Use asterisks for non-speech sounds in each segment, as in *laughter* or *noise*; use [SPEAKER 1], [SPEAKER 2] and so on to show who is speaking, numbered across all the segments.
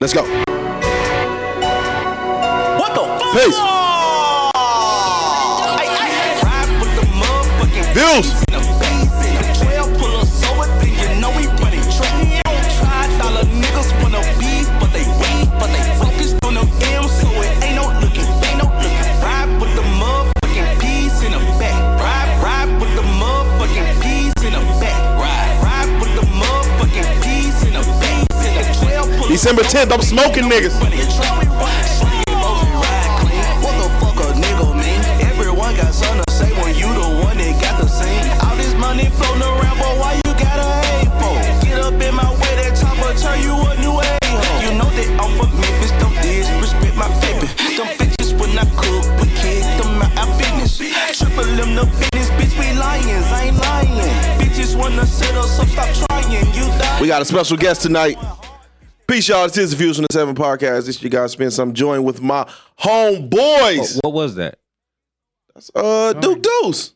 [SPEAKER 1] Let's go.
[SPEAKER 2] What the fuck?
[SPEAKER 1] Peace.
[SPEAKER 2] Ay, ay. Ride with the motherfucking
[SPEAKER 1] Views.
[SPEAKER 2] in a Benz and a 12 pull us over, then you know we running track. Try-dollar niggas wanna beef, but they weak, but they focused on them M's, so it ain't no looking, ain't no looking. Ride with the motherfucking peas in a back. Ride, ride with the motherfucking peas in a back. Ride, ride with the motherfucking peas in a back. In a 12 pull us
[SPEAKER 1] December 10th, I'm smoking niggas.
[SPEAKER 2] Running track. What the fuck a nigga mean? Everyone got something to say when you the one that got the scene. All this money floating around, but why you gotta hate for? Get up in my way, that chopper turn you a new a-hole. You know that I'm from Memphis, don't disrespect my baby. Them bitches when I cook, we kick them out our business. Triple them the business, bitch, we lions, I ain't lying. Bitches wanna settle, so stop trying, you die.
[SPEAKER 1] We got a special guest tonight. Peace, y'all. This is Views from the Seven Podcast. This is your guy Spence. I'm joined with my homeboys.
[SPEAKER 3] What was that?
[SPEAKER 1] Uh, Duke Deuce.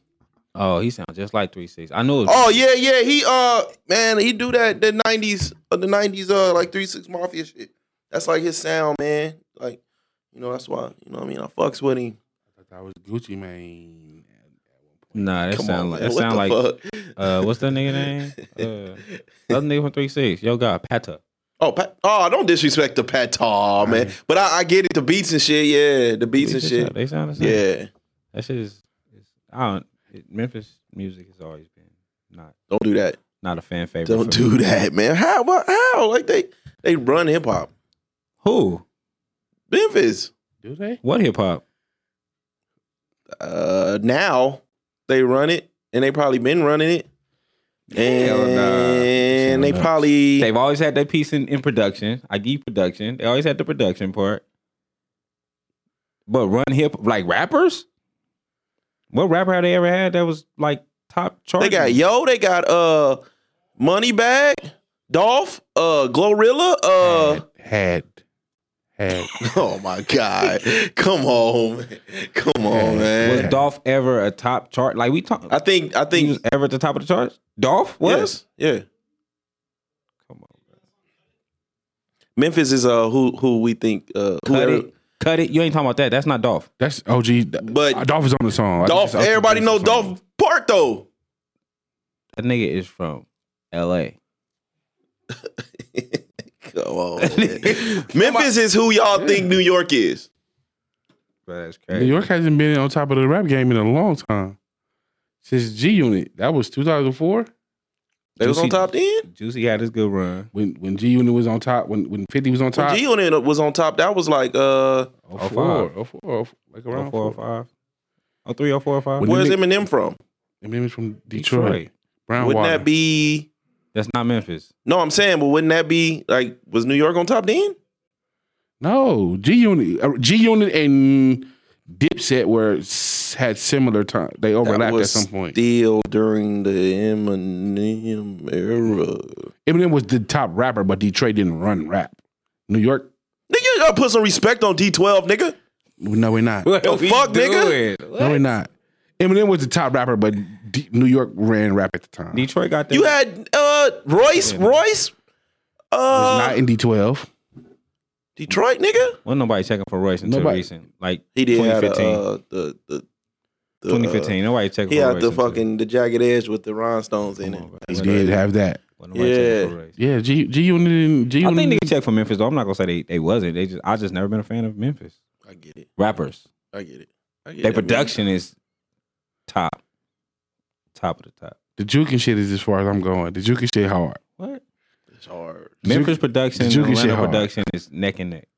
[SPEAKER 3] Oh, he sounds just like three six. I know. it was-
[SPEAKER 1] Oh yeah, yeah. He uh, man, he do that the '90s, uh, the '90s uh, like Three Six Mafia shit. That's like his sound, man. Like, you know, that's why you know what I mean. I fucks with him.
[SPEAKER 4] That was Gucci Mane.
[SPEAKER 3] nah, that
[SPEAKER 1] Come
[SPEAKER 3] sound
[SPEAKER 1] on,
[SPEAKER 3] like
[SPEAKER 1] man.
[SPEAKER 3] that
[SPEAKER 1] What
[SPEAKER 3] sound
[SPEAKER 1] the
[SPEAKER 3] like.
[SPEAKER 1] fuck?
[SPEAKER 3] Uh, what's that
[SPEAKER 1] *laughs*
[SPEAKER 3] nigga name? Uh, the other nigga from three six. Yo, God, Pata.
[SPEAKER 1] Oh, Pat, oh, don't disrespect the Pat Taw, man. But I, I get it, the beats and shit. Yeah, the beats and shit.
[SPEAKER 3] They sound the same.
[SPEAKER 1] Yeah,
[SPEAKER 3] that shit is. is I don't. It, Memphis music has always been not
[SPEAKER 1] don't do that.
[SPEAKER 3] not a fan favorite.
[SPEAKER 1] Don't
[SPEAKER 3] for me.
[SPEAKER 1] do *laughs* that, man. How? What? How? Like they they run hip hop.
[SPEAKER 3] Who?
[SPEAKER 1] Memphis.
[SPEAKER 4] Do they?
[SPEAKER 3] What hip hop?
[SPEAKER 1] Uh, now they run it, and they probably been running it,
[SPEAKER 3] Hell nah.
[SPEAKER 1] and they
[SPEAKER 3] Hell nah.
[SPEAKER 1] probably
[SPEAKER 3] They've always had that piece in, in production. I give production. They always had the production part. But run hip like rappers. What rapper have they ever had that was like top chart?
[SPEAKER 1] They got yo, they got uh Money Bag, Dolph, uh Glorilla, uh
[SPEAKER 4] Had. Had.
[SPEAKER 1] *laughs* Oh my god. Come on. man. Come on,
[SPEAKER 3] Was
[SPEAKER 1] man.
[SPEAKER 3] Dolph ever a top chart? Like we talk,
[SPEAKER 1] I think I
[SPEAKER 3] he
[SPEAKER 1] think
[SPEAKER 3] was ever at the top of the charts. Dolph was.
[SPEAKER 1] yes. Yeah.
[SPEAKER 3] Come on, bro.
[SPEAKER 1] Memphis is uh who who we think uh
[SPEAKER 3] cut
[SPEAKER 1] whoever-
[SPEAKER 3] it, cut it. You ain't talking about that. That's not Dolph.
[SPEAKER 4] That's OG.
[SPEAKER 1] But-
[SPEAKER 4] But Dolph is on the song. I think
[SPEAKER 1] Dolph,
[SPEAKER 4] it's- I think
[SPEAKER 1] everybody
[SPEAKER 4] it's
[SPEAKER 1] know
[SPEAKER 4] the song.
[SPEAKER 1] Dolph Park though.
[SPEAKER 3] That nigga is from *laughs* L.A.
[SPEAKER 1] Come on. man. *laughs* Memphis is who y'all think New York is.
[SPEAKER 3] Bro, that's
[SPEAKER 4] New York hasn't been on top of the rap game in a long time. Since G Unit. That was 2004.
[SPEAKER 1] They was on
[SPEAKER 3] Juicy-
[SPEAKER 1] top then?
[SPEAKER 3] Juicy had his good run.
[SPEAKER 4] When when G Unit was on top, when, when 50 was on top.
[SPEAKER 1] When G Unit was on top, that was like uh
[SPEAKER 4] 04, 04, like around
[SPEAKER 3] Oh four
[SPEAKER 4] 04.
[SPEAKER 3] or five. Oh three or four or five.
[SPEAKER 4] When
[SPEAKER 1] where's
[SPEAKER 4] they-
[SPEAKER 1] Eminem from?
[SPEAKER 4] And then it's from Detroit. Brown
[SPEAKER 1] Wouldn't
[SPEAKER 4] Water.
[SPEAKER 1] that be
[SPEAKER 3] That's not Memphis.
[SPEAKER 1] No, I'm saying, but wouldn't that be like was New York on top then?
[SPEAKER 4] No, G Unit, uh, G Unit, and Dipset were s- had similar time. They overlapped at some point.
[SPEAKER 1] Still during the Eminem era.
[SPEAKER 4] Eminem was the top rapper, but Detroit didn't run rap. New York,
[SPEAKER 1] Nigga, you gotta put some respect on D12, nigga.
[SPEAKER 4] no, we're not.
[SPEAKER 3] *laughs* What
[SPEAKER 1] Yo,
[SPEAKER 3] we
[SPEAKER 1] fuck, nigga.
[SPEAKER 3] doing?
[SPEAKER 4] No,
[SPEAKER 3] What?
[SPEAKER 4] we're not. Eminem was the top rapper, but D- New York ran rap at the time. It
[SPEAKER 3] Detroit got that.
[SPEAKER 1] You had uh Royce, Royce,
[SPEAKER 4] was
[SPEAKER 1] uh
[SPEAKER 4] not in D twelve.
[SPEAKER 1] Detroit, nigga.
[SPEAKER 3] Wasn't nobody checking for Royce until
[SPEAKER 4] Nobody.
[SPEAKER 3] recent, like
[SPEAKER 1] He did have
[SPEAKER 3] 2015.
[SPEAKER 1] uh, the the, the uh,
[SPEAKER 3] 2015. Nobody checking
[SPEAKER 1] he
[SPEAKER 3] for
[SPEAKER 1] had
[SPEAKER 3] Royce
[SPEAKER 1] the
[SPEAKER 3] until-
[SPEAKER 1] fucking the jagged edge with the rhinestones in
[SPEAKER 3] Come
[SPEAKER 1] it.
[SPEAKER 3] on, bro.
[SPEAKER 4] He
[SPEAKER 3] Wasn't
[SPEAKER 4] did
[SPEAKER 3] nobody-
[SPEAKER 4] have that.
[SPEAKER 3] wasn't nobody checking
[SPEAKER 1] Yeah.
[SPEAKER 3] for Royce.
[SPEAKER 4] Yeah, G G Unit and G
[SPEAKER 3] I
[SPEAKER 4] Unit.
[SPEAKER 3] think they check for Memphis though. I'm not gonna say they, they wasn't. They just I just never been a fan of Memphis
[SPEAKER 1] I get it.
[SPEAKER 3] rappers.
[SPEAKER 1] I get it. I get
[SPEAKER 3] Their
[SPEAKER 1] it, man.
[SPEAKER 3] production is top, top of the top.
[SPEAKER 4] the juking shit is as far as I'm going. The juking shit hard.
[SPEAKER 3] What
[SPEAKER 1] It's hard.
[SPEAKER 3] Memphis
[SPEAKER 4] Juke-
[SPEAKER 3] production,
[SPEAKER 4] Juke is shit
[SPEAKER 3] Atlanta
[SPEAKER 4] hard.
[SPEAKER 3] production is neck and neck.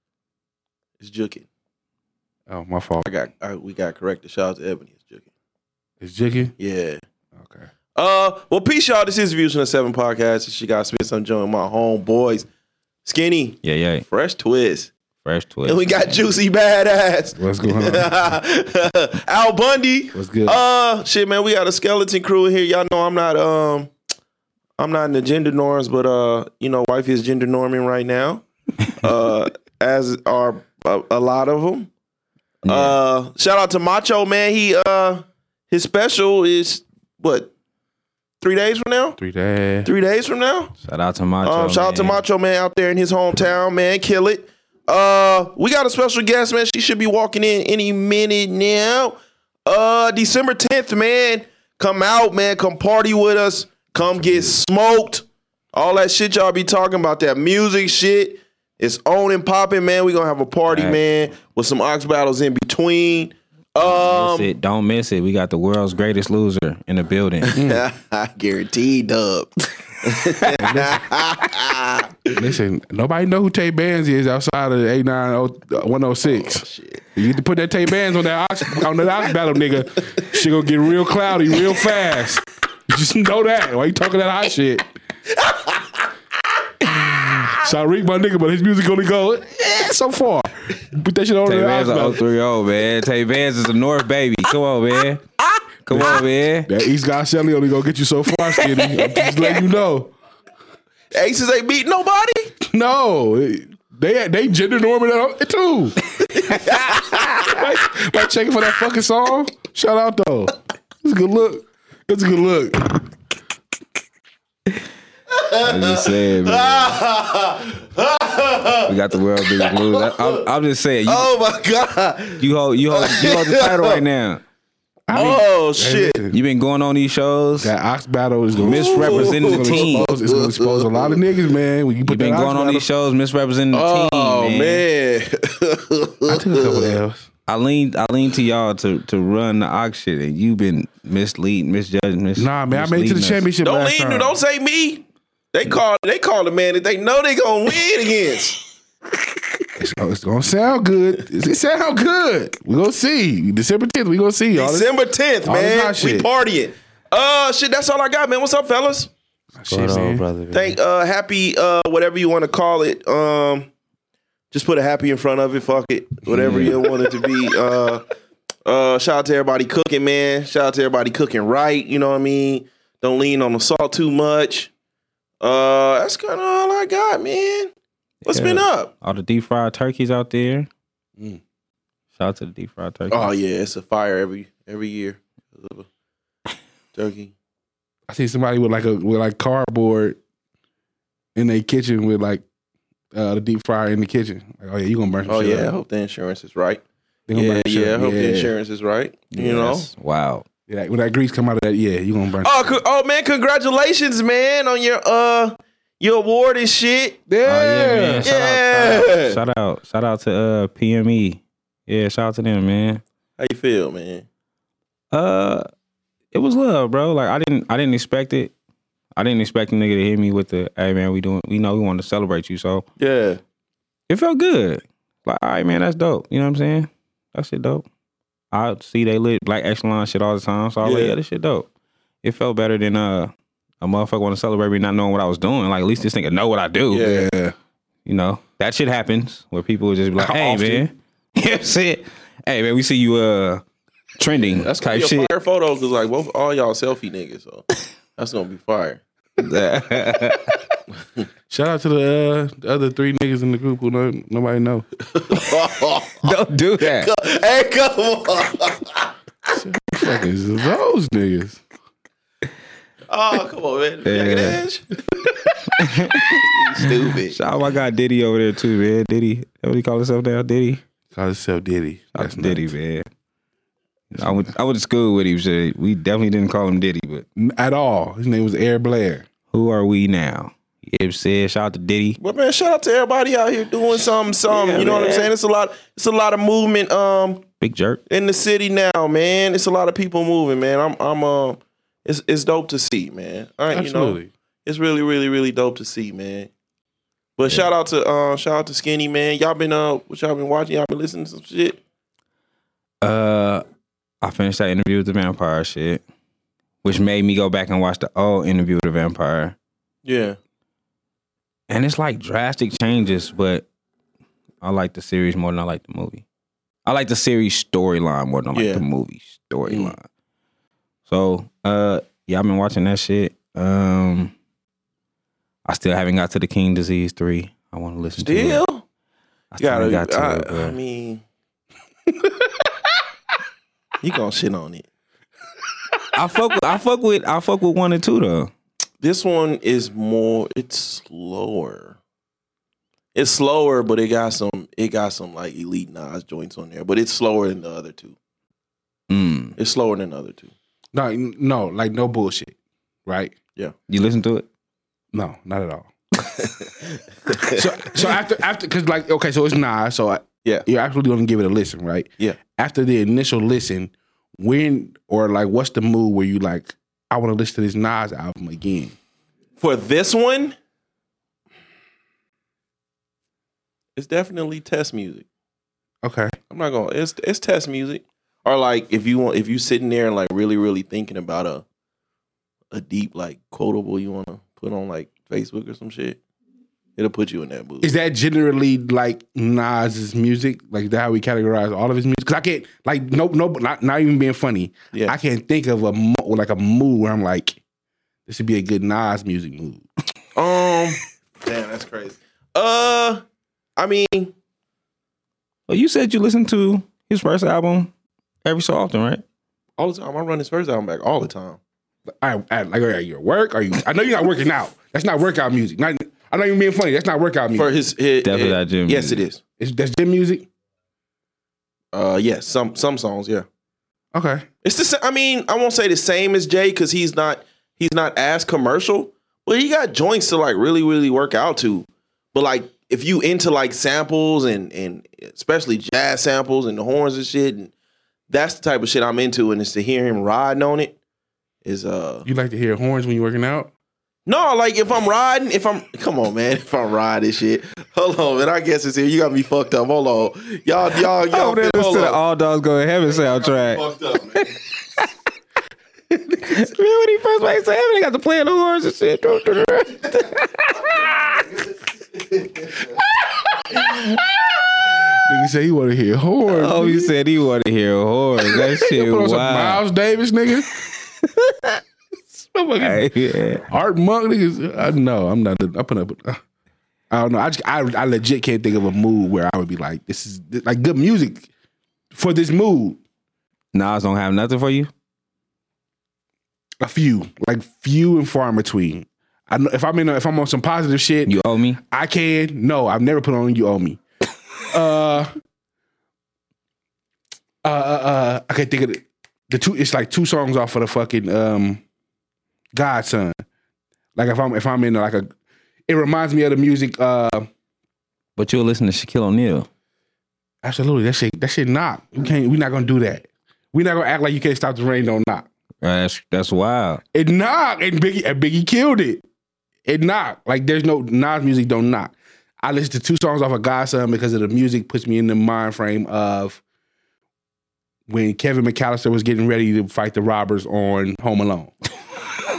[SPEAKER 1] It's juking.
[SPEAKER 4] Oh, my fault.
[SPEAKER 1] I got I, we got corrected. Shout out to Ebony. It's juking.
[SPEAKER 4] It's juking.
[SPEAKER 1] Yeah.
[SPEAKER 4] Okay.
[SPEAKER 1] Uh, well, peace, y'all. This is Views from the Seven Podcast. It's your guy Spence. I'm joined with my homeboys, Skinny,
[SPEAKER 3] Yeah, yeah.
[SPEAKER 1] Fresh Twist,
[SPEAKER 3] Fresh twist.
[SPEAKER 1] and we got Juicy Badass,
[SPEAKER 4] What's going on?
[SPEAKER 3] *laughs*
[SPEAKER 1] *laughs* Al Bundy.
[SPEAKER 4] What's good?
[SPEAKER 3] Oh.
[SPEAKER 1] Uh, shit, man, we got a skeleton crew in here. Y'all know I'm not um, I'm not in the gender norms, but uh, you know, wife is gender norming right now. Uh, as are a, a lot of them. Uh, shout out to Macho man. He uh, his special is what three days from now.
[SPEAKER 4] Three days.
[SPEAKER 1] Three days from now.
[SPEAKER 3] Shout out to Macho.
[SPEAKER 1] Um, shout out to
[SPEAKER 3] man.
[SPEAKER 1] Macho Man out there in his hometown, man. Kill it. Uh, we got a special guest, man. She should be walking in any minute now. Uh, December 10th, man. Come out, man. Come party with us. Come get smoked. All that shit y'all be talking about, that music shit. It's on and popping, man. we gonna have a party,
[SPEAKER 3] Right.
[SPEAKER 1] man, with some ox battles in between.
[SPEAKER 3] Miss
[SPEAKER 1] um,
[SPEAKER 3] it. Don't miss it. We got the world's greatest loser in
[SPEAKER 1] *laughs*
[SPEAKER 3] the building. Hmm.
[SPEAKER 1] Guaranteed dub.
[SPEAKER 4] Listen, nobody know who Tay Bands is outside of oh, 89106. You need to put that Tay Bands on that ox, on that ox battle, nigga. She gonna get real cloudy real fast. You just know that. Why you talking that hot shit? *sighs* Sharik, my nigga, but his music only go eh, so far. Put that shit on
[SPEAKER 3] Tay
[SPEAKER 4] the ox
[SPEAKER 3] Vance
[SPEAKER 4] battle.
[SPEAKER 3] is 030, oh, man. Tay Vance is a North baby. Come on, man.
[SPEAKER 1] *laughs*
[SPEAKER 3] Come on, man.
[SPEAKER 4] That East Guy Shelly only gonna get you so far, skinny. I'm just letting you know.
[SPEAKER 1] Aces ain't beat nobody.
[SPEAKER 4] No, they they gender norming it up too. *laughs* by, by checking for that fucking song. Shout out though. It's a good look. It's a good look.
[SPEAKER 3] I'm just saying, man. we got the world's biggest loser. I'm, I'm just saying, you,
[SPEAKER 1] *laughs* Oh my god.
[SPEAKER 3] you hold, you hold, you hold the title
[SPEAKER 1] *laughs*
[SPEAKER 3] right now.
[SPEAKER 1] Oh shit.
[SPEAKER 3] You been going on these shows,
[SPEAKER 4] That ox battle is gonna
[SPEAKER 3] misrepresenting the
[SPEAKER 4] it's gonna
[SPEAKER 3] team.
[SPEAKER 4] Expose, it's gonna expose a lot of niggas, man. When you
[SPEAKER 3] You
[SPEAKER 4] put that
[SPEAKER 3] been
[SPEAKER 4] ox
[SPEAKER 3] going on
[SPEAKER 4] battle-
[SPEAKER 3] these shows, misrepresenting the team.
[SPEAKER 1] Oh man.
[SPEAKER 4] I took a couple L's.
[SPEAKER 3] I leaned, I leaned to y'all to to run the ox shit, and you been misleading, misjudging. Mis-
[SPEAKER 4] Nah, man, I made it to the
[SPEAKER 3] misleading us.
[SPEAKER 4] championship.
[SPEAKER 1] don't
[SPEAKER 4] last
[SPEAKER 1] leave
[SPEAKER 4] time.
[SPEAKER 1] me. Don't say me. They call they call the man that they know they gonna win against.
[SPEAKER 4] Oh, It's gonna sound good. It's gonna sound good. We gonna see December tenth. We gonna see *laughs* all this
[SPEAKER 1] December 10th,
[SPEAKER 4] all this
[SPEAKER 1] man.
[SPEAKER 4] hot
[SPEAKER 1] We
[SPEAKER 4] shit.
[SPEAKER 1] partying. Uh shit, that's all I got, man. What's up, fellas?
[SPEAKER 4] shit, man.
[SPEAKER 1] Thank uh happy uh whatever you want to call it. Um just put a happy in front of it, fuck it. Whatever you want it to
[SPEAKER 4] *laughs*
[SPEAKER 1] be. Uh uh shout out to everybody cooking, man. Shout out to everybody cooking right, you know what I mean? Don't lean on the salt too much. Uh that's kinda all I got, man. What's been
[SPEAKER 3] Yeah.
[SPEAKER 1] up?
[SPEAKER 3] All the deep fried turkeys out there. Shout out to the deep fried turkey.
[SPEAKER 1] Oh yeah, it's a fire every every
[SPEAKER 3] *laughs*
[SPEAKER 1] year. Turkey.
[SPEAKER 4] I see somebody with like a with like cardboard in their kitchen with like uh, the deep fryer in the kitchen. Like, oh yeah, you gonna burn some
[SPEAKER 1] Oh
[SPEAKER 4] shit
[SPEAKER 1] yeah, I
[SPEAKER 4] up.
[SPEAKER 1] hope the insurance is right.
[SPEAKER 4] They gonna
[SPEAKER 1] Yeah,
[SPEAKER 4] burn some shit
[SPEAKER 1] yeah, I
[SPEAKER 4] up.
[SPEAKER 1] hope the insurance is right. You know.
[SPEAKER 3] Yes. Wow.
[SPEAKER 4] Yeah, like, when that grease come out of that, yeah, you gonna burn.
[SPEAKER 1] Oh, co- oh man, congratulations, man, on your uh your award and shit.
[SPEAKER 4] yeah,
[SPEAKER 3] Oh, yeah, man. Shout
[SPEAKER 1] Yeah.
[SPEAKER 3] out, shout out, shout out to uh, PME. Yeah, shout out to them, man.
[SPEAKER 1] How you feel, man?
[SPEAKER 3] Uh, it was love, bro. Like I didn't, I didn't expect it. I didn't expect a nigga to hit me with the, "Hey man, we doing, we know we want to celebrate you." So
[SPEAKER 1] Yeah.
[SPEAKER 3] it felt good. Like, all right, man, that's dope. You know what I'm saying? That shit dope. I see they lit black echelon shit all the time, so I was like,
[SPEAKER 1] Yeah.
[SPEAKER 3] yeah, this shit dope. It felt better than uh a motherfucker want to celebrate me not knowing what I was doing. Like at least this nigga know what I do.
[SPEAKER 1] Yeah.
[SPEAKER 3] You know that shit happens where people would just be like,
[SPEAKER 4] How
[SPEAKER 3] hey
[SPEAKER 4] often?
[SPEAKER 3] man, *laughs* yeah, shit. Hey man, we see you uh trending.
[SPEAKER 1] That's gonna
[SPEAKER 3] type
[SPEAKER 1] be a
[SPEAKER 3] shit.
[SPEAKER 1] fire photo because like both all y'all selfie niggas, so that's gonna be
[SPEAKER 3] *laughs*
[SPEAKER 1] fire.
[SPEAKER 4] Shout out to the, uh, the other three niggas in the group who no,
[SPEAKER 1] *laughs*
[SPEAKER 4] nobody know.
[SPEAKER 3] Don't do that.
[SPEAKER 1] hey, come on.
[SPEAKER 4] Fuck is those niggas.
[SPEAKER 1] *laughs* Oh, come on, man. Jagged
[SPEAKER 3] Yeah.
[SPEAKER 1] Edge.
[SPEAKER 3] *laughs*
[SPEAKER 1] *laughs* Stupid.
[SPEAKER 3] Shout out, I got Diddy over there too, man. Diddy, that what he call himself now? Diddy.
[SPEAKER 4] Call yourself Diddy.
[SPEAKER 3] That's
[SPEAKER 4] That's
[SPEAKER 3] Diddy, man. I went I went to school with him. So we definitely didn't call him Diddy, but
[SPEAKER 4] nuts. at all. His name was Air Blair.
[SPEAKER 3] who are we now? Yip said, shout out to Diddy.
[SPEAKER 1] But man, shout out to everybody out here doing something, something.
[SPEAKER 3] Yeah,
[SPEAKER 1] you know what I'm
[SPEAKER 3] man.
[SPEAKER 1] saying? It's a lot. It's a lot of movement. Um,
[SPEAKER 3] Big jerk.
[SPEAKER 1] in the city now, man. It's a lot of people moving, man. I'm I'm uh it's it's dope to see, man. All right,
[SPEAKER 4] Absolutely.
[SPEAKER 1] you know. It's really, really, really dope to see, man. But shout out to uh shout out to Skinny man. Y'all been uh what y'all been watching, y'all been listening to some shit.
[SPEAKER 3] Uh I finished that interview with the vampire shit. Which made me go back and watch the old interview with the vampire.
[SPEAKER 1] Yeah.
[SPEAKER 3] And it's like drastic changes, but I like the series more than I like the movie. I like the series storyline more than I like
[SPEAKER 1] Yeah.
[SPEAKER 3] the movie storyline. So, uh, yeah, I've been watching that shit. Um, I still haven't got to the King Disease three. I want to listen to
[SPEAKER 1] Deal.
[SPEAKER 3] it. I still haven't got to
[SPEAKER 1] I,
[SPEAKER 3] it,
[SPEAKER 1] I *laughs*
[SPEAKER 3] but
[SPEAKER 1] mean You gonna shit on it.
[SPEAKER 3] I fuck with I fuck with I fuck with one and two though.
[SPEAKER 1] This one is more. It's slower. It's slower, but it got some. It got some like elite Nas joints on there, but it's slower than the other two.
[SPEAKER 3] Mm.
[SPEAKER 1] It's slower than the other two.
[SPEAKER 4] No, no, like no bullshit, right?
[SPEAKER 3] You listen to it?
[SPEAKER 4] No, not at all. so, so after after because like okay, so it's Nas, so I,
[SPEAKER 1] Yeah.
[SPEAKER 4] you're absolutely gonna give it a listen, right?
[SPEAKER 1] Yeah.
[SPEAKER 4] After the initial listen, when or like what's the mood where you like I want to listen to this Nas album again?
[SPEAKER 1] For this one, it's definitely test music.
[SPEAKER 4] Okay,
[SPEAKER 1] I'm not gonna. It's it's test music, or like if you want, if you sitting there and like really, really thinking about a a deep like quotable you want to put on like Facebook or some shit, it'll put you in that mood.
[SPEAKER 4] is that generally like Nas's music? Like is that how we categorize all of his music? Because I can't like no no not, not even being funny.
[SPEAKER 1] Yeah.
[SPEAKER 4] I can't think of a mo- like a mood where I'm like this would be a good Nas music mood.
[SPEAKER 1] Um, damn, that's crazy. Uh, I mean,
[SPEAKER 3] Well, you said you listen to his first album every so often, right?
[SPEAKER 1] all the time I run his first album back all the time.
[SPEAKER 4] I, I like are you at work? Are you? I know you're not working out. That's not workout music. Not, I'm not even being funny. That's not workout music.
[SPEAKER 1] For his, his
[SPEAKER 3] Definitely
[SPEAKER 1] his-
[SPEAKER 3] not gym
[SPEAKER 1] Yes,
[SPEAKER 3] music.
[SPEAKER 1] it is.
[SPEAKER 4] It's, that's gym music.
[SPEAKER 1] Uh, yes, some some songs. Yeah,
[SPEAKER 4] Okay.
[SPEAKER 1] it's the. sa- I mean, I won't say the same as Jay because he's not he's not as commercial, but he got joints to like really really work out to. But like, if you into like samples and and especially jazz samples and the horns and shit, and that's the type of shit I'm into, and it's to hear him riding on it is uh
[SPEAKER 4] You like to hear horns when you're working out?
[SPEAKER 1] No, like if I'm riding, if I'm come on, man, *laughs* if I'm riding shit. Hold on, man. I guess it's here. You got me fucked up. Hold on. Y'all, y'all, y'all.
[SPEAKER 3] Oh,
[SPEAKER 1] hold
[SPEAKER 3] to the
[SPEAKER 1] on.
[SPEAKER 3] All Dogs Go to Heaven soundtrack.
[SPEAKER 1] fucked up, *laughs* man.
[SPEAKER 3] Remember when he first went to heaven, they got to play the horns and shit.
[SPEAKER 4] Nigga say you want to hear horns.
[SPEAKER 3] oh, he said he wanted to hear horns. *laughs* That shit
[SPEAKER 4] Put on some
[SPEAKER 3] wild.
[SPEAKER 4] Miles Davis, nigga. *laughs*
[SPEAKER 3] Hey, yeah.
[SPEAKER 4] Art Monk, niggas. Uh, no, I'm not. I put up. uh, I don't know. I just, I, I legit can't think of a mood where I would be like, this is like good music for this mood.
[SPEAKER 3] Nas don't have nothing for you.
[SPEAKER 4] A few, like few and far in between. I know if I'm in, a, if I'm on some positive shit,
[SPEAKER 3] You owe me.
[SPEAKER 4] I can. No, I've never put on you owe me. Uh, uh, uh, uh I can't think of the, the two. It's like two songs off of the fucking um, Godson. Like if I'm if I'm in like a, it reminds me of the music. Uh,
[SPEAKER 3] But you'll listen to Shaquille O'Neal.
[SPEAKER 4] absolutely, that shit that shit knock. We can't. We're not gonna do that. We're not gonna act like you can't stop the rain. Don't knock.
[SPEAKER 3] Uh, that's that's wild.
[SPEAKER 4] It knocked, and Biggie and Biggie killed it. It knocked. Like there's no Nas music don't knock. I listen to two songs off of Godson because of the music puts me in the mind frame of when Kevin McAllister was getting ready to fight the robbers on Home Alone.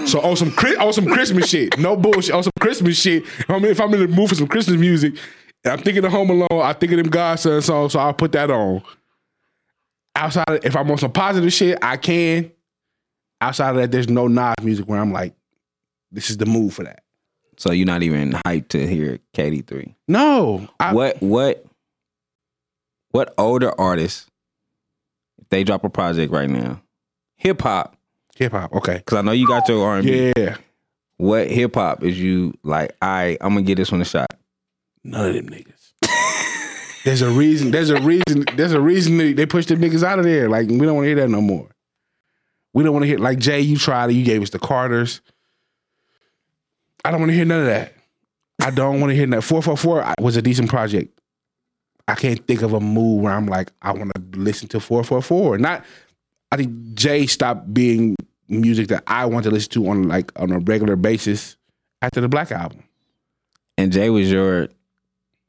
[SPEAKER 4] So on some Chri- on some Christmas shit, no bullshit. On some Christmas shit, if I'm, if I'm in the mood for some Christmas music, and I'm thinking of Home Alone, I think of them Godson songs, so I'll put that on. Outside, of, if I'm on some positive shit, I can. Outside of that, there's no Nas music where I'm like, this is the move for that.
[SPEAKER 3] So you're not even hyped to hear KD three.
[SPEAKER 4] No, I,
[SPEAKER 3] what what what older artists if they drop a project right now hip hop
[SPEAKER 4] hip hop? Okay,
[SPEAKER 3] because i know you got your r&b
[SPEAKER 4] yeah,
[SPEAKER 3] what hip hop is you like i i'm gonna get this one a shot
[SPEAKER 4] none of them niggas. there's a reason. There's a reason. There's a reason they they pushed them niggas out of there. Like we don't want to hear that no more. We don't want to hear like Jay. You tried it. You gave us the Carters. I don't want to hear none of that. I don't want to hear that. Four four four uh, was a decent project. I can't think of a move where I'm like, I want to listen to four four four. Not. I think Jay stopped being music that I want to listen to on like on a regular basis after the Black album.
[SPEAKER 3] and jay was your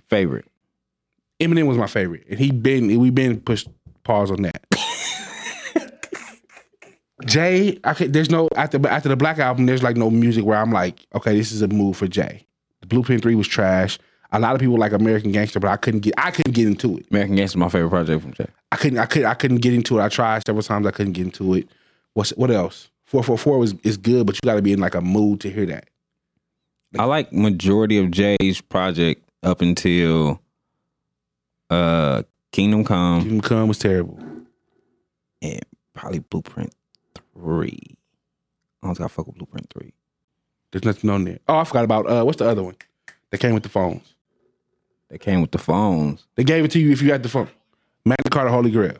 [SPEAKER 3] favorite
[SPEAKER 4] Eminem was my favorite, and he been we been pushed pause on that. Jay, I can, there's no after after the Black album. There's like no music where I'm like, okay, this is a move for Jay. The Blueprint Three was trash. A lot of people like American Gangster, but I couldn't get I couldn't get into it.
[SPEAKER 3] american gangster my favorite project from jay
[SPEAKER 4] I couldn't I could I couldn't get into it. I tried several times. I couldn't get into it. What's what else? Four four four was is good, but you got to be in like a mood to hear that.
[SPEAKER 3] i like majority of jay's project up until uh kingdom come
[SPEAKER 4] Kingdom Come was terrible.
[SPEAKER 3] and probably blueprint three. I don't think I fuck with Blueprint three.
[SPEAKER 4] There's nothing on there. Oh, I forgot about uh, what's the other one that came with the phones?
[SPEAKER 3] They came with the phones.
[SPEAKER 4] They gave it to you if you got the phone. Magna Carta Holy Grail.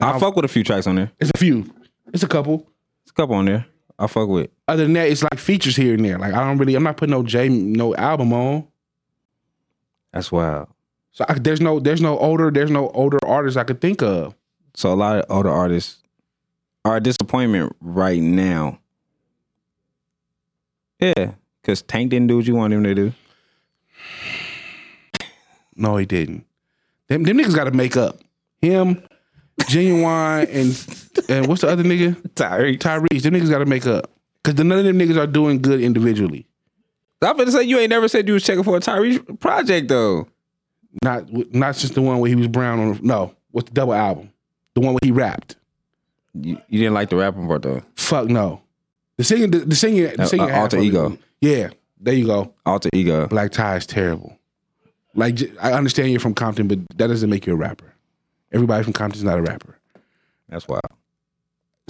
[SPEAKER 3] I fuck with a few tracks on there.
[SPEAKER 4] It's a few. It's a couple.
[SPEAKER 3] It's a couple on there. I fuck with.
[SPEAKER 4] Other than that, it's like features here and there. Like I don't really, I'm not putting no J, no album on.
[SPEAKER 3] That's wild.
[SPEAKER 4] So I, there's no, there's no older, there's no older artists I could think of.
[SPEAKER 3] So a lot of older artists are a disappointment right now. Yeah, because Tank didn't do what you wanted him to do.
[SPEAKER 4] No, he didn't. Them, them niggas got to make up. Him, Genuine, *laughs* and and what's the other nigga?
[SPEAKER 3] Tyreek.
[SPEAKER 4] Tyrese. Them niggas got to make up because none of them niggas are doing good individually.
[SPEAKER 3] I'm gonna say you ain't never said you was checking for a Tyrese project though.
[SPEAKER 4] Not w- not since the one where he was brown on. No, what's the double album? The one where he rapped.
[SPEAKER 3] You, you didn't like the rapping part though.
[SPEAKER 4] Fuck no. The singing, the, the singing, the
[SPEAKER 3] Uh,
[SPEAKER 4] singing.
[SPEAKER 3] uh,
[SPEAKER 4] half
[SPEAKER 3] alter
[SPEAKER 4] of it.
[SPEAKER 3] ego.
[SPEAKER 4] Yeah, there you go.
[SPEAKER 3] Alter ego.
[SPEAKER 4] Black Tie is terrible. Like j- I understand you're from Compton, but that doesn't make you a rapper. Everybody from Compton's not a rapper.
[SPEAKER 3] That's wild.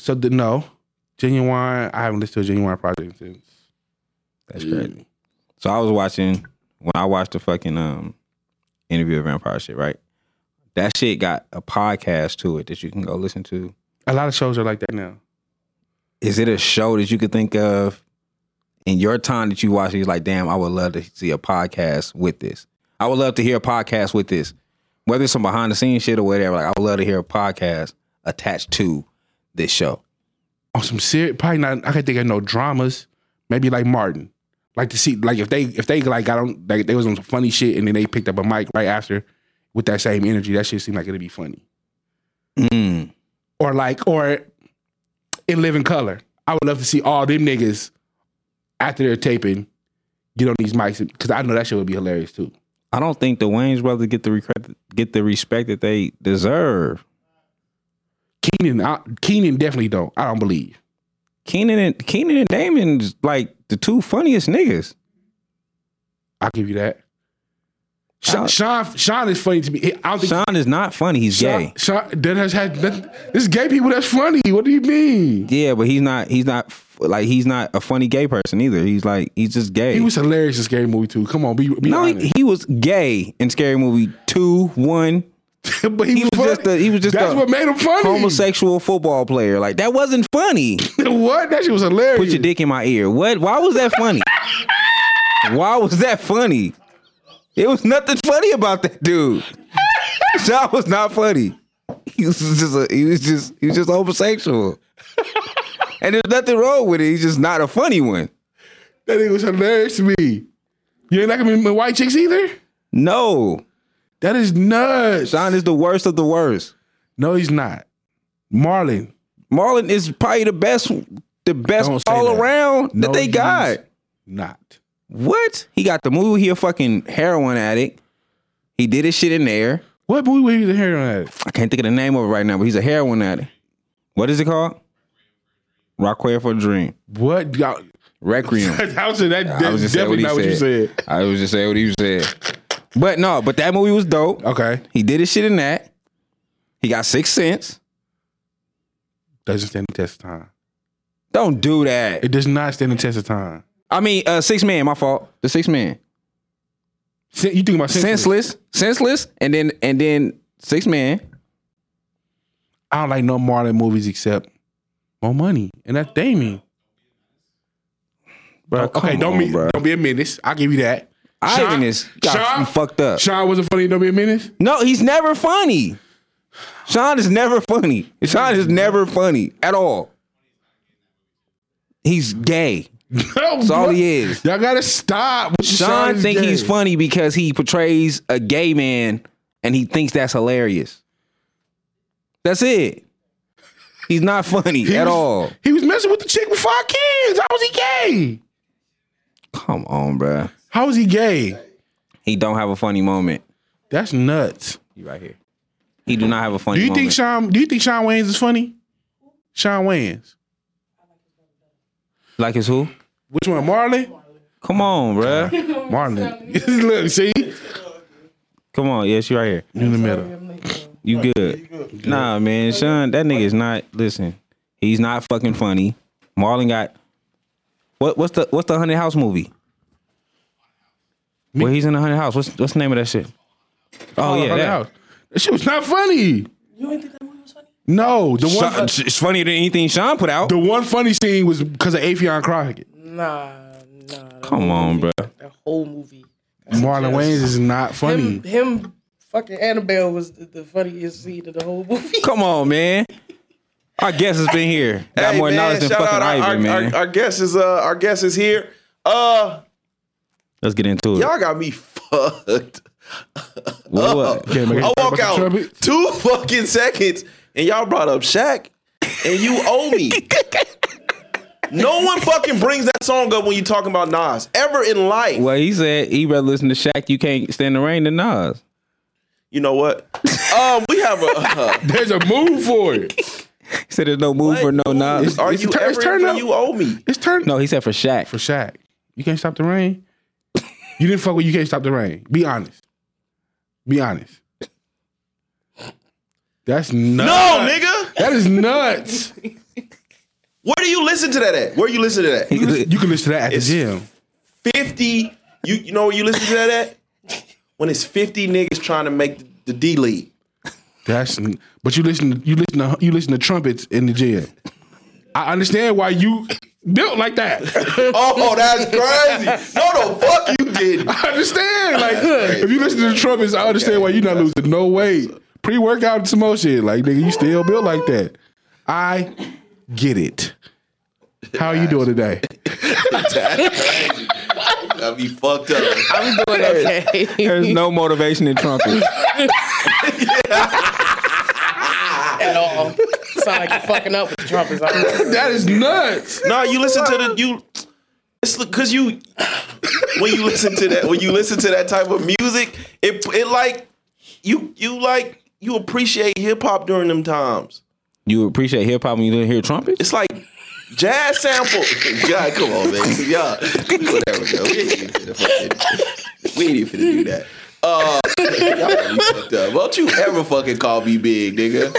[SPEAKER 4] So the, no, genuine. I haven't listened to a genuine project since.
[SPEAKER 3] That's crazy. So I was watching when I watched the fucking um interview of vampire shit, right? That shit got a podcast to it that you can go listen to.
[SPEAKER 4] A lot of shows are like that now.
[SPEAKER 3] Is it a show that you could think of in your time that you watched? You're like, damn, I would love to see a podcast with this. I would love to hear a podcast with this, whether it's some behind the scenes shit or whatever. Like, I would love to hear a podcast attached to this show.
[SPEAKER 4] On some serious, probably not. I can think of no dramas. Maybe like Martin, like to see, like if they if they like got on, like they was on some funny shit, and then they picked up a mic right after with that same energy. That shit seemed like it'd be funny.
[SPEAKER 3] Mm.
[SPEAKER 4] Or like, or in Living Color, I would love to see all them niggas after they're taping get on these mics because I know that shit would be hilarious too.
[SPEAKER 3] I don't think the Wayne's brothers get the recre- get the respect that they deserve.
[SPEAKER 4] Keenan, I- Keenan definitely don't. I don't believe.
[SPEAKER 3] Keenan and Keenan and Damon's like the two funniest niggas.
[SPEAKER 4] I'll give you that.
[SPEAKER 3] I'll-
[SPEAKER 4] Sean, Sean, Sean is funny to me. I don't think
[SPEAKER 3] Sean is not funny. He's
[SPEAKER 4] Sean,
[SPEAKER 3] gay.
[SPEAKER 4] Sean- that has had nothing- this is gay people. That's funny. What do you mean?
[SPEAKER 3] Yeah, but he's not. He's not f- like he's not a funny gay person either. He's like he's just gay.
[SPEAKER 4] He was hilarious in Scary Movie too. Come on, be, be
[SPEAKER 3] no,
[SPEAKER 4] honest. *laughs*
[SPEAKER 3] he, he was gay in Scary Movie Two One.
[SPEAKER 4] but he,
[SPEAKER 3] was just
[SPEAKER 4] funny.
[SPEAKER 3] a- he was just
[SPEAKER 4] That's
[SPEAKER 3] a
[SPEAKER 4] what made him funny.
[SPEAKER 3] Homosexual football player. Like that wasn't funny.
[SPEAKER 4] *laughs* what? That shit was hilarious.
[SPEAKER 3] Put your dick in my ear. What? Why was that funny? Why was that funny? It was nothing funny about that dude. *laughs* Sean was not funny. He was just a, he was just he was just homosexual. And there's nothing wrong with it. He's just not a funny one.
[SPEAKER 4] That nigga was hilarious to me. You ain't like him in the white chicks either.
[SPEAKER 3] No.
[SPEAKER 4] That is nuts.
[SPEAKER 3] Sean is the worst of the worst.
[SPEAKER 4] no, he's not. Marlon.
[SPEAKER 3] Marlon is probably the best the best
[SPEAKER 4] Don't say
[SPEAKER 3] all
[SPEAKER 4] that.
[SPEAKER 3] around
[SPEAKER 4] No,
[SPEAKER 3] that they
[SPEAKER 4] he's
[SPEAKER 3] got.
[SPEAKER 4] Not.
[SPEAKER 3] What? He got the movie, he a fucking heroin addict. He did his shit in there.
[SPEAKER 4] What movie were you the hair on that?
[SPEAKER 3] I can't think of the name of it right now, but he's a heroin addict. What is it called? Requiem for a Dream.
[SPEAKER 4] What? Y'all, *laughs*
[SPEAKER 3] Requiem.
[SPEAKER 4] that was that,
[SPEAKER 3] I was
[SPEAKER 4] that's
[SPEAKER 3] just
[SPEAKER 4] definitely
[SPEAKER 3] saying what he
[SPEAKER 4] not what you
[SPEAKER 3] said.
[SPEAKER 4] said.
[SPEAKER 3] I was just saying what he said. But no, but that movie was dope.
[SPEAKER 4] Okay.
[SPEAKER 3] He did his shit in that. He got six cents.
[SPEAKER 4] Doesn't stand the test of time.
[SPEAKER 3] Don't do that.
[SPEAKER 4] It does not stand the test of time.
[SPEAKER 3] I mean, uh, six man. My fault. The six man.
[SPEAKER 4] Sen- you think about senseless.
[SPEAKER 3] Senseless, senseless, and then and then six man.
[SPEAKER 4] I don't like no Marlon movies except More Money, and that's Damien.
[SPEAKER 3] Bro,
[SPEAKER 4] okay,
[SPEAKER 3] Oh, come
[SPEAKER 4] don't
[SPEAKER 3] on,
[SPEAKER 4] be
[SPEAKER 3] bro.
[SPEAKER 4] don't be a menace. I'll give you that.
[SPEAKER 3] Ivan is got him fucked up.
[SPEAKER 4] Sean wasn't funny. Don't be a menace. *laughs*
[SPEAKER 3] No, he's never funny. Sean is never funny. Sean is never funny at all. He's gay.
[SPEAKER 4] That's
[SPEAKER 3] all he is.
[SPEAKER 4] Y'all gotta stop. with
[SPEAKER 3] Sean
[SPEAKER 4] is
[SPEAKER 3] think
[SPEAKER 4] gay.
[SPEAKER 3] he's funny because he portrays a gay man and he thinks that's hilarious. That's it. He's not funny
[SPEAKER 4] He
[SPEAKER 3] at
[SPEAKER 4] was-
[SPEAKER 3] all.
[SPEAKER 4] He was messing with the chick with five kids. How was he gay?
[SPEAKER 3] Come on, bruh.
[SPEAKER 4] How was he gay?
[SPEAKER 3] He don't have a funny moment.
[SPEAKER 4] That's nuts.
[SPEAKER 3] You right here. He do not have a funny
[SPEAKER 4] Do you
[SPEAKER 3] moment.
[SPEAKER 4] think Sean? Do you think Sean Wayans is funny? Sean Wayans.
[SPEAKER 3] like his who?
[SPEAKER 4] Which one, Marlon?
[SPEAKER 3] Come on,
[SPEAKER 4] *laughs*
[SPEAKER 3] bruh.
[SPEAKER 4] Marlon. Look, see,
[SPEAKER 3] Come on, yes, you right here.
[SPEAKER 4] in the middle.
[SPEAKER 3] You good. Nah, man, Sean, that nigga's not. Listen, He's not fucking funny. Marlon got what? What's the what's the hundred house movie? Well, he's in the hundred house. What's what's the name of that shit? Oh, yeah, that.
[SPEAKER 4] That. that shit was not funny.
[SPEAKER 5] You ain't think that movie was funny?
[SPEAKER 4] No, the one
[SPEAKER 3] Sean- it's funnier than anything Sean put out.
[SPEAKER 4] the one funny scene was because of Afion Crockett.
[SPEAKER 5] Nah, nah. that
[SPEAKER 3] Come on,
[SPEAKER 5] movie-
[SPEAKER 3] bruh.
[SPEAKER 5] That whole movie.
[SPEAKER 4] Marlon Wayans is not funny.
[SPEAKER 5] *laughs* Him, him fucking Annabelle was the, the funniest scene of the whole movie.
[SPEAKER 3] Come on, man. Our guest has been here. Got
[SPEAKER 1] Hey,
[SPEAKER 3] more
[SPEAKER 1] man,
[SPEAKER 3] knowledge than
[SPEAKER 1] shout
[SPEAKER 3] fucking
[SPEAKER 1] out
[SPEAKER 3] Ivy,
[SPEAKER 1] our, our-
[SPEAKER 3] man.
[SPEAKER 1] Our, our guest is uh, our guest is here. Uh,
[SPEAKER 3] Let's get into it.
[SPEAKER 1] y'all got me *laughs* fucked.
[SPEAKER 3] What- what?
[SPEAKER 4] Can't make it
[SPEAKER 1] I walk
[SPEAKER 4] about
[SPEAKER 1] out
[SPEAKER 4] Trumpet.
[SPEAKER 1] two *laughs* fucking seconds, and y'all brought up Shaq, and you owe me. no one fucking brings that song up when you talking about Nas ever in life.
[SPEAKER 3] Well, he said he rather listen to Shaq. You can't stand the rain than Nas.
[SPEAKER 1] You know what? um, we have a. Uh,
[SPEAKER 4] There's a move for it.
[SPEAKER 3] He said there's no move for no Nas.
[SPEAKER 1] are
[SPEAKER 4] It's
[SPEAKER 1] you
[SPEAKER 4] tur- it's
[SPEAKER 1] ever?
[SPEAKER 4] turned
[SPEAKER 1] in for
[SPEAKER 4] up.
[SPEAKER 1] You owe me.
[SPEAKER 4] It's turn
[SPEAKER 3] No, he said for Shaq.
[SPEAKER 4] for Shaq. You can't stop the rain. You didn't fuck with. You can't stop the rain. Be honest. Be honest. That's nuts.
[SPEAKER 1] No, nigga.
[SPEAKER 4] That is nuts.
[SPEAKER 1] Where do you listen to that at? Where you listen to that?
[SPEAKER 4] You can- you can listen to that at the gym.
[SPEAKER 1] 50 you, you know where you listen to that at when it's 50 niggas trying to make the, the d league
[SPEAKER 4] That's but you listen you listen to you listen to trumpets in the gym. I understand why you built like that.
[SPEAKER 1] oh that's crazy no the fuck you didn't
[SPEAKER 4] I understand. Like if you listen to the trumpets, I understand why you're not losing no weight. Pre workout and some more shit. Like nigga, you still built like that. I get it. How are you doing today?
[SPEAKER 1] i be fucked up
[SPEAKER 5] I'm doing okay.
[SPEAKER 3] There's no motivation in trumpet.
[SPEAKER 5] At all. Sound like you're fucking up with the trumpets. I don't know.
[SPEAKER 4] That is nuts.
[SPEAKER 1] no you listen to the you it's because you when you listen to that when you listen to that type of music it it like you you like you appreciate hip-hop during them times
[SPEAKER 3] *laughs* you appreciate hip hop when you didn't hear trumpets.
[SPEAKER 1] it's like Jazz *laughs* sample. God, come on, *laughs* man. Y'all, whatever, yo. We ain't even finna fucking- we ain't even finna do that. Uh, *laughs* y'all be fucked up. Don't you ever fucking call me big, nigga.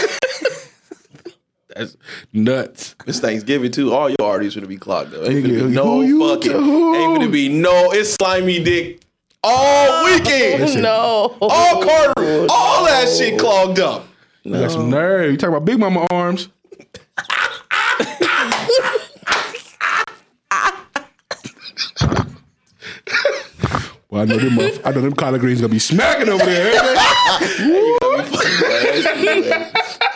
[SPEAKER 4] That's nuts.
[SPEAKER 1] It's Thanksgiving, too. All your artists gonna be clocked, though. Ain't
[SPEAKER 4] Nigga,
[SPEAKER 1] gonna be no
[SPEAKER 4] who you
[SPEAKER 1] fucking.
[SPEAKER 4] to- who?
[SPEAKER 1] Ain't gonna be no. It's slimy dick all weekend.
[SPEAKER 5] *laughs* no. *laughs*
[SPEAKER 1] All quarter. All that shit clogged *laughs* up.
[SPEAKER 4] You got some nerve. You talking about Big Mama arms? well, I know them. motherf- I know them collard greens gonna be smacking over there.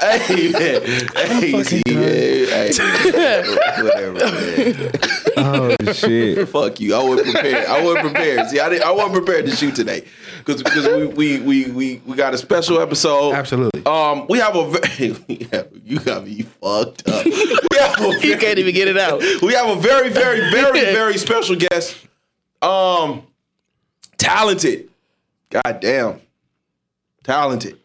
[SPEAKER 4] ain't
[SPEAKER 1] Hey,
[SPEAKER 4] they?
[SPEAKER 1] man. Hey, see, man. Hey, *laughs* whatever, man.
[SPEAKER 3] Oh *laughs* shit!
[SPEAKER 1] Fuck you. I wasn't prepared. I wasn't prepared. See, I didn't, I wasn't prepared to shoot today because because we, we we we we got a special episode.
[SPEAKER 4] Absolutely.
[SPEAKER 1] Um, we have a very we have- *laughs* you got me fucked up. We have
[SPEAKER 5] *laughs*
[SPEAKER 1] a
[SPEAKER 5] You
[SPEAKER 1] very,
[SPEAKER 5] can't even get it out.
[SPEAKER 1] we have a very very very very special guest. Um, talented. God damn. Talented.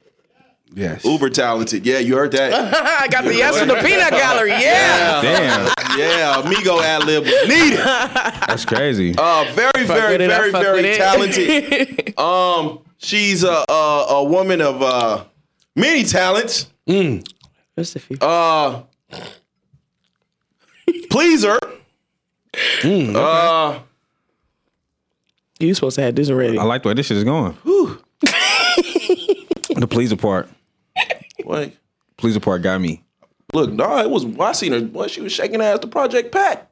[SPEAKER 4] Yes.
[SPEAKER 1] Uber talented. Yeah, you heard
[SPEAKER 5] *laughs*
[SPEAKER 1] that.
[SPEAKER 5] *laughs* I got the yes from the peanut gallery. Yeah.
[SPEAKER 3] Damn,
[SPEAKER 1] Yeah, amigo ad lib was needed.
[SPEAKER 3] that's crazy.
[SPEAKER 1] Uh, very very
[SPEAKER 5] with it, I
[SPEAKER 1] very
[SPEAKER 5] fuck with
[SPEAKER 1] very
[SPEAKER 5] it.
[SPEAKER 1] talented.
[SPEAKER 5] *laughs*
[SPEAKER 1] Um, she's a a, a woman of uh, many talents.
[SPEAKER 5] Just a few.
[SPEAKER 1] Uh, pleaser. Uh,
[SPEAKER 5] you supposed to have this already.
[SPEAKER 3] I like the way this shit is going. the pleaser part,
[SPEAKER 1] wait,
[SPEAKER 3] pleaser part got me.
[SPEAKER 1] look, nah, it was. I seen her. Well, she was shaking ass to Project Pat.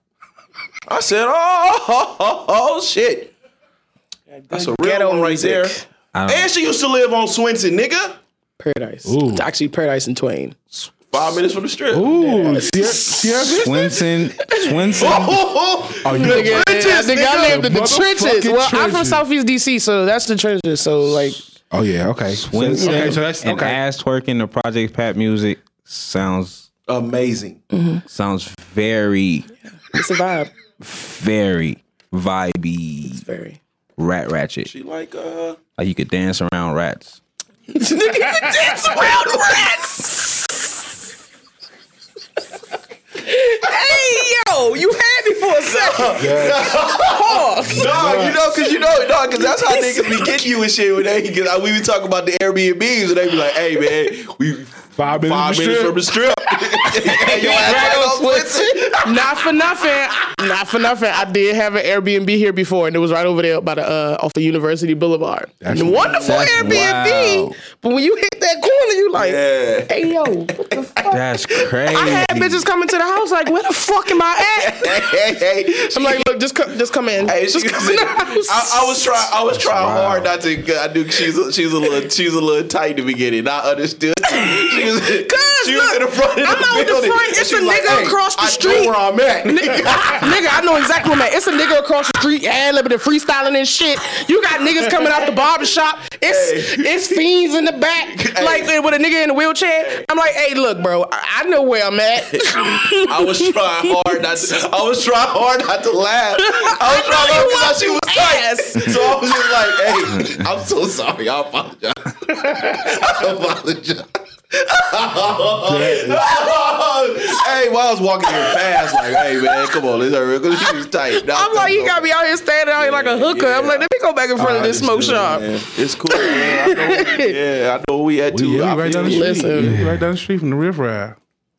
[SPEAKER 1] I said, oh, oh, oh, oh, *laughs* shit, that's a real
[SPEAKER 5] Ghetto
[SPEAKER 1] one right there.
[SPEAKER 5] music.
[SPEAKER 3] I don't-
[SPEAKER 1] And she used to live on Swenson, nigga.
[SPEAKER 5] Paradise. It's actually Paradise and Twain.
[SPEAKER 1] Five minutes from the strip. *laughs*
[SPEAKER 4] Ooh, Sierra, Sierra Vista?
[SPEAKER 3] Swinson, *laughs* Swinson.
[SPEAKER 1] Oh,
[SPEAKER 4] you
[SPEAKER 5] Nigga,
[SPEAKER 1] trenches,
[SPEAKER 5] I think I
[SPEAKER 1] nigga.
[SPEAKER 5] lived in the
[SPEAKER 4] Motherfucking
[SPEAKER 5] trenches. Well, I'm from
[SPEAKER 4] trenches.
[SPEAKER 5] Southeast DC, so that's the trenches. So like,
[SPEAKER 4] Oh yeah. Okay. So-
[SPEAKER 3] Swinson
[SPEAKER 4] okay. So that's
[SPEAKER 3] and
[SPEAKER 4] okay.
[SPEAKER 3] ass twerking the Project Pat music sounds
[SPEAKER 1] Amazing.
[SPEAKER 3] sounds very
[SPEAKER 5] it's a vibe.
[SPEAKER 3] very vibey
[SPEAKER 5] It's very.
[SPEAKER 3] rat ratchet.
[SPEAKER 1] She like uh
[SPEAKER 3] Like you could dance around rats.
[SPEAKER 5] *laughs* It's around rats. hey yo, you had me
[SPEAKER 1] for a second.
[SPEAKER 5] Pause.
[SPEAKER 1] Dog, you know, cause you know, dog, cause
[SPEAKER 5] *laughs*
[SPEAKER 1] that's how niggas be getting you and shit when they, cause I- we be talking about the Airbnbs and they be like, hey man, we
[SPEAKER 4] Five minutes.
[SPEAKER 1] five minutes from the strip.
[SPEAKER 5] *laughs*
[SPEAKER 1] and your ass right on Switzer.
[SPEAKER 5] Not for nothing. Not for nothing. I did have an Airbnb here before, and it was right over there by the uh, off of University Boulevard.
[SPEAKER 4] That's-
[SPEAKER 5] Wonderful
[SPEAKER 3] that's
[SPEAKER 5] Airbnb.
[SPEAKER 3] wow.
[SPEAKER 5] But when you hit that corner, you like,
[SPEAKER 1] Yeah.
[SPEAKER 5] hey yo, what the fuck?
[SPEAKER 3] That's crazy.
[SPEAKER 5] I had bitches coming to the house like, where the fuck am I at?
[SPEAKER 1] *laughs* Hey, hey, hey.
[SPEAKER 5] I'm like, look, just come, just come in.
[SPEAKER 1] Hey, she
[SPEAKER 5] just
[SPEAKER 1] was
[SPEAKER 5] come in
[SPEAKER 1] in-
[SPEAKER 5] the house.
[SPEAKER 1] I, I was trying. I was trying hard not to. I knew she's a, she's a little she's a little tight in the beginning. I understood. *laughs* She
[SPEAKER 5] *laughs*
[SPEAKER 1] was, she was
[SPEAKER 5] look,
[SPEAKER 1] in the front. Of
[SPEAKER 5] I'm
[SPEAKER 1] the
[SPEAKER 5] out the
[SPEAKER 1] building,
[SPEAKER 5] front,
[SPEAKER 1] and
[SPEAKER 5] it's
[SPEAKER 1] she
[SPEAKER 5] a
[SPEAKER 1] was like,
[SPEAKER 5] nigga
[SPEAKER 1] "Hey,
[SPEAKER 5] across the
[SPEAKER 1] I know
[SPEAKER 5] street."
[SPEAKER 1] where
[SPEAKER 5] *laughs* nigga,
[SPEAKER 1] I'm at. *laughs*
[SPEAKER 5] I know exactly what I'm at. It's a nigga across the street, ad libbing and freestyling and shit. You got niggas coming out the barber shop. It's
[SPEAKER 1] Hey.
[SPEAKER 5] it's fiends in the back,
[SPEAKER 1] Hey.
[SPEAKER 5] like with a nigga in a wheelchair. I'm like, hey, look, bro, I, I know where
[SPEAKER 1] *laughs*
[SPEAKER 5] I'm at.
[SPEAKER 1] I was trying hard not to. I was trying hard not to laugh. I was trying hard
[SPEAKER 5] I know you
[SPEAKER 1] because I- she was tight.
[SPEAKER 5] was, you ass.
[SPEAKER 1] So I was just like, "Hey, I'm so sorry. I apologize. *laughs* I apologize." *laughs* hey, while I was walking here fast, like, "Hey, man, come on, it's her because she was tight." Now
[SPEAKER 5] I'm like, you got me out here standing out here like a hooker. I'm
[SPEAKER 1] yeah.
[SPEAKER 5] like, let me go back in front of this smoke shop.
[SPEAKER 1] It's cool. Man. I know, yeah, I know we had
[SPEAKER 4] Yeah,
[SPEAKER 1] two.
[SPEAKER 4] we
[SPEAKER 1] I
[SPEAKER 4] right
[SPEAKER 1] feel
[SPEAKER 4] down the
[SPEAKER 1] you.
[SPEAKER 4] street.
[SPEAKER 5] Listen.
[SPEAKER 4] Yeah, we right down the street from the riff ride.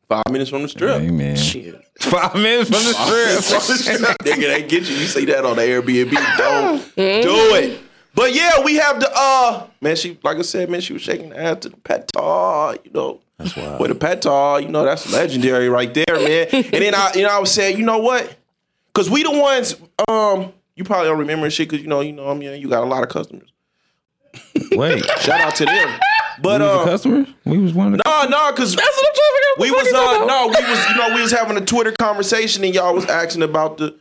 [SPEAKER 1] Five minutes from the strip.
[SPEAKER 3] Hey, man. Five minutes from the strip.
[SPEAKER 1] Nigga, they get you. You see that on the Airbnb. Don't do it. But yeah, we have the uh man, she like I said, man, she was shaking the ass to the patar, you know. That's wild. With the patar, you know, that's legendary right there, man. and then I you know, I was saying, you know what? Cause we the ones, um, you probably don't remember shit because you know, you know, I mean, you got a lot of customers.
[SPEAKER 3] Wait,
[SPEAKER 1] Shout out to them. But
[SPEAKER 3] was a
[SPEAKER 1] uh
[SPEAKER 3] customer? We was one of the
[SPEAKER 1] no, no, cause
[SPEAKER 5] That's what I'm trying
[SPEAKER 1] we
[SPEAKER 5] to figure
[SPEAKER 1] was
[SPEAKER 5] out. What the fuck is
[SPEAKER 1] uh
[SPEAKER 5] that?
[SPEAKER 1] no, we was you know we was having a Twitter conversation and y'all was asking about the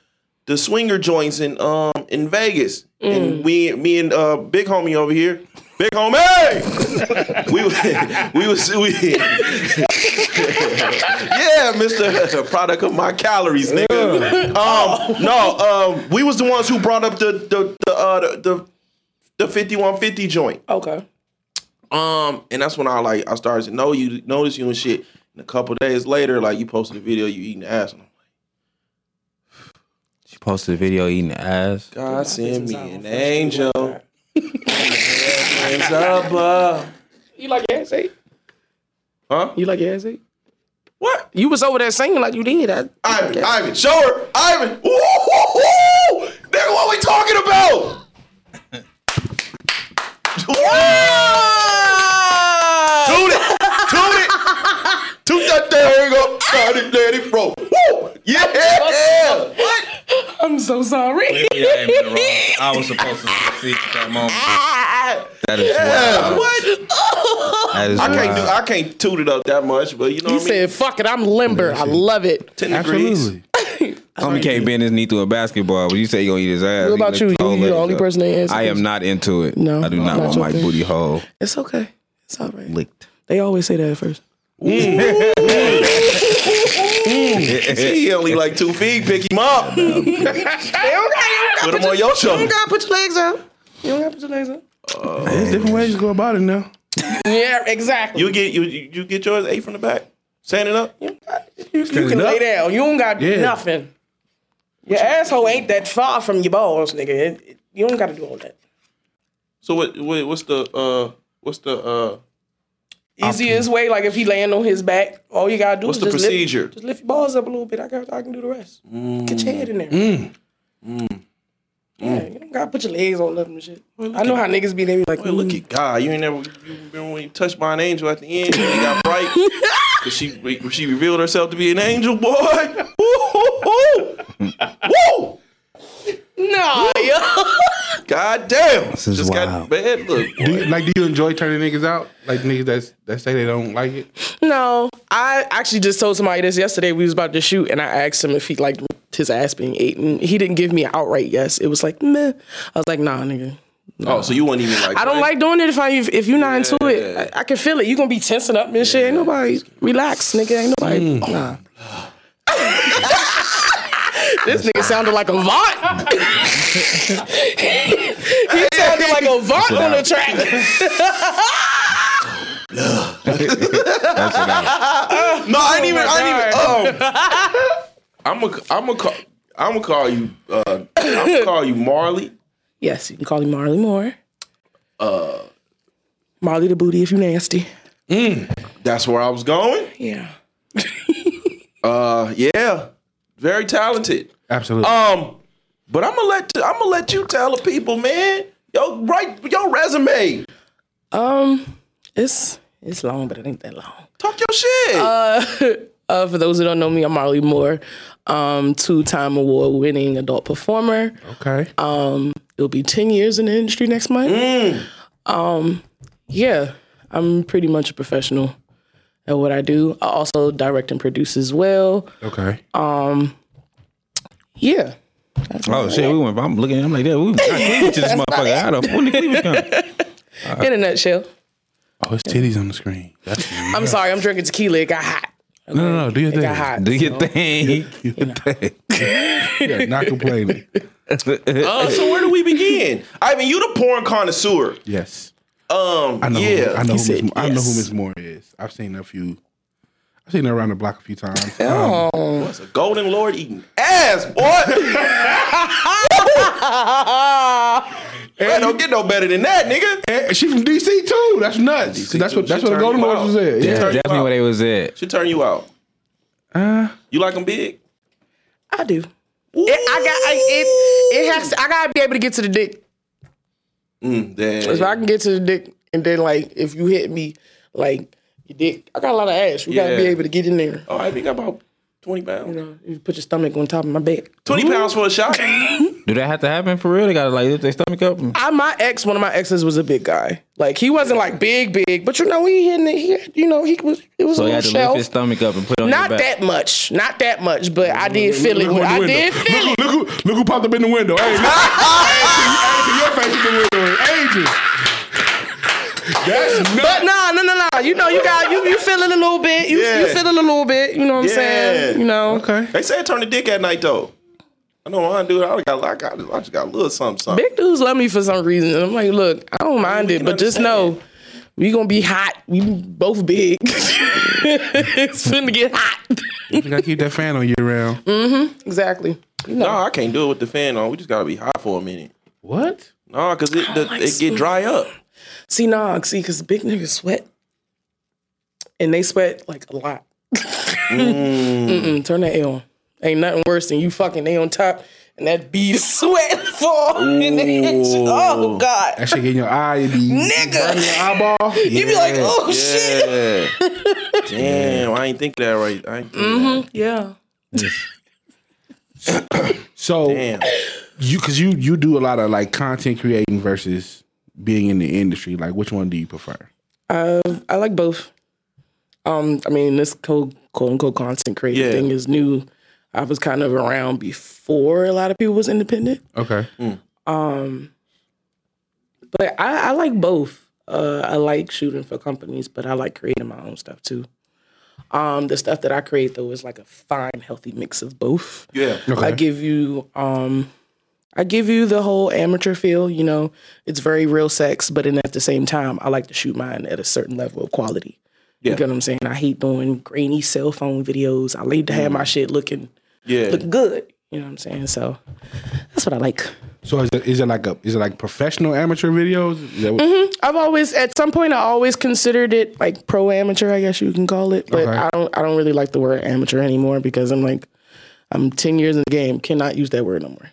[SPEAKER 1] the swinger joints in um in Vegas and we me and uh big homie over here big homie *laughs* we was we was we *laughs* yeah Mister product of my calories nigga um no um we was the ones who brought up the the the uh, the, the the 5150 joint
[SPEAKER 5] Okay.
[SPEAKER 1] um, and that's when I like I started to know you, notice you and shit. And a couple days later, like you posted a video you eating ass, and I'm like,
[SPEAKER 3] She posted a video eating ass.
[SPEAKER 1] God send me an angel. Hands up, uh,
[SPEAKER 5] You like ass eight?
[SPEAKER 1] huh?
[SPEAKER 5] You like ass eight?
[SPEAKER 1] What?
[SPEAKER 5] You was over there singing like you did. I,
[SPEAKER 1] Ivan, Ivan, show her, Ivan. Woo, woo, woo. Nigga, what we talking about? *laughs* Wow! Toot it, toot it, toot that thing up, let it, let it roll. Woo! Yeah, yeah. What?
[SPEAKER 5] I'm so sorry. *laughs*
[SPEAKER 3] I was supposed to succeed at that moment. That is
[SPEAKER 1] Yeah, what?
[SPEAKER 3] That is
[SPEAKER 1] I can't do. I can't toot it up that much, but you know
[SPEAKER 5] He
[SPEAKER 1] what I mean.
[SPEAKER 5] said, "Fuck it, I'm limber. I love it."
[SPEAKER 1] Ten degrees.
[SPEAKER 4] Absolutely.
[SPEAKER 3] Homie can't bend his knee through a basketball, but you say you gonna eat his ass.
[SPEAKER 5] What about
[SPEAKER 3] He gonna
[SPEAKER 5] you? You-
[SPEAKER 3] throw
[SPEAKER 5] you the
[SPEAKER 3] legs
[SPEAKER 5] only
[SPEAKER 3] up.
[SPEAKER 5] person that answers
[SPEAKER 3] I am
[SPEAKER 5] this.
[SPEAKER 3] not into it.
[SPEAKER 5] No,
[SPEAKER 3] I do not
[SPEAKER 5] not
[SPEAKER 3] want
[SPEAKER 5] your
[SPEAKER 3] my
[SPEAKER 5] thing.
[SPEAKER 3] booty hole
[SPEAKER 5] It's okay. It's all right.
[SPEAKER 3] licked.
[SPEAKER 5] They always say that at *laughs* first.
[SPEAKER 1] *laughs* He only like two feet. Pick him up.
[SPEAKER 5] *laughs*
[SPEAKER 1] Put him on your shoulder.
[SPEAKER 5] gotta put your legs out. You don't gotta put your legs out.
[SPEAKER 4] There's different ways to go about it now.
[SPEAKER 5] Yeah, exactly. You,
[SPEAKER 1] You get you you get yours eight from the back. Stand it up.
[SPEAKER 5] can lay down. You don't got
[SPEAKER 4] Yeah.
[SPEAKER 5] nothing. Your asshole ain't that far from your balls, nigga. It- it- you don't gotta do all that.
[SPEAKER 1] So what, what what's the uh what's the uh
[SPEAKER 5] Easiest way, like if he laying on his back, all you gotta do
[SPEAKER 1] What's
[SPEAKER 5] is
[SPEAKER 1] the
[SPEAKER 5] just
[SPEAKER 1] procedure? Mm.
[SPEAKER 5] Lift, just lift your balls up a little bit. I got, I can do the rest. Get your head in there. Yeah, you don't gotta put your legs all up and shit. I know how niggas be. They be like, "Mm."
[SPEAKER 1] Hey, look at God. You ain't never you remember when you touched by an angel at the end and it got
[SPEAKER 5] *laughs*
[SPEAKER 1] bright? Cause she she revealed herself to be an angel, boy. Woo, woo, woo. Woo!
[SPEAKER 5] no, yo.
[SPEAKER 1] God damn. This
[SPEAKER 3] is
[SPEAKER 1] Just
[SPEAKER 3] wild.
[SPEAKER 1] got bad look.
[SPEAKER 4] Do you, like, do you enjoy turning niggas out? Like niggas that's, that say they don't like it.
[SPEAKER 5] No, I actually just told somebody this yesterday. We was about to shoot, and I asked him if he liked his ass being eaten. He didn't give me an outright yes. It was like meh. I was like, nah, nigga.
[SPEAKER 1] Oh, so you weren't even like
[SPEAKER 5] I don't like doing it if I if you're not into it. I, I can feel it. You gonna be tensing up and shit. Ain't nobody relax, nigga. Ain't nobody. Nah. *laughs* this nigga sounded like a vaunt. *laughs* he sounded like a vaunt on the track.
[SPEAKER 3] That's
[SPEAKER 5] *laughs*
[SPEAKER 3] what I-
[SPEAKER 4] oh.
[SPEAKER 1] *laughs* No, I ain't even. I ain't even. Um, I'm a. I'm a. I'm gonna call you. Uh, I'm gonna call you Marley.
[SPEAKER 5] Yes, you can call him Marley Moore. Uh, Marley the booty if you nasty.
[SPEAKER 1] That's where I was going.
[SPEAKER 5] Yeah.
[SPEAKER 1] Uh, yeah, very talented.
[SPEAKER 4] Absolutely.
[SPEAKER 5] Uh,
[SPEAKER 1] Um, but I'm gonna let I'm gonna let you tell the people, man. Yo, write your resume.
[SPEAKER 5] Um, it's it's long, but it ain't that long.
[SPEAKER 1] Talk your shit.
[SPEAKER 5] Uh, for those who don't know me, I'm Marley Moore, um, two-time award-winning adult performer.
[SPEAKER 4] okay.
[SPEAKER 5] uh, It'll be 10 years in the industry next month. Um, yeah, I'm pretty much a professional at what I do. I also direct and produce as well.
[SPEAKER 4] okay.
[SPEAKER 5] uh, Yeah.
[SPEAKER 3] Oh shit, we went. I'm looking. I'm like, that. we got cleavage to this motherfucker. I don't. When the cleavage come?
[SPEAKER 5] In a nutshell.
[SPEAKER 4] oh, it's titties on the screen. That's,
[SPEAKER 5] *laughs* I'm sorry, I'm drinking tequila. It got hot.
[SPEAKER 4] no, no, no. Do your
[SPEAKER 5] It
[SPEAKER 4] thing.
[SPEAKER 5] got hot.
[SPEAKER 3] Do
[SPEAKER 5] *laughs*
[SPEAKER 3] your *laughs* thing.
[SPEAKER 4] *laughs* Do your thing. yeah, not complaining.
[SPEAKER 1] Uh, so where do we begin? I mean, you the porn connoisseur.
[SPEAKER 4] Yes.
[SPEAKER 1] Um,
[SPEAKER 4] I know. who-
[SPEAKER 1] yeah.
[SPEAKER 4] I know. Who
[SPEAKER 5] said
[SPEAKER 4] Miss, I know who
[SPEAKER 5] yes.
[SPEAKER 4] Miss Moore is. I've seen her a few. I've seen her around the block a few times. Um,
[SPEAKER 5] Oh,
[SPEAKER 1] It's a golden lord eating ass,
[SPEAKER 5] *laughs*
[SPEAKER 1] boy. I don't get no better than that, nigga.
[SPEAKER 4] and eh, she from DC too. That's nuts. That's what.
[SPEAKER 1] too.
[SPEAKER 4] That's
[SPEAKER 1] She
[SPEAKER 4] what the
[SPEAKER 1] turned
[SPEAKER 4] Golden
[SPEAKER 1] you
[SPEAKER 4] Lords
[SPEAKER 1] out.
[SPEAKER 4] was at.
[SPEAKER 1] Yeah.
[SPEAKER 4] Yeah.
[SPEAKER 3] Definitely where they was at.
[SPEAKER 1] She turn you out.
[SPEAKER 4] Uh,
[SPEAKER 1] You like them big?
[SPEAKER 5] I do. It, I got I, it. It has. To, I gotta be able to get to the dick.
[SPEAKER 1] Mm,
[SPEAKER 5] If I
[SPEAKER 1] damn.
[SPEAKER 5] can get to the dick, and then like if you hit me, like your dick, I got a lot of ass. You gotta be
[SPEAKER 1] Yeah.
[SPEAKER 5] able to get in there.
[SPEAKER 1] Oh, I think about twenty
[SPEAKER 5] You
[SPEAKER 1] pounds.
[SPEAKER 5] know, you put your stomach on top of my back.
[SPEAKER 1] Twenty pounds for a
[SPEAKER 5] *laughs*
[SPEAKER 1] shot.
[SPEAKER 3] Do that have to happen for real? They gotta like lift their stomach up. and-
[SPEAKER 5] I my ex, one of my exes was a big guy. Like he wasn't like big, big, but you know he hit it. He, you know he was. It was
[SPEAKER 3] So
[SPEAKER 5] a
[SPEAKER 3] you
[SPEAKER 5] little
[SPEAKER 3] had to lift his
[SPEAKER 5] Oh, shelf.
[SPEAKER 3] stomach up and put it on
[SPEAKER 5] Not
[SPEAKER 3] your back.
[SPEAKER 5] that much, not that much, but I did feel
[SPEAKER 4] Look
[SPEAKER 5] it.
[SPEAKER 4] who
[SPEAKER 5] When,
[SPEAKER 4] in the
[SPEAKER 5] I
[SPEAKER 4] window.
[SPEAKER 5] did feel it.
[SPEAKER 4] look, who- Look, who, look who popped up in the window. Hey, look. hey, to your face in the window. Ages. That's
[SPEAKER 5] But
[SPEAKER 4] nuts.
[SPEAKER 5] nah, no, no, no. You know, you got you you feel it a little bit. You
[SPEAKER 1] Yeah.
[SPEAKER 5] you feel it a little bit. You know what I'm
[SPEAKER 1] Yeah.
[SPEAKER 5] saying? You know,
[SPEAKER 4] Okay.
[SPEAKER 1] They say turn the dick at night though. I know I do. I got, I got, I just got a little something, something.
[SPEAKER 5] big dudes love me for some reason. And I'm like, look, I don't mind it,
[SPEAKER 1] can
[SPEAKER 5] but just know we gonna be hot. We both big. *laughs* it's finna get hot. *laughs*
[SPEAKER 4] You gotta keep that fan on year round.
[SPEAKER 5] exactly.
[SPEAKER 1] No, I can't do it with the fan on. We just gotta be hot for a minute.
[SPEAKER 4] What?
[SPEAKER 1] No, cause it the,
[SPEAKER 5] like
[SPEAKER 1] it get dry up.
[SPEAKER 5] See, nah, see, cause big niggas sweat, and they sweat like a lot. *laughs* Mm-mm, turn that L on. Ain't nothing worse than you fucking they on top and that bead of *laughs* sweat fall *laughs* in the hit you. Oh god.
[SPEAKER 4] That shit get in your eye. it be-
[SPEAKER 5] Nigga.
[SPEAKER 4] burn your eyeball.
[SPEAKER 5] You be like, oh shit. *laughs*
[SPEAKER 1] Yeah. Damn, I ain't think of that right. I ain't think of that.
[SPEAKER 5] Yeah.
[SPEAKER 4] So
[SPEAKER 5] Mm-hmm.
[SPEAKER 1] Damn.
[SPEAKER 4] you, cause you, you do a lot of like content creating versus being in the industry. Like, which one do you prefer?
[SPEAKER 5] I like both. Um, I mean, this co- quote unquote content creator
[SPEAKER 1] Yeah.
[SPEAKER 5] thing is new. I was kind of around before a lot of people was independent,
[SPEAKER 4] Okay.
[SPEAKER 5] but I, I like both. Uh, I like shooting for companies, but I like creating my own stuff too. Um, the stuff that I create though is like a fine, healthy mix of both.
[SPEAKER 1] Yeah.
[SPEAKER 5] I give you um I give you the whole amateur feel, you know, it's very real sex, but then at the same time I like to shoot mine at a certain level of quality.
[SPEAKER 1] Yeah.
[SPEAKER 5] You get what I'm saying? I hate doing grainy cell phone videos. I like to have my shit looking
[SPEAKER 1] Yeah.
[SPEAKER 5] look good. You know what I'm saying? So that's what I like.
[SPEAKER 4] So is it, is it like a is it like professional amateur videos? Is that what,
[SPEAKER 5] I've always at some point I always considered it like pro amateur, I guess you can call it. But
[SPEAKER 4] Okay.
[SPEAKER 5] I don't I don't really like the word amateur anymore because I'm like I'm ten years in the game, cannot use that word no more.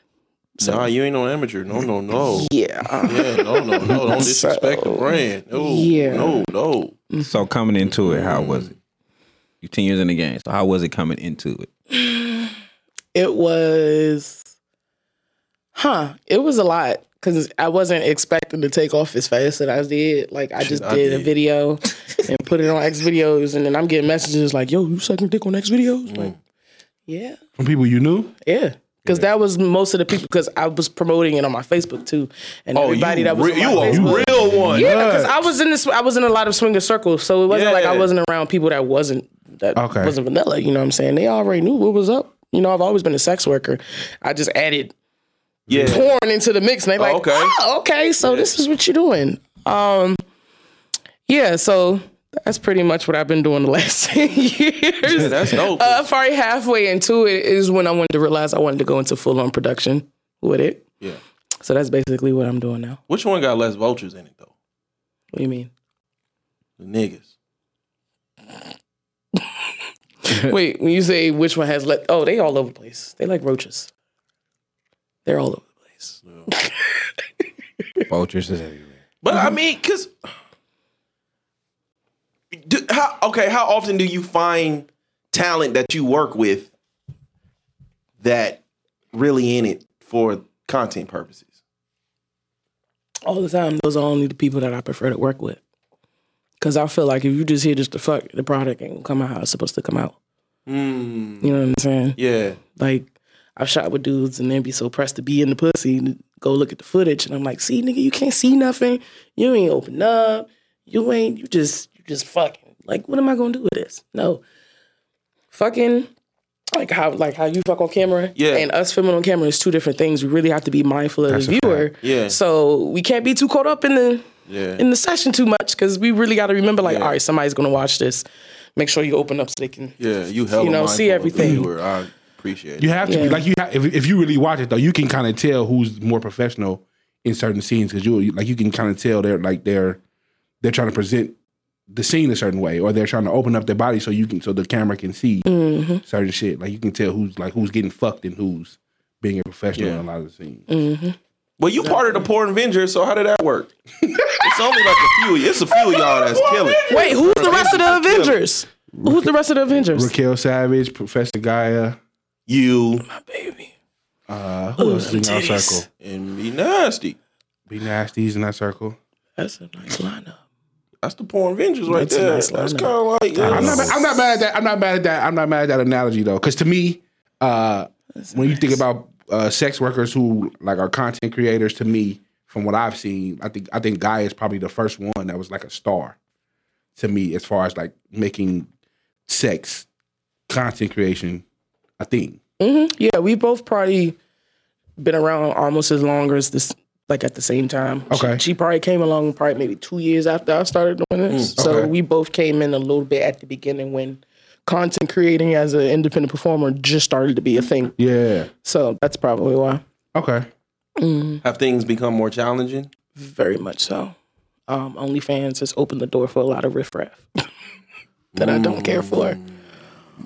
[SPEAKER 1] Nah, you ain't no amateur. No, no, no.
[SPEAKER 5] *laughs* Yeah.
[SPEAKER 1] Yeah, no, no, no.
[SPEAKER 5] *laughs*
[SPEAKER 1] Don't disrespect the brand. No,
[SPEAKER 5] Yeah.
[SPEAKER 1] no, no.
[SPEAKER 3] So coming into it, how was it? You ten years in the game. So how was it coming into it?
[SPEAKER 5] it was huh it was a lot because i wasn't expecting to take off as fast as i did like i just
[SPEAKER 1] I
[SPEAKER 5] did, a
[SPEAKER 1] did. *laughs*
[SPEAKER 5] video and put it on x videos and then i'm getting messages like yo you sucking dick on x videos
[SPEAKER 1] Mm.
[SPEAKER 5] like yeah
[SPEAKER 4] from people you knew?
[SPEAKER 5] yeah because that was most of the people because i was promoting it on my facebook too and
[SPEAKER 1] Oh,
[SPEAKER 5] everybody
[SPEAKER 1] you,
[SPEAKER 5] that was
[SPEAKER 1] re-
[SPEAKER 5] on
[SPEAKER 1] you
[SPEAKER 5] my
[SPEAKER 1] a
[SPEAKER 5] Facebook,
[SPEAKER 1] real one.
[SPEAKER 5] yeah, because I was in this. I was in a lot of swinger circles, so it wasn't like I
[SPEAKER 1] Yeah.
[SPEAKER 5] wasn't around people that wasn't that
[SPEAKER 4] Okay.
[SPEAKER 5] wasn't vanilla. You know what I'm saying? They already knew what was up. You know, I've always been a sex worker. I just added
[SPEAKER 1] Yeah.
[SPEAKER 5] porn into the mix, and they like,
[SPEAKER 1] okay.
[SPEAKER 5] oh, okay, so this is what you're doing. Um, yeah, so That's pretty much what I've been doing the *laughs* last 10 years.
[SPEAKER 1] That's dope.
[SPEAKER 5] uh, probably halfway into it is when I wanted to realize I wanted to go into full on production with it.
[SPEAKER 1] yeah.
[SPEAKER 5] So that's basically what I'm doing now.
[SPEAKER 1] Which one got less vultures in it though?
[SPEAKER 5] What do you mean?
[SPEAKER 1] The niggas.
[SPEAKER 5] Wait, when you say which one has let? Oh, they all over the place. They like roaches. They're all over the place.
[SPEAKER 3] Vultures is everywhere.
[SPEAKER 1] But
[SPEAKER 5] Mm-hmm.
[SPEAKER 1] I mean, cause do, how okay, how often do you find talent that you work with that really in it for content purposes?
[SPEAKER 5] All the time. Those are only the people that I prefer to work with. Cause I feel like if you just hear just the fuck, the product ain't come out how it's supposed to come out. You know what I'm saying?
[SPEAKER 1] Yeah.
[SPEAKER 5] Like I've shot with dudes and they be so pressed to be in the pussy and go look at the footage and I'm like, see nigga, you can't see nothing. You ain't open up. You ain't you just you just fucking. Like, what am I gonna do with this? No. Fucking like how like how you fuck on camera
[SPEAKER 1] Yeah.
[SPEAKER 5] and us filming on camera is two different things. We really have to be mindful of the viewer.
[SPEAKER 1] Yeah.
[SPEAKER 5] So we can't be too caught up in the
[SPEAKER 1] Yeah.
[SPEAKER 5] in the session too much because we really got to remember like,
[SPEAKER 1] Yeah.
[SPEAKER 5] all right, somebody's gonna watch this. Make sure you open up so they can
[SPEAKER 1] yeah, you hella
[SPEAKER 5] You know, see
[SPEAKER 1] mindful of the
[SPEAKER 5] everything.
[SPEAKER 1] viewer. I appreciate it.
[SPEAKER 4] You have to be
[SPEAKER 5] Yeah.
[SPEAKER 4] like you. Ha- if, if you really watch it though, you can kind of tell who's more professional in certain scenes because you like you can kind of tell they're like they're they're trying to present the scene a certain way or they're trying to open up their body so you can so the camera can see certain shit. Like you can tell who's like who's getting fucked and who's being a professional in a lot of the scenes.
[SPEAKER 1] Well, you part of the Poor Avengers, so how did that work? it's only like a few. It's a few of y'all that's killing.
[SPEAKER 5] Wait, who's the rest of the Avengers? Who's the rest of the Avengers?
[SPEAKER 4] Raquel Savage, Professor Gaia,
[SPEAKER 1] You
[SPEAKER 5] Baby.
[SPEAKER 4] uh, who else is in our
[SPEAKER 5] titties.
[SPEAKER 4] circle?
[SPEAKER 1] and be nasty.
[SPEAKER 4] Be nasty's in that circle.
[SPEAKER 5] That's a nice lineup.
[SPEAKER 1] That's the Poor Avengers right
[SPEAKER 5] That's a
[SPEAKER 1] there.
[SPEAKER 5] nice
[SPEAKER 1] that's
[SPEAKER 5] lineup.
[SPEAKER 1] kind of like
[SPEAKER 4] I'm not, I'm not mad at that. I'm not mad at that. I'm not mad at that analogy though, because to me, uh, when you think about uh, sex workers who like are content creators, to me, from what I've seen, I think I think Guy is probably the first one that was like a star to me as far as like making sex content creation a thing.
[SPEAKER 5] Yeah, we both probably been around almost as long as this, like at the same time. She-
[SPEAKER 4] Okay.
[SPEAKER 5] She, probably came along probably maybe two years after I started doing this.
[SPEAKER 4] Mm, okay.
[SPEAKER 5] So we both came in a little bit at the beginning when content creating as an independent performer just started to be a thing.
[SPEAKER 4] Yeah.
[SPEAKER 5] So that's probably why.
[SPEAKER 4] Okay.
[SPEAKER 1] Have things become more challenging?
[SPEAKER 5] Very much so. Um, OnlyFans has opened the door for a lot of riffraff *laughs* that I don't
[SPEAKER 4] Mm.
[SPEAKER 5] care for.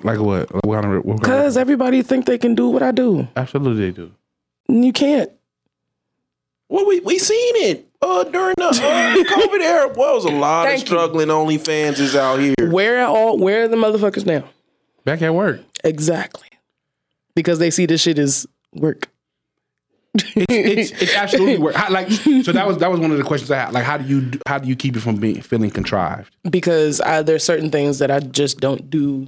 [SPEAKER 4] Like what? Like what kind of- what kind of-
[SPEAKER 5] Because everybody think they can do what I do.
[SPEAKER 4] absolutely they do.
[SPEAKER 5] And you can't.
[SPEAKER 1] Well, we we seen it uh, during
[SPEAKER 5] *laughs*
[SPEAKER 1] the uh, COVID era. Well, it was a lot
[SPEAKER 5] Thank
[SPEAKER 1] of
[SPEAKER 5] you.
[SPEAKER 1] struggling OnlyFans is out here.
[SPEAKER 5] Where are all where are the motherfuckers now?
[SPEAKER 4] Back at work.
[SPEAKER 5] Exactly. Because they see this shit is work.
[SPEAKER 4] *laughs* it's it's absolutely work. How, like so that was that was one of the questions I had. Like how do you how do you keep it from being feeling contrived?
[SPEAKER 5] Because I, there are certain things that I just don't do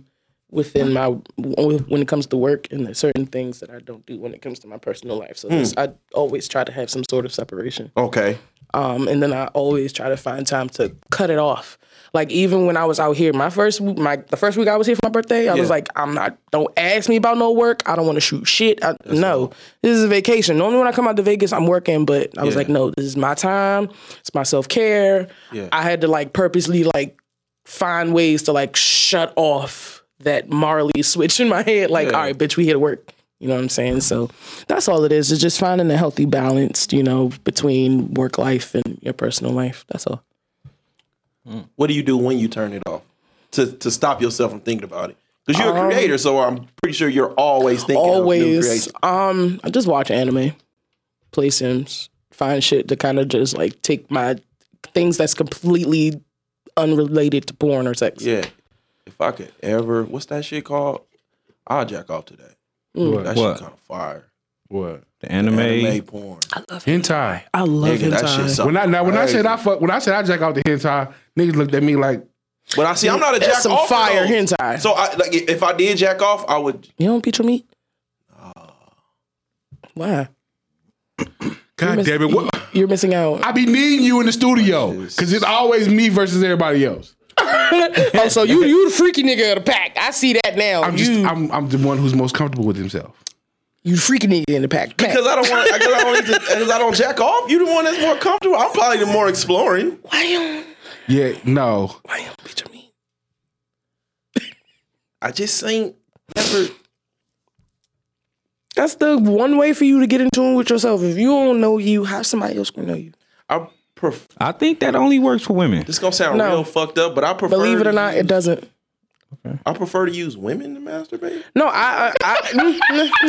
[SPEAKER 5] within my when it comes to work, and there's certain things that I don't do when it comes to my personal life. So this- I always try to have some sort of separation.
[SPEAKER 1] Okay.
[SPEAKER 5] um, and then I always try to find time to cut it off. Like even when I was out here, my first w- my the first week I was here for my birthday, I was
[SPEAKER 1] Yeah.
[SPEAKER 5] like, I'm not. Don't ask me about no work. I don't want to shoot shit. I, no, this is a vacation. Normally when I come out to Vegas, I'm working, but I was
[SPEAKER 1] Yeah.
[SPEAKER 5] like, no, this is my time. It's my self care.
[SPEAKER 1] Yeah.
[SPEAKER 5] I had to like purposely like find ways to like shut off that Marley switch in my head. Like, all right, bitch, we here to work. You know what I'm saying? So that's all it is. It's just finding a healthy balance, you know, between work life and your personal life. That's all.
[SPEAKER 1] What do you do when you turn it off to to stop yourself from thinking about it? Because you're a creator, so I'm pretty sure you're always thinking of new
[SPEAKER 5] Um, Always.
[SPEAKER 1] creation.
[SPEAKER 5] Um, I just watch anime, play Sims, find shit to kind of just like take my things that's completely unrelated to porn or sex.
[SPEAKER 1] Yeah. If I could ever, what's that shit called? I'll jack off to that. That
[SPEAKER 3] What?
[SPEAKER 1] shit kind of fire.
[SPEAKER 4] What?
[SPEAKER 3] The anime.
[SPEAKER 1] Anime porn.
[SPEAKER 4] Hentai.
[SPEAKER 5] I love
[SPEAKER 1] Nigga,
[SPEAKER 5] hentai.
[SPEAKER 1] that shit sucks.
[SPEAKER 4] When I now when I said I fuck when I said I jack out the hentai, niggas looked at me like
[SPEAKER 1] But I see, I'm not a
[SPEAKER 5] That's
[SPEAKER 1] jack
[SPEAKER 5] some
[SPEAKER 1] off.
[SPEAKER 5] fire
[SPEAKER 1] though.
[SPEAKER 5] hentai.
[SPEAKER 1] So I like if I did jack off, I would.
[SPEAKER 5] you don't beat your meat?
[SPEAKER 1] Oh.
[SPEAKER 5] Why?
[SPEAKER 4] God damn it! What?
[SPEAKER 5] You're missing
[SPEAKER 4] *laughs*
[SPEAKER 5] out.
[SPEAKER 4] I be needing you in the studio because it's always me versus everybody else.
[SPEAKER 5] Oh, so you you the freaky nigga of the pack. I see that now.
[SPEAKER 4] I'm
[SPEAKER 5] you
[SPEAKER 4] just I'm I'm the one who's most comfortable with himself.
[SPEAKER 5] you freaky nigga in the pack. pack.
[SPEAKER 1] Because I don't want. Because I don't. Because I don't jack off. You the one that's more comfortable. I'm probably the more exploring.
[SPEAKER 5] why you don't
[SPEAKER 4] Yeah, no,
[SPEAKER 5] why you don't beat your meat?
[SPEAKER 1] I just ain't ever.
[SPEAKER 5] That's the one way for you to get in tune with yourself. If you don't know you, how somebody else gonna know you?
[SPEAKER 1] I prefer.
[SPEAKER 3] I think that only works for women.
[SPEAKER 1] This gonna sound
[SPEAKER 5] No.
[SPEAKER 1] real fucked up, but I prefer.
[SPEAKER 5] Believe it
[SPEAKER 1] to
[SPEAKER 5] or not,
[SPEAKER 1] use-
[SPEAKER 5] it doesn't.
[SPEAKER 1] I prefer to use women to masturbate.
[SPEAKER 5] No, I, *laughs* I,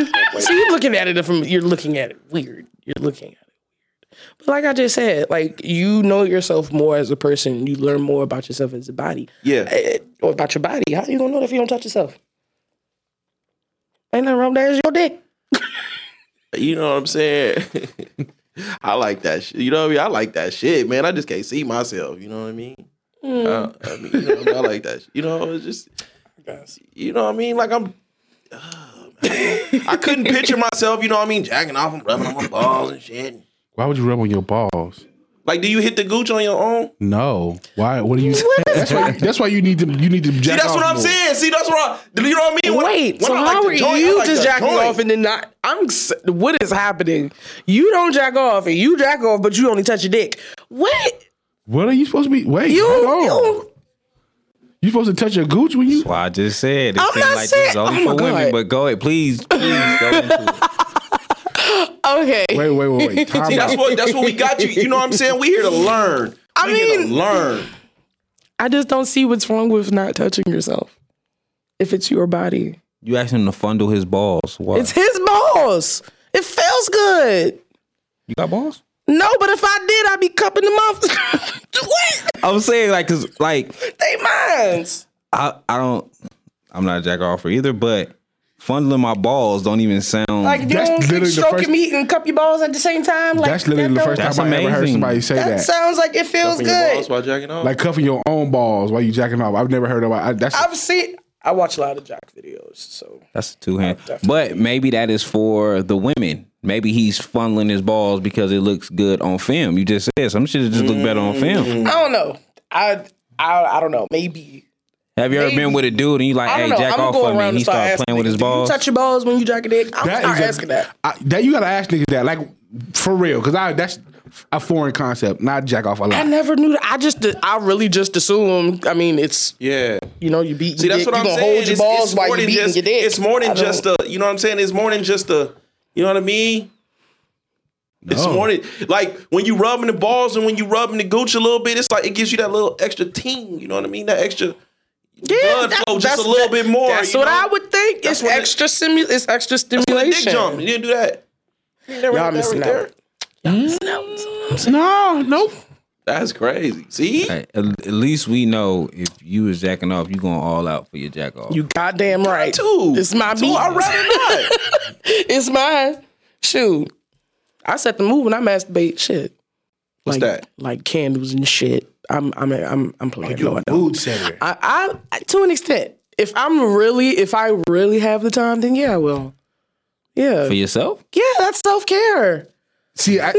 [SPEAKER 5] I see you looking at it from you're looking at it weird. You're looking at it weird. But like I just said, like you know yourself more as a person. You learn more about yourself as a body.
[SPEAKER 1] Yeah.
[SPEAKER 5] Eh, or about your body. How you gonna know that if you don't touch yourself? Ain't nothing wrong with that. It's your dick.
[SPEAKER 1] You know what I'm saying? *laughs* I like that shit. You know what I mean? I like that shit, man. I just can't see myself. You know what I mean?
[SPEAKER 5] Hmm.
[SPEAKER 1] Uh, I, mean, you know what I mean? I like that. Shit. You know, it's just, you know what I mean? Like I'm, Ah, man. I couldn't
[SPEAKER 5] *laughs*
[SPEAKER 1] picture myself. You know what I mean? Jacking off and rubbing on my balls and shit.
[SPEAKER 4] Why would you rub on your balls?
[SPEAKER 1] Like, do you hit the gooch on your own?
[SPEAKER 4] No. Why? What do you? that's, why, that's why you need to. You need to.
[SPEAKER 1] See,
[SPEAKER 4] Jack
[SPEAKER 1] that's
[SPEAKER 4] off
[SPEAKER 1] what I'm
[SPEAKER 4] more.
[SPEAKER 1] saying. See, that's what I. You know what I mean? When I-
[SPEAKER 5] Wait,
[SPEAKER 1] when
[SPEAKER 5] so
[SPEAKER 1] I like
[SPEAKER 5] how
[SPEAKER 1] the
[SPEAKER 5] are
[SPEAKER 1] joint, I
[SPEAKER 5] you
[SPEAKER 1] like
[SPEAKER 5] just
[SPEAKER 1] the
[SPEAKER 5] jacking
[SPEAKER 1] joint.
[SPEAKER 5] off and then not? I'm. s- What is happening? You don't jack off and you jack off, but you only touch your dick. What
[SPEAKER 4] What are you supposed to be? Wait.
[SPEAKER 5] you?
[SPEAKER 4] hold on.
[SPEAKER 5] you
[SPEAKER 4] You supposed to touch your gooch when you?
[SPEAKER 3] Well, I just said it
[SPEAKER 5] I'm
[SPEAKER 3] seemed
[SPEAKER 5] not
[SPEAKER 3] like
[SPEAKER 5] saying-
[SPEAKER 3] this is only
[SPEAKER 5] oh my
[SPEAKER 3] for women,
[SPEAKER 5] God.
[SPEAKER 3] but go ahead, please, please go into it.
[SPEAKER 5] okay.
[SPEAKER 4] Wait, wait, wait, *laughs* wait. Time
[SPEAKER 1] See,
[SPEAKER 5] *laughs*
[SPEAKER 1] that's
[SPEAKER 4] out.
[SPEAKER 1] what that's what we got you. You know what I'm saying? We here to learn.
[SPEAKER 5] I
[SPEAKER 1] We here to
[SPEAKER 5] mean-
[SPEAKER 1] learn.
[SPEAKER 5] I just don't see what's wrong with not touching yourself. If it's your body,
[SPEAKER 3] You asked him to fondle his balls. Why?
[SPEAKER 5] it's his balls. It feels good.
[SPEAKER 3] you got balls?
[SPEAKER 5] No, but if I did, I'd be cupping them up. *laughs* what?
[SPEAKER 3] I'm saying like, cause like
[SPEAKER 5] They minds.
[SPEAKER 3] I I don't I'm not a jack offer either, but fondling my balls don't even sound
[SPEAKER 5] Like you
[SPEAKER 4] That's
[SPEAKER 5] don't
[SPEAKER 4] literally
[SPEAKER 5] think
[SPEAKER 4] the
[SPEAKER 5] stroking
[SPEAKER 4] first-
[SPEAKER 5] me and cup your balls at the same time. Like
[SPEAKER 4] That's literally
[SPEAKER 5] that
[SPEAKER 4] the
[SPEAKER 5] don't-
[SPEAKER 4] first time
[SPEAKER 3] That's
[SPEAKER 4] I ever heard
[SPEAKER 3] amazing.
[SPEAKER 4] somebody say
[SPEAKER 5] That
[SPEAKER 4] that.
[SPEAKER 5] sounds like it feels
[SPEAKER 1] Cupping your balls
[SPEAKER 5] good.
[SPEAKER 1] while jacking off.
[SPEAKER 4] Like cuffing your own balls while you jacking off. I've never heard about. I, that's
[SPEAKER 5] I've seen. I watch a lot of Jack videos, so
[SPEAKER 3] that's two hand.
[SPEAKER 5] Oh,
[SPEAKER 3] But maybe that is for the women. Maybe he's fondling his balls because it looks good on film. You just said some shit just look better on film.
[SPEAKER 5] I don't know. I I, I don't know. Maybe
[SPEAKER 3] Have you ever been
[SPEAKER 5] Maybe.
[SPEAKER 3] with a dude and you like,
[SPEAKER 5] I
[SPEAKER 3] hey,
[SPEAKER 5] don't know.
[SPEAKER 3] jack
[SPEAKER 5] I'm
[SPEAKER 3] off
[SPEAKER 5] gonna
[SPEAKER 3] for
[SPEAKER 5] go
[SPEAKER 3] me?
[SPEAKER 5] around
[SPEAKER 3] And
[SPEAKER 5] and
[SPEAKER 3] he
[SPEAKER 5] start
[SPEAKER 3] starts
[SPEAKER 5] asking
[SPEAKER 3] playing with
[SPEAKER 5] niggas,
[SPEAKER 3] his
[SPEAKER 5] "Do
[SPEAKER 3] balls.
[SPEAKER 5] You touch your balls when you jack a dick. I'm
[SPEAKER 4] That
[SPEAKER 5] start
[SPEAKER 4] is a-
[SPEAKER 5] asking that.
[SPEAKER 4] I, that you gotta ask niggas that, like for real, because I that's a foreign concept. Not jack off a lot.
[SPEAKER 5] I never knew that. I just, I really just assumed. I mean, it's
[SPEAKER 1] yeah.
[SPEAKER 5] you know, you beat.
[SPEAKER 1] See, that's what
[SPEAKER 5] you
[SPEAKER 1] I'm
[SPEAKER 5] gonna
[SPEAKER 1] saying.
[SPEAKER 5] Hold your
[SPEAKER 1] It's-
[SPEAKER 5] balls
[SPEAKER 1] it's
[SPEAKER 5] while
[SPEAKER 1] more
[SPEAKER 5] you
[SPEAKER 1] than
[SPEAKER 5] beating
[SPEAKER 1] just-
[SPEAKER 5] your dick.
[SPEAKER 1] It's more
[SPEAKER 5] I
[SPEAKER 1] than
[SPEAKER 5] don't-
[SPEAKER 1] just a. You know what I'm saying? It's more than just a. You know what I mean? It's
[SPEAKER 4] No.
[SPEAKER 1] more than like when you rubbing the balls and when you rubbing the gooch a little bit. It's like it gives you that little extra ting. You know what I mean? That extra. blood
[SPEAKER 5] that-
[SPEAKER 1] flow just
[SPEAKER 5] that's-
[SPEAKER 1] a little bit more,
[SPEAKER 5] That's
[SPEAKER 1] you
[SPEAKER 5] what
[SPEAKER 1] know?
[SPEAKER 5] I would think.
[SPEAKER 1] That's
[SPEAKER 5] It's
[SPEAKER 1] what it-
[SPEAKER 5] extra stimu- It's extra
[SPEAKER 1] When the dick
[SPEAKER 5] stimulation.
[SPEAKER 1] jump. You didn't do that. You never
[SPEAKER 5] Y'all
[SPEAKER 1] did that
[SPEAKER 5] missing
[SPEAKER 1] right
[SPEAKER 5] out.
[SPEAKER 1] there?
[SPEAKER 4] Hmm? no, nope.
[SPEAKER 1] That's crazy. See,
[SPEAKER 3] Hey, at at least we know if you was jacking off, you going all out for your jack off.
[SPEAKER 5] You goddamn right.
[SPEAKER 1] too.
[SPEAKER 5] It's my
[SPEAKER 1] Too,
[SPEAKER 5] beat.
[SPEAKER 1] I'd rather not.
[SPEAKER 5] *laughs* It's mine. Shoot, I set the mood when I masturbate. Shit,
[SPEAKER 1] What's
[SPEAKER 5] like
[SPEAKER 1] that?
[SPEAKER 5] like candles and shit. I'm I'm I'm I'm playing. No, I don't.
[SPEAKER 4] Mood setter.
[SPEAKER 5] I, I to an extent. If I'm really, if I really have the time, then yeah, I will. Yeah,
[SPEAKER 3] for yourself?
[SPEAKER 5] yeah, that's self care,
[SPEAKER 4] See, I,
[SPEAKER 5] nigga.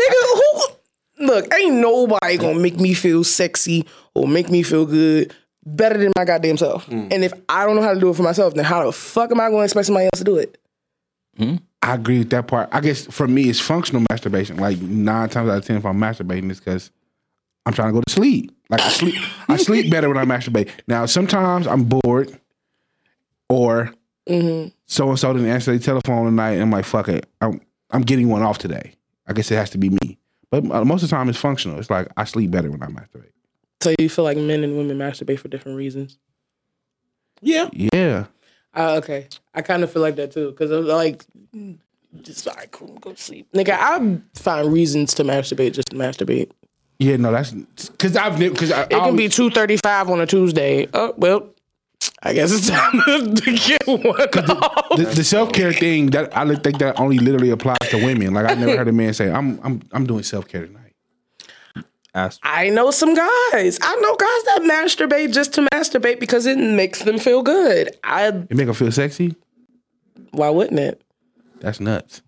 [SPEAKER 5] Who? Look, ain't nobody gonna make me feel sexy or make me feel good better than my goddamn self. And if I don't know how to do it for myself, then how the fuck am I gonna expect somebody else to do it?
[SPEAKER 4] I agree with that part. I guess for me, it's functional masturbation. Like nine times out of ten, if I'm masturbating, it's because I'm trying to go to sleep. Like I sleep,
[SPEAKER 5] *laughs*
[SPEAKER 4] I sleep better when I masturbate. Now sometimes I'm bored, or
[SPEAKER 5] Mm-hmm.
[SPEAKER 4] so and so didn't answer their telephone tonight. And I'm like, fuck it, I'm I'm getting one off today. I guess it has to be me. But uh, most of the time, it's functional. It's like I sleep better when I masturbate.
[SPEAKER 5] So you feel like men and women masturbate for different reasons?
[SPEAKER 1] Yeah,
[SPEAKER 4] Yeah,
[SPEAKER 5] Uh, okay, I kind of feel like that too because I'm like, just I couldn't go to sleep, nigga. I find reasons to masturbate just to masturbate.
[SPEAKER 4] yeah. No, that's because I've because I,
[SPEAKER 5] It can be two thirty five on a Tuesday. Oh well, I guess it's time *laughs* to get one *laughs* off.
[SPEAKER 4] the, the self care thing that I think that only literally applies to women. Like I never heard a man say, "I'm I'm I'm doing self care tonight."
[SPEAKER 3] Ask-
[SPEAKER 5] I know some guys. I know guys that masturbate just to masturbate because it makes them feel good. I
[SPEAKER 4] It make them feel sexy.
[SPEAKER 5] why wouldn't it?
[SPEAKER 4] That's nuts.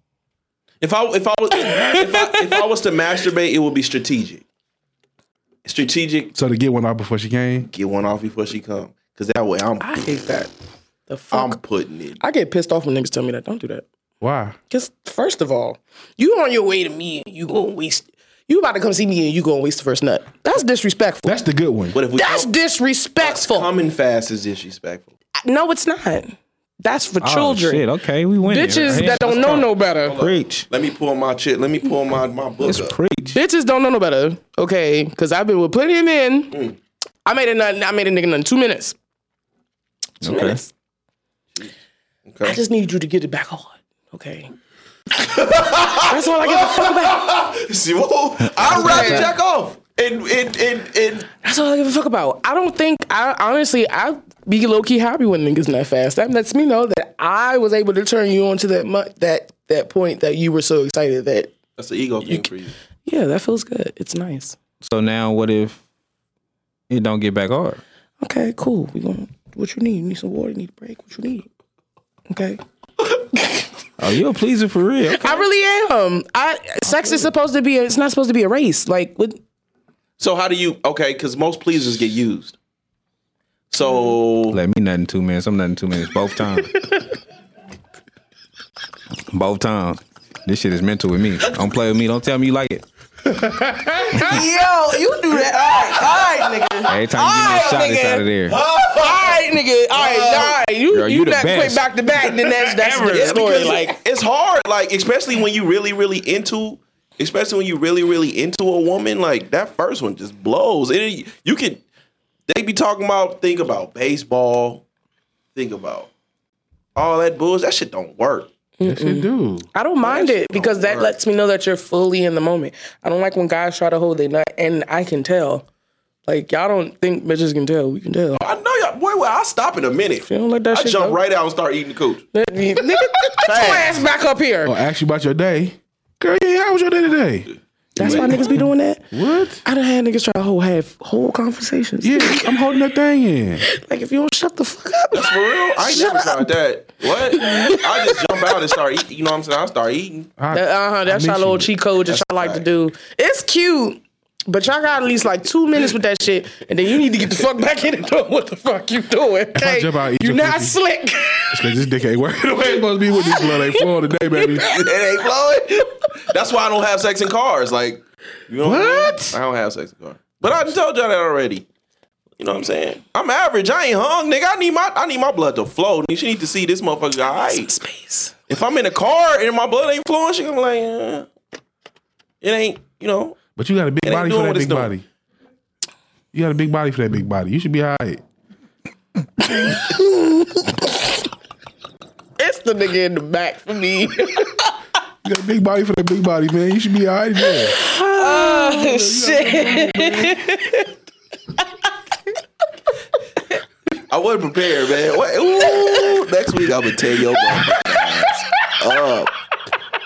[SPEAKER 1] If I if I was if I, if I was to masturbate, it would be strategic. Strategic.
[SPEAKER 4] So to get one off before she came,
[SPEAKER 1] Get one off before she come, because that way I'm
[SPEAKER 5] I hate that. The fuck.
[SPEAKER 1] I'm putting it.
[SPEAKER 5] I get pissed off when niggas tell me that. Don't do that.
[SPEAKER 4] why?
[SPEAKER 5] Because first of all, you on your way to me and you gonna waste. You about to come see me and you gonna waste the first nut. That's disrespectful.
[SPEAKER 4] That's the good one.
[SPEAKER 1] But if we
[SPEAKER 5] That's
[SPEAKER 1] come-
[SPEAKER 5] disrespectful.
[SPEAKER 1] coming fast is disrespectful.
[SPEAKER 5] No, it's not. That's for
[SPEAKER 3] Oh,
[SPEAKER 5] children.
[SPEAKER 3] shit, okay, we win.
[SPEAKER 5] Bitches
[SPEAKER 3] Right?
[SPEAKER 5] that don't know no better.
[SPEAKER 3] preach.
[SPEAKER 1] Let me pull my shit. Let me pull my my book
[SPEAKER 3] It's
[SPEAKER 1] up.
[SPEAKER 3] preach.
[SPEAKER 5] Bitches don't know no better. Okay, because I've been with plenty of men. I made a nut- I made a nigga in two minutes. Two
[SPEAKER 3] Okay.
[SPEAKER 5] minutes.
[SPEAKER 1] Okay.
[SPEAKER 5] I just need you to get it back on. Okay. That's all I get the fuck about.
[SPEAKER 1] *laughs* See, whoa, I'd rather jack off. And and and and
[SPEAKER 5] That's all I give a fuck about. I don't think I honestly I be low key happy when niggas not fast. That lets me know that I was able to turn you on to that mu- that that point that you were so excited that
[SPEAKER 1] that's an ego thing for you.
[SPEAKER 5] yeah that feels good. It's nice.
[SPEAKER 3] So now, what if it don't get back hard?
[SPEAKER 5] Okay, cool. We going what you need? You need some water? You need a break? What you need? Okay.
[SPEAKER 3] Oh, you're a pleaser for real.
[SPEAKER 5] I really am. I sex is supposed to be. A, it's not supposed to be a race. Like what?
[SPEAKER 1] So how do you? Okay, because most pleasers get used. So
[SPEAKER 3] Let me nothing two minutes. I'm nothing two minutes. Both times. Both times. This shit is mental with me. Don't play with me. Don't tell me you like it.
[SPEAKER 5] *laughs* Yo, you do that. All right, all right, nigga.
[SPEAKER 3] Every time you give me a shot, it's
[SPEAKER 5] nigga.
[SPEAKER 3] out of there.
[SPEAKER 5] All right, nigga. All right, all right. You
[SPEAKER 3] Girl,
[SPEAKER 5] you,
[SPEAKER 3] you the
[SPEAKER 5] not
[SPEAKER 3] best.
[SPEAKER 5] quit back to back.
[SPEAKER 3] *laughs*
[SPEAKER 5] Then that's that's the
[SPEAKER 1] it's
[SPEAKER 5] story.
[SPEAKER 1] because
[SPEAKER 5] Like
[SPEAKER 1] like it's hard. Like especially when you really really into, especially when you really really into a woman. Like that first one just blows. It you can. They be talking about think about baseball, think about all that bullshit. That shit don't work.
[SPEAKER 4] Yes, it do.
[SPEAKER 5] I don't mind it because that lets me know that you're fully in the moment. I don't like when guys try to hold their nut, and I can tell. Like y'all don't think bitches can tell. We can tell.
[SPEAKER 1] I know y'all. Boy, well, I stop in a minute.
[SPEAKER 5] You don't let that
[SPEAKER 1] I
[SPEAKER 5] shit
[SPEAKER 1] jump
[SPEAKER 5] go.
[SPEAKER 1] right out and start eating the cooch.
[SPEAKER 5] Let me- nigga, *laughs* get your ass back up here.
[SPEAKER 4] Or ask you about your day. Girl, yeah, how was your day today?
[SPEAKER 5] That's why niggas be doing that.
[SPEAKER 3] Mm-hmm.
[SPEAKER 4] What?
[SPEAKER 5] I done had niggas try to whole have whole conversations.
[SPEAKER 4] Yeah, I'm holding that thing in.
[SPEAKER 5] Like if you don't shut the fuck up.
[SPEAKER 1] For real? I ain't never tried *laughs* that. What? I just jump out and start eating. You know what I'm saying? I start eating.
[SPEAKER 4] I-
[SPEAKER 5] Uh huh. That's
[SPEAKER 4] I
[SPEAKER 5] y'all
[SPEAKER 4] miss
[SPEAKER 5] little
[SPEAKER 4] you.
[SPEAKER 5] cheat code that y'all like to do. It's cute, but y'all got at least like two minutes with that shit, and then you need to get the fuck back in and doing what the fuck you doing. Okay,
[SPEAKER 4] jump out, eat
[SPEAKER 5] you
[SPEAKER 4] your
[SPEAKER 5] not
[SPEAKER 4] cookie.
[SPEAKER 5] slick.
[SPEAKER 4] *laughs* Cause this dick ain't working the way it's supposed to be with this blood. Ain't flowing today, baby.
[SPEAKER 1] It ain't flowing. That's why I don't have sex in cars. Like, you know what? I, mean? I don't have sex in cars. But I done told y'all that already. You know what I'm saying? I'm average. I ain't hung, nigga. I need my I need my blood to flow. Nigga, she need to see this motherfucker. All right.
[SPEAKER 5] Space.
[SPEAKER 1] If I'm in a car and my blood ain't flowing, she gonna be like, eh. it ain't. You know,
[SPEAKER 4] But you got a big
[SPEAKER 1] ain't
[SPEAKER 4] body
[SPEAKER 1] doing
[SPEAKER 4] for that
[SPEAKER 1] what it's
[SPEAKER 4] big
[SPEAKER 1] doing.
[SPEAKER 4] body. You got a big body for that big body. You should be all right.
[SPEAKER 5] It's the nigga in the back
[SPEAKER 4] *laughs*
[SPEAKER 5] for me.
[SPEAKER 4] You got a big body for that big body, man. You should be all right there.
[SPEAKER 5] shit.
[SPEAKER 1] I wasn't prepared, man. What? Ooh, next week I'm gonna tear your motherfucking ass up.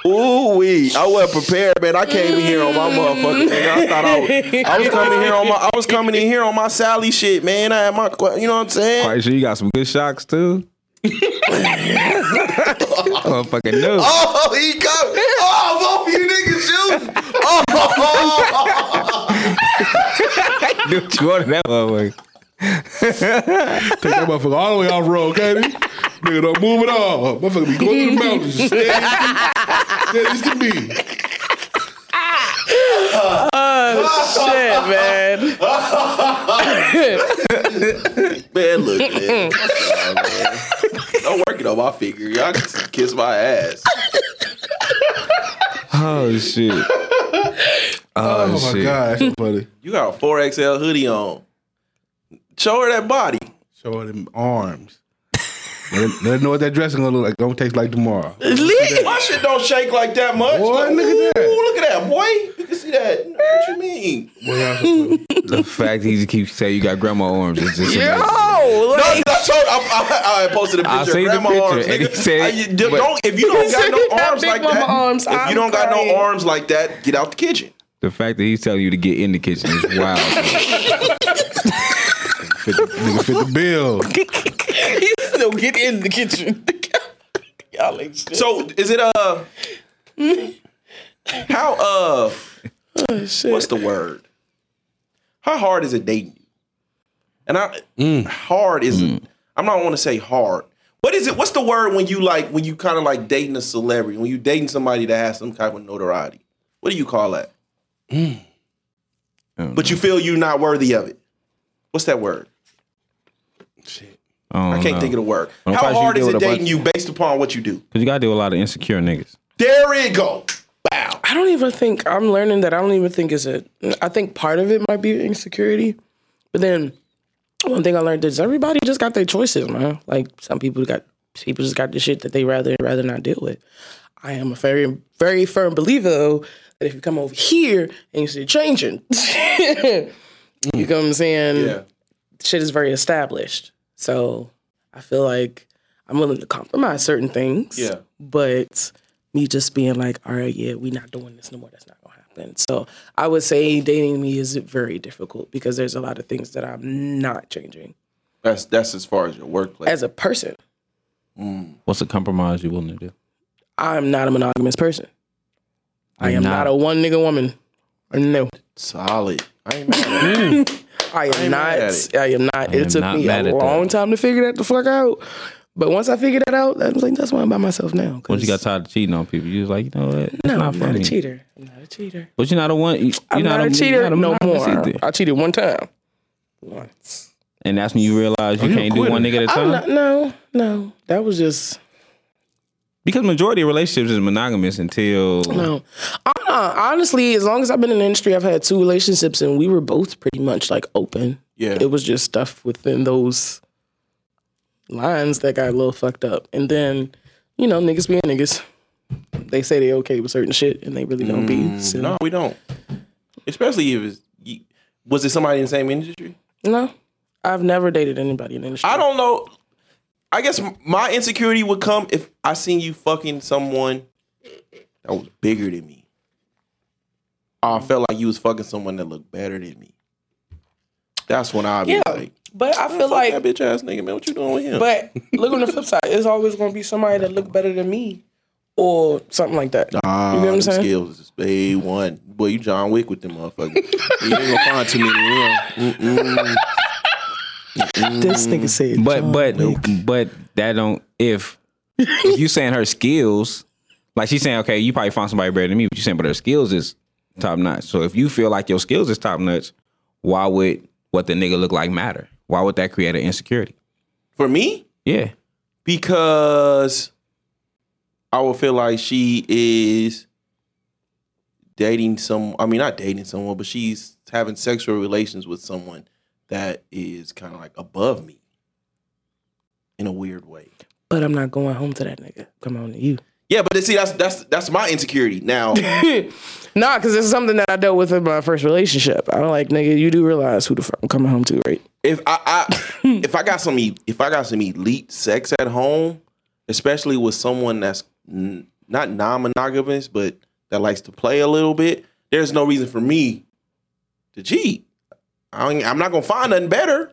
[SPEAKER 1] Ooh wee! I wasn't prepared, man. I came in here on my motherfucking. thing. I thought I was, I was coming here on my. I was coming in here on my Sally shit, man. I had my. You know what I'm saying?
[SPEAKER 3] Quite sure you got some good shocks too.
[SPEAKER 4] *laughs*
[SPEAKER 3] Motherfucking new.
[SPEAKER 1] Oh, he got. Oh, both you niggas Oh. shooting. Oh,
[SPEAKER 3] Do what you want in that motherfucker.
[SPEAKER 4] *laughs* Take that motherfucker all the way off road, okay? Nigga, don't move at all. Motherfucker be going to the mountains. Steady as can be.
[SPEAKER 5] shit, man.
[SPEAKER 1] man, look, man. Fuck y'all, man. Don't work it on my finger. Y'all can kiss my ass.
[SPEAKER 3] Oh
[SPEAKER 4] *laughs*
[SPEAKER 3] shit. Oh,
[SPEAKER 4] Oh my
[SPEAKER 3] shit.
[SPEAKER 4] God, that's so funny.
[SPEAKER 1] You got a four XL hoodie on. Show her that body.
[SPEAKER 4] Show her them arms. Let her, let her know what that dressing gonna look like. Gonna taste like tomorrow.
[SPEAKER 1] My shit don't shake like that much.
[SPEAKER 4] Boy,
[SPEAKER 1] Like,
[SPEAKER 4] look at that.
[SPEAKER 1] ooh, Look at that, boy. You can see that. What you mean?
[SPEAKER 3] The fact he just keeps saying you got grandma arms is just amazing.
[SPEAKER 5] Yo,
[SPEAKER 1] No,
[SPEAKER 5] like, *laughs*
[SPEAKER 1] I, told, I, I, I posted a picture.
[SPEAKER 3] I seen the
[SPEAKER 1] of grandma
[SPEAKER 3] picture,
[SPEAKER 1] arms,
[SPEAKER 3] and he
[SPEAKER 1] nigga.
[SPEAKER 3] said-
[SPEAKER 1] I- you don't-
[SPEAKER 3] but-
[SPEAKER 1] don't- if you
[SPEAKER 5] He
[SPEAKER 1] don't
[SPEAKER 5] said
[SPEAKER 1] got
[SPEAKER 5] he
[SPEAKER 1] no
[SPEAKER 5] got
[SPEAKER 1] arms
[SPEAKER 5] big
[SPEAKER 1] like
[SPEAKER 5] mama
[SPEAKER 1] that,
[SPEAKER 5] arms.
[SPEAKER 1] if
[SPEAKER 5] I'm
[SPEAKER 1] you don't got no
[SPEAKER 5] crying.
[SPEAKER 1] arms like that, get out the kitchen.
[SPEAKER 3] The fact that he's telling you to get in the kitchen is wild.
[SPEAKER 5] *laughs*
[SPEAKER 4] Fit the, nigga fit the bill.
[SPEAKER 5] he still get in the kitchen. *laughs* Y'all ain't shit.
[SPEAKER 1] So is it uh how uh what's the word? How hard is it dating you? And I
[SPEAKER 3] Mm.
[SPEAKER 1] hard is I'm not want to say hard. What is it? What's the word when you like when you kind of like dating a celebrity? When you dating somebody that has some kind of notoriety? What do you call that?
[SPEAKER 3] Mm.
[SPEAKER 1] But you feel you're not worthy of it. What's that word?
[SPEAKER 4] Shit.
[SPEAKER 3] don't
[SPEAKER 1] I can't think of the word.
[SPEAKER 3] Well,
[SPEAKER 1] How
[SPEAKER 3] probably you
[SPEAKER 1] hard
[SPEAKER 3] deal
[SPEAKER 1] is
[SPEAKER 3] with
[SPEAKER 1] it
[SPEAKER 3] a bunch-
[SPEAKER 1] dating you based upon what you do?
[SPEAKER 3] Because you got to deal with a lot of insecure niggas.
[SPEAKER 1] There it go. Wow.
[SPEAKER 5] I don't even think I'm learning that. I don't even think it's a. I think part of it might be insecurity, but then one thing I learned is everybody just got their choices, man. Like some people got people just got the shit that they rather rather not deal with. I am a very very firm believer though that if you come over here and you see changing, *laughs* you know what I'm saying. Shit is very established, so I feel like I'm willing to compromise certain things.
[SPEAKER 1] Yeah.
[SPEAKER 5] But me just being like, all right, yeah, we not doing this no more. That's not gonna happen. So I would say dating me is very difficult because there's a lot of things that I'm not changing
[SPEAKER 1] That's that's as far as your workplace.
[SPEAKER 5] as a person.
[SPEAKER 3] What's a compromise you willing to do?
[SPEAKER 5] I'm not a monogamous person. I am
[SPEAKER 3] You're
[SPEAKER 5] not, a one nigga woman. No,
[SPEAKER 1] Solid. I ain't mad at it.
[SPEAKER 3] Mm.
[SPEAKER 5] I am
[SPEAKER 1] mad at
[SPEAKER 5] not.
[SPEAKER 1] it.
[SPEAKER 5] I am not.
[SPEAKER 3] am
[SPEAKER 5] It took
[SPEAKER 3] not
[SPEAKER 5] me
[SPEAKER 3] mad
[SPEAKER 5] a
[SPEAKER 3] at that.
[SPEAKER 5] long time to figure that the fuck out. But once I figured that out, I was like, that's why I'm by myself now.
[SPEAKER 3] Once you got tired of cheating on people, you was like, you know what? That's
[SPEAKER 5] no,
[SPEAKER 3] not
[SPEAKER 5] I'm not
[SPEAKER 3] funny.
[SPEAKER 5] a cheater. I'm not a cheater.
[SPEAKER 3] But you're not a one. You,
[SPEAKER 5] I'm
[SPEAKER 3] you're
[SPEAKER 5] not,
[SPEAKER 3] not,
[SPEAKER 5] a cheater
[SPEAKER 3] you're not
[SPEAKER 5] no
[SPEAKER 3] monogamous
[SPEAKER 5] more.
[SPEAKER 3] either.
[SPEAKER 5] I cheated one time. Once.
[SPEAKER 3] And that's when you realize you
[SPEAKER 4] you a
[SPEAKER 3] can't do
[SPEAKER 4] quitter.
[SPEAKER 3] one nigga at a
[SPEAKER 5] I'm
[SPEAKER 3] time.
[SPEAKER 5] not, no, no. That was just
[SPEAKER 3] because majority of relationships is monogamous until
[SPEAKER 5] no. Uh, honestly, as long as I've been in the industry, I've had two relationships, and we were both pretty much like open.
[SPEAKER 1] Yeah.
[SPEAKER 5] It was just stuff within those lines that got a little fucked up, and then you know niggas being niggas, they say they okay with certain shit, and they really don't be. So.
[SPEAKER 1] Mm, No, we don't. Especially if it's you- was it somebody in the same industry?
[SPEAKER 5] no. I've never dated anybody in the industry.
[SPEAKER 1] I don't know. I guess m- my insecurity would come if I seen you fucking someone that was bigger than me. Or I felt like you was fucking someone that looked better than me. That's when I'd be
[SPEAKER 5] Yeah,
[SPEAKER 1] like,
[SPEAKER 5] but I feel
[SPEAKER 1] "Fuck
[SPEAKER 5] like
[SPEAKER 1] that bitch ass nigga, man. What you doing with him?
[SPEAKER 5] But look on the flip side, it's always gonna be somebody that look better than me or something like that.
[SPEAKER 1] Ah,
[SPEAKER 5] you know what I'm
[SPEAKER 1] them
[SPEAKER 5] saying?
[SPEAKER 1] skills is a one. Boy, you John Wick with them motherfuckers. *laughs* you ain't gonna find too many of them. Mm-mm.
[SPEAKER 5] This nigga said,
[SPEAKER 3] But but but that don't if if you saying her skills, like she's saying, okay, you probably found somebody better than me, but you saying but her skills is top notch. So if you feel like your skills is top notch, why would what the nigga look like matter? Why would that create an insecurity?
[SPEAKER 1] For me,
[SPEAKER 3] Yeah.
[SPEAKER 1] because I would feel like she is dating some. I mean, not dating someone, but she's having sexual relations with someone that is kind of like above me in a weird way.
[SPEAKER 5] but I'm not going home to that nigga. Come on to you.
[SPEAKER 1] Yeah, but see, that's that's that's my insecurity now.
[SPEAKER 5] *laughs* Nah, because this is something that I dealt with in my first relationship. I'm like, nigga, you do realize who the fuck I'm coming home to, right?
[SPEAKER 1] if I, I *coughs* if I got some e- if I got some elite sex at home, especially with someone that's n- not non-monogamous but that likes to play a little bit, there's no reason for me to cheat. I ain't- I'm not gonna find nothing better.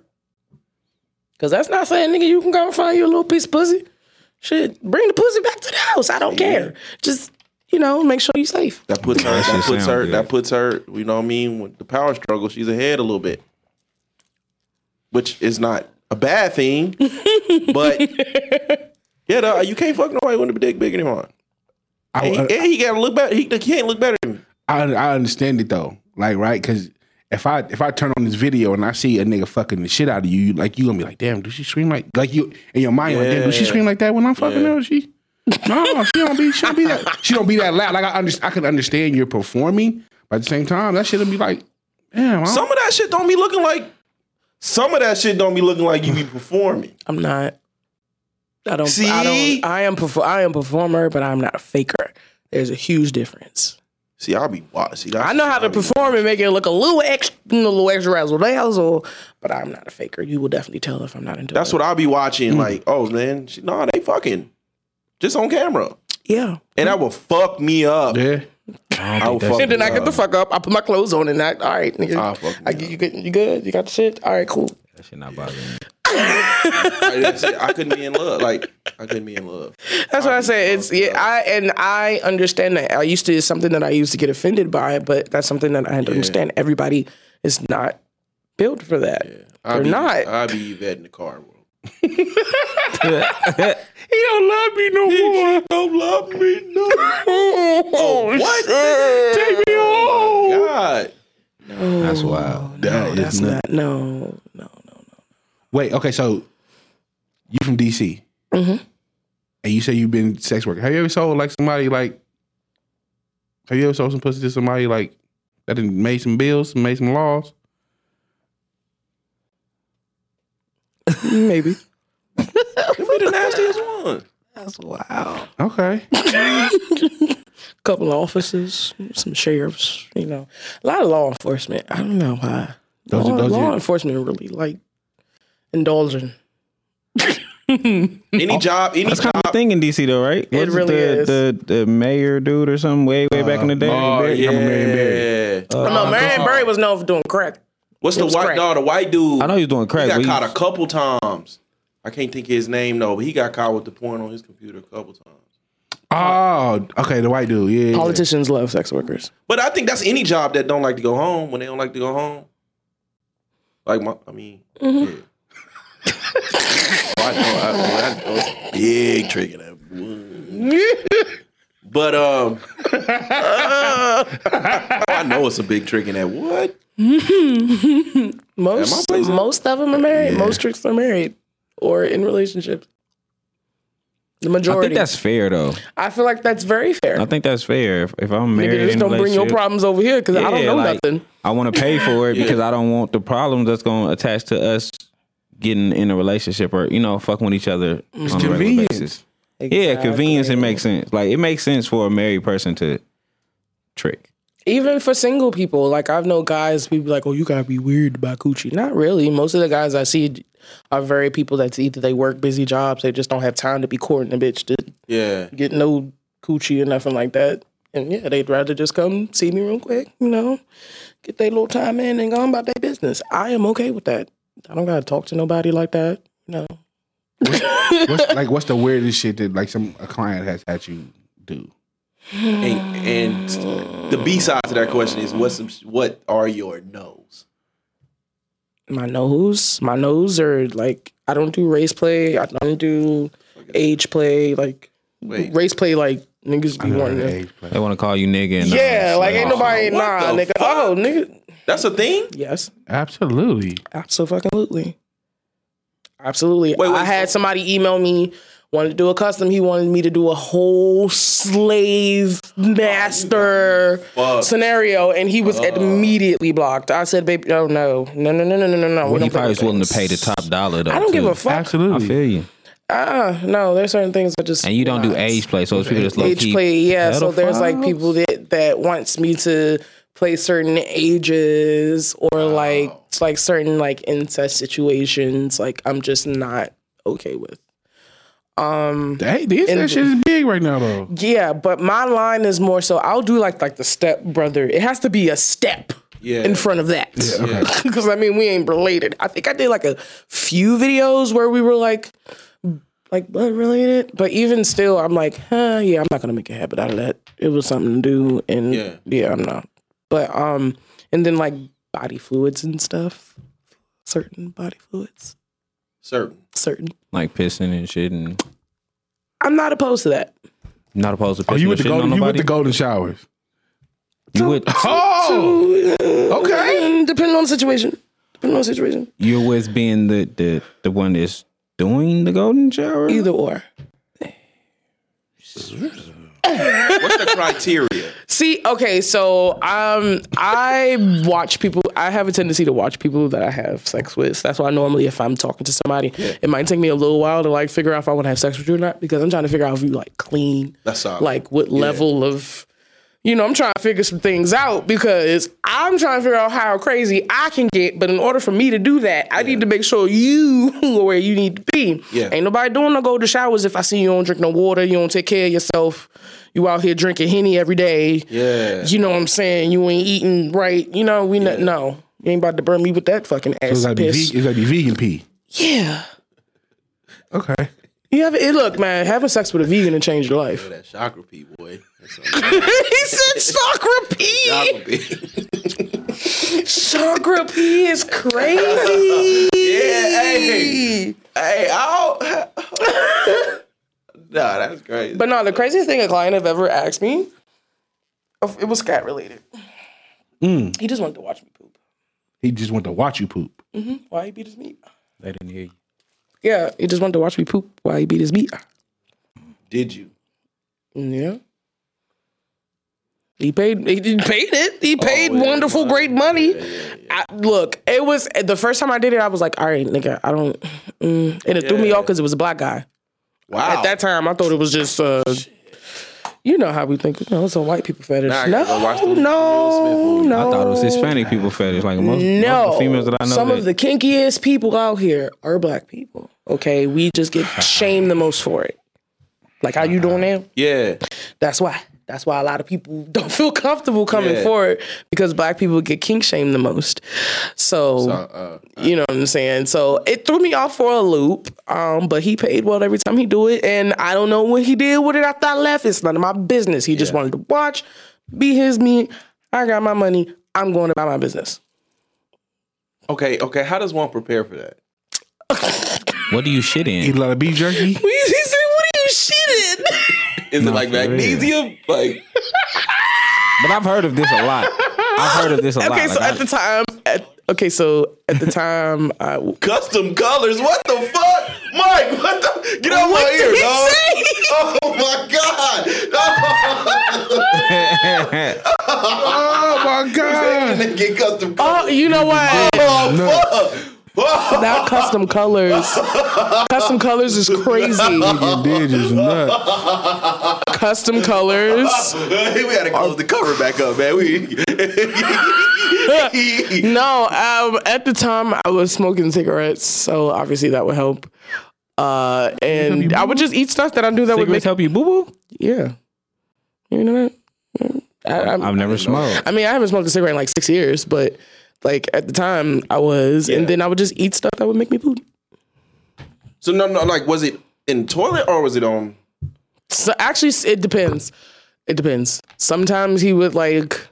[SPEAKER 5] Because that's not saying, nigga, you can go and find you a little piece of pussy. Shit, bring the pussy back to the house. I don't care. Just, you know, make sure you safe.
[SPEAKER 1] That puts her.
[SPEAKER 3] That
[SPEAKER 1] That,
[SPEAKER 3] shit
[SPEAKER 1] puts
[SPEAKER 3] sound
[SPEAKER 1] her.
[SPEAKER 3] good.
[SPEAKER 1] That puts her. You know what I mean? With the power struggle, she's ahead a little bit, which is not a bad thing.
[SPEAKER 3] *laughs*
[SPEAKER 1] but yeah, though, you can't fuck nobody with a dick big anymore.
[SPEAKER 4] Oh, I,
[SPEAKER 1] And, and he gotta look better. He, he can't look better than me.
[SPEAKER 4] I, I understand it though, like right, because if I if I turn on this video and I see a nigga fucking the shit out of you, you like you gonna be like, damn, do she scream like like you in your mind? Like, damn, do she
[SPEAKER 1] Yeah.
[SPEAKER 4] scream like that when I'm fucking
[SPEAKER 1] Yeah.
[SPEAKER 4] her? She no, she don't be she don't be that she don't be that loud. Like I under, I can understand you're performing, but at the same time, that shouldn't be like, damn, I
[SPEAKER 1] Some of that shit don't be looking like. Some of that shit don't be looking like you be performing.
[SPEAKER 5] I'm not. I don't.
[SPEAKER 1] See?
[SPEAKER 5] I don't. I am. Perfor- I am a performer, but I'm not a faker. There's a huge difference.
[SPEAKER 1] See, I'll be watching.
[SPEAKER 5] I know how to perform and make it look a little extra, you know, a little extra razzle dazzle, but I'm not a faker. You will definitely tell if I'm not into
[SPEAKER 1] That's
[SPEAKER 5] it.
[SPEAKER 1] what I'll be watching. Like, oh man, she, nah, they fucking just on camera,
[SPEAKER 5] yeah.
[SPEAKER 1] and that will fuck me up.
[SPEAKER 4] yeah.
[SPEAKER 1] I will fuck
[SPEAKER 5] And then
[SPEAKER 1] me
[SPEAKER 5] I get the
[SPEAKER 1] up.
[SPEAKER 5] fuck up. I put my clothes on and I. All right, nigga.
[SPEAKER 1] Ah, fuck me
[SPEAKER 5] I get you good. You good? You got the shit. All right, cool.
[SPEAKER 3] That shit not bothering *laughs* me.
[SPEAKER 1] I, that's it. I couldn't be in love. Like, I couldn't be in love.
[SPEAKER 5] That's what I say. It's yeah. I and I understand that. I used to it's something that I used to get offended by, but that's something that I had to understand. Everybody is not built for that.
[SPEAKER 1] I'll
[SPEAKER 5] They're
[SPEAKER 1] be,
[SPEAKER 5] not.
[SPEAKER 1] I'll be Yvette in the car world.
[SPEAKER 5] He don't love me no more.
[SPEAKER 1] Don't love me
[SPEAKER 5] *laughs*
[SPEAKER 1] no.
[SPEAKER 5] oh,
[SPEAKER 1] What?
[SPEAKER 5] Take me home.
[SPEAKER 1] God.
[SPEAKER 3] That's wild.
[SPEAKER 1] Oh,
[SPEAKER 5] No, that's not. No, no, no.
[SPEAKER 4] Wait, okay, so you from DC, and you say you've been sex worker. Have you ever sold like somebody like? Have you ever sold some pussy to somebody like that done made some bills, made some laws?
[SPEAKER 5] Maybe.
[SPEAKER 1] Give me the nastiest one.
[SPEAKER 4] Okay,
[SPEAKER 5] couple of officers, some sheriffs, you know, a lot of law enforcement. I don't know why.
[SPEAKER 4] Those are-
[SPEAKER 5] law,
[SPEAKER 4] those
[SPEAKER 5] law
[SPEAKER 4] are-
[SPEAKER 5] enforcement really like indulging.
[SPEAKER 1] Any job, any
[SPEAKER 3] That's
[SPEAKER 1] job.
[SPEAKER 3] kind of a thing in DC though, right? Wasn't
[SPEAKER 5] really
[SPEAKER 3] the,
[SPEAKER 5] is.
[SPEAKER 3] The, the mayor dude or something way way back in the day.
[SPEAKER 4] oh, yeah. I'm a Marion Barry.
[SPEAKER 1] Uh,
[SPEAKER 5] Oh, no, Marion Barry was known for doing crack.
[SPEAKER 1] What's the
[SPEAKER 5] was
[SPEAKER 1] white
[SPEAKER 5] crack.
[SPEAKER 1] dog? The white dude.
[SPEAKER 3] I know he was doing crack.
[SPEAKER 1] He got
[SPEAKER 3] but
[SPEAKER 1] caught a couple times. I can't think of his name though, but he got caught with the porn on his computer a couple times.
[SPEAKER 4] oh, okay, the white dude, yeah, yeah.
[SPEAKER 5] Politicians love sex workers.
[SPEAKER 1] But I think that's any job that don't like to go home when they don't like to go home. Like my, I mean, yeah. *laughs* I know, I, I know it's big trigger that. wood. But um, uh, I know it's a big trick in that. What?
[SPEAKER 5] Most
[SPEAKER 1] place-
[SPEAKER 5] most of them are married. Most tricks are married or in relationships. The
[SPEAKER 3] I
[SPEAKER 5] majority.
[SPEAKER 3] think that's fair though.
[SPEAKER 5] I feel like that's very fair.
[SPEAKER 3] I think that's fair. If, if I'm married,
[SPEAKER 5] Nigga,
[SPEAKER 3] in
[SPEAKER 5] just
[SPEAKER 3] a
[SPEAKER 5] don't bring your
[SPEAKER 3] relationship,
[SPEAKER 5] problems over here because I don't
[SPEAKER 3] Yeah,
[SPEAKER 5] know
[SPEAKER 3] like-
[SPEAKER 5] nothing.
[SPEAKER 3] I want to pay for
[SPEAKER 5] *laughs*
[SPEAKER 3] it because I don't want the problems that's going to attach to us getting in a relationship or you know fucking with each other on a regular
[SPEAKER 4] convenience.
[SPEAKER 3] basis. Yeah, convenience. It makes sense. Like it makes sense for a married person to trick.
[SPEAKER 5] Even for single people, like I've known guys, people be like, oh, you gotta be weird about coochie. Not really. Most of the guys I see are very people that's either they work busy jobs, they just don't have time to be courting a bitch to
[SPEAKER 1] Yeah,
[SPEAKER 5] get no coochie or nothing like that. And yeah, they'd rather just come see me real quick, you know, get their little time in and go on about their business. I am okay with that. I don't gotta talk to nobody like that. No.
[SPEAKER 4] What's, like, what's the weirdest shit that like some a client has had you do?
[SPEAKER 1] and, and the B side to that question is what's some, what are your no's?
[SPEAKER 5] my nose. My nose are like I don't do race play. I don't do age play. Like
[SPEAKER 1] Wait.
[SPEAKER 5] race play, like niggas be wanting
[SPEAKER 4] Hey,
[SPEAKER 5] to.
[SPEAKER 4] play.
[SPEAKER 3] They want to call you nigga. And
[SPEAKER 5] Yeah,
[SPEAKER 3] all that
[SPEAKER 5] like ain't nobody
[SPEAKER 1] What
[SPEAKER 5] nah,
[SPEAKER 1] the
[SPEAKER 5] nigga.
[SPEAKER 1] fuck?
[SPEAKER 5] Oh, nigga.
[SPEAKER 1] That's a thing.
[SPEAKER 5] Yes,
[SPEAKER 4] Absolutely.
[SPEAKER 5] absolutely, absolutely.
[SPEAKER 1] Wait, wait,
[SPEAKER 5] I had somebody email me wanted to do a custom. He wanted me to do a whole slave master scenario, and he was immediately blocked. I said, "Baby, oh no, no, no, no, no, no, no." no.
[SPEAKER 3] Well, he probably was willing to pay the top dollar though.
[SPEAKER 5] I don't give
[SPEAKER 3] too.
[SPEAKER 5] a fuck.
[SPEAKER 3] I
[SPEAKER 4] Absolutely.
[SPEAKER 3] feel you.
[SPEAKER 5] Uh, no, there's certain things that just
[SPEAKER 3] And you don't do
[SPEAKER 5] Nah,
[SPEAKER 3] age play, so it's people just low
[SPEAKER 5] age
[SPEAKER 3] key
[SPEAKER 5] play. Yeah, so there's like
[SPEAKER 3] pedophiles?
[SPEAKER 5] people that that wants me to play certain ages or like it's like certain like incest situations. Like I'm just not okay with. Um,
[SPEAKER 4] Hey, this that shit is big right now though.
[SPEAKER 5] Yeah, but my line is more so I'll do like like the step brother. It has to be a step.
[SPEAKER 1] Yeah.
[SPEAKER 5] In front of that, because *laughs* I mean we ain't related. I think I did like a few videos where we were like, like blood related, but even still, I'm like, huh, yeah, I'm not gonna make a habit out of that. It was something to do, and
[SPEAKER 1] Yeah.
[SPEAKER 5] yeah, I'm not. But um, and then like body fluids and stuff, certain body fluids,
[SPEAKER 1] Certain.
[SPEAKER 5] certain.
[SPEAKER 3] like pissing and shit, and
[SPEAKER 5] I'm not opposed to that.
[SPEAKER 3] not opposed to pissing
[SPEAKER 4] Oh, you with
[SPEAKER 3] and
[SPEAKER 4] the
[SPEAKER 3] shitting on
[SPEAKER 4] golden? You with
[SPEAKER 3] nobody.
[SPEAKER 4] the golden showers?
[SPEAKER 3] You with
[SPEAKER 4] Oh, okay.
[SPEAKER 5] Mm, depending on the situation, depending on the situation,
[SPEAKER 3] you're with being the the the one that's doing the golden shower.
[SPEAKER 5] either or.
[SPEAKER 1] What's the
[SPEAKER 5] *laughs*
[SPEAKER 1] criteria?
[SPEAKER 5] See, okay, so um, I watch people. I have a tendency to watch people that I have sex with. That's why normally, if I'm talking to somebody, it might take me a little while to like figure out if I want to have sex with you or not because I'm trying to figure out if you like clean,
[SPEAKER 1] That's all.
[SPEAKER 5] like what level of, you know, I'm trying to figure some things out because I'm trying to figure out how crazy I can get. But in order for me to do that, I need to make sure you *laughs* are where you need to be.
[SPEAKER 1] Yeah.
[SPEAKER 5] Ain't nobody doing no golden showers if I see you don't drink no water, you don't take care of yourself. You out here drinking henny every day
[SPEAKER 1] yeah.
[SPEAKER 5] you know what I'm saying? You ain't eating right. You know, we not, no. You ain't about to burn me with that fucking
[SPEAKER 4] It's
[SPEAKER 5] ass
[SPEAKER 4] like be
[SPEAKER 5] piss.
[SPEAKER 4] ve- it's like be vegan pee.
[SPEAKER 5] Yeah.
[SPEAKER 4] Okay.
[SPEAKER 5] You have it. Look, man, having sex with a vegan and change
[SPEAKER 1] *laughs*
[SPEAKER 5] your life.
[SPEAKER 1] That chakra P boy. That's
[SPEAKER 5] *laughs* he said chakra P.
[SPEAKER 1] all. yeah,
[SPEAKER 5] Chakra
[SPEAKER 1] *laughs*
[SPEAKER 5] P is crazy.
[SPEAKER 1] hey, hey, I don't. *laughs* nah, that's crazy.
[SPEAKER 5] But no, the craziest thing a client have ever asked me, of- it was cat related. He just wanted to watch me poop.
[SPEAKER 4] He just went to watch you poop.
[SPEAKER 5] Why he beat his meat?
[SPEAKER 3] They didn't hear you.
[SPEAKER 5] Yeah, he just wanted to watch me poop while he beat his meat.
[SPEAKER 1] Did you?
[SPEAKER 5] Yeah. He paid. He did- paid it.
[SPEAKER 1] Oh,
[SPEAKER 5] He paid wonderful, great money. I, look, it was the first time I did it. I was like, "All right, nigga, I don't." Mm. And it threw me off because it was a black guy.
[SPEAKER 1] Wow.
[SPEAKER 5] At that time, I thought it was just, uh, you know how we think. You know, it's a white people fetish.
[SPEAKER 1] Nah, I
[SPEAKER 5] no,
[SPEAKER 1] gotta go watch the Will
[SPEAKER 5] no,
[SPEAKER 1] Smith movie.
[SPEAKER 5] no.
[SPEAKER 3] I thought it was Hispanic people fetish. Like most,
[SPEAKER 5] Oh, No,
[SPEAKER 3] most of the females that I know.
[SPEAKER 5] some
[SPEAKER 3] that,
[SPEAKER 5] of the kinkiest people out here are black people. Okay, we just get shamed the most for it. Like how you doing now?
[SPEAKER 1] yeah.
[SPEAKER 5] That's why. That's why a lot of people *laughs* don't feel comfortable coming
[SPEAKER 1] Yeah.
[SPEAKER 5] forward because black people get kink shamed the most.
[SPEAKER 3] Uh,
[SPEAKER 5] So, you know what I'm saying? So it threw me off for a loop. Um, but he paid well every time he do it, and I don't know what he did with it after I left. It's none of my business. He just wanted to watch, be his me. I got my money. I'm going about my business. *laughs*
[SPEAKER 1] Okay. Okay. How does one prepare for that?
[SPEAKER 3] what do you shit in?
[SPEAKER 4] Eat a lot of beef jerky.
[SPEAKER 5] He said, "What are you shitting?"
[SPEAKER 1] Is it like
[SPEAKER 3] for real.
[SPEAKER 1] magnesium? Like
[SPEAKER 3] But I've heard of this a lot. I've heard of this a lot.
[SPEAKER 5] *laughs* okay, so
[SPEAKER 3] Like,
[SPEAKER 5] at
[SPEAKER 3] I-
[SPEAKER 5] the time, at, okay, so at the time, I,
[SPEAKER 1] custom colors? What the fuck, Mike? What the? Get out my
[SPEAKER 5] What did
[SPEAKER 1] ear,
[SPEAKER 5] he
[SPEAKER 1] dog.
[SPEAKER 5] say?
[SPEAKER 1] Oh my god.
[SPEAKER 4] *laughs* Oh my
[SPEAKER 1] And
[SPEAKER 4] god!
[SPEAKER 1] then get custom colors.
[SPEAKER 5] oh, you know what? Now custom colors. custom colors is crazy.
[SPEAKER 4] Your dick is nuts.
[SPEAKER 5] Custom colors.
[SPEAKER 1] *laughs* *laughs* we had to close the cover back up, man.
[SPEAKER 5] *laughs*
[SPEAKER 1] We.
[SPEAKER 5] No, um, at the time I was smoking cigarettes, so obviously that would help. Uh, and I would just eat stuff that I knew that would make
[SPEAKER 3] Cigarettes help you boo boo?
[SPEAKER 5] yeah. You know that? I, I'm-
[SPEAKER 3] I've never smoked.
[SPEAKER 5] *laughs* I mean, I haven't smoked a cigarette in like six years, but like at the time I was, and then I would just eat stuff that would make me poop.
[SPEAKER 1] *laughs* so no, no. Like, was it in toilet or was it on?
[SPEAKER 5] So actually, it depends. It depends. Sometimes he would like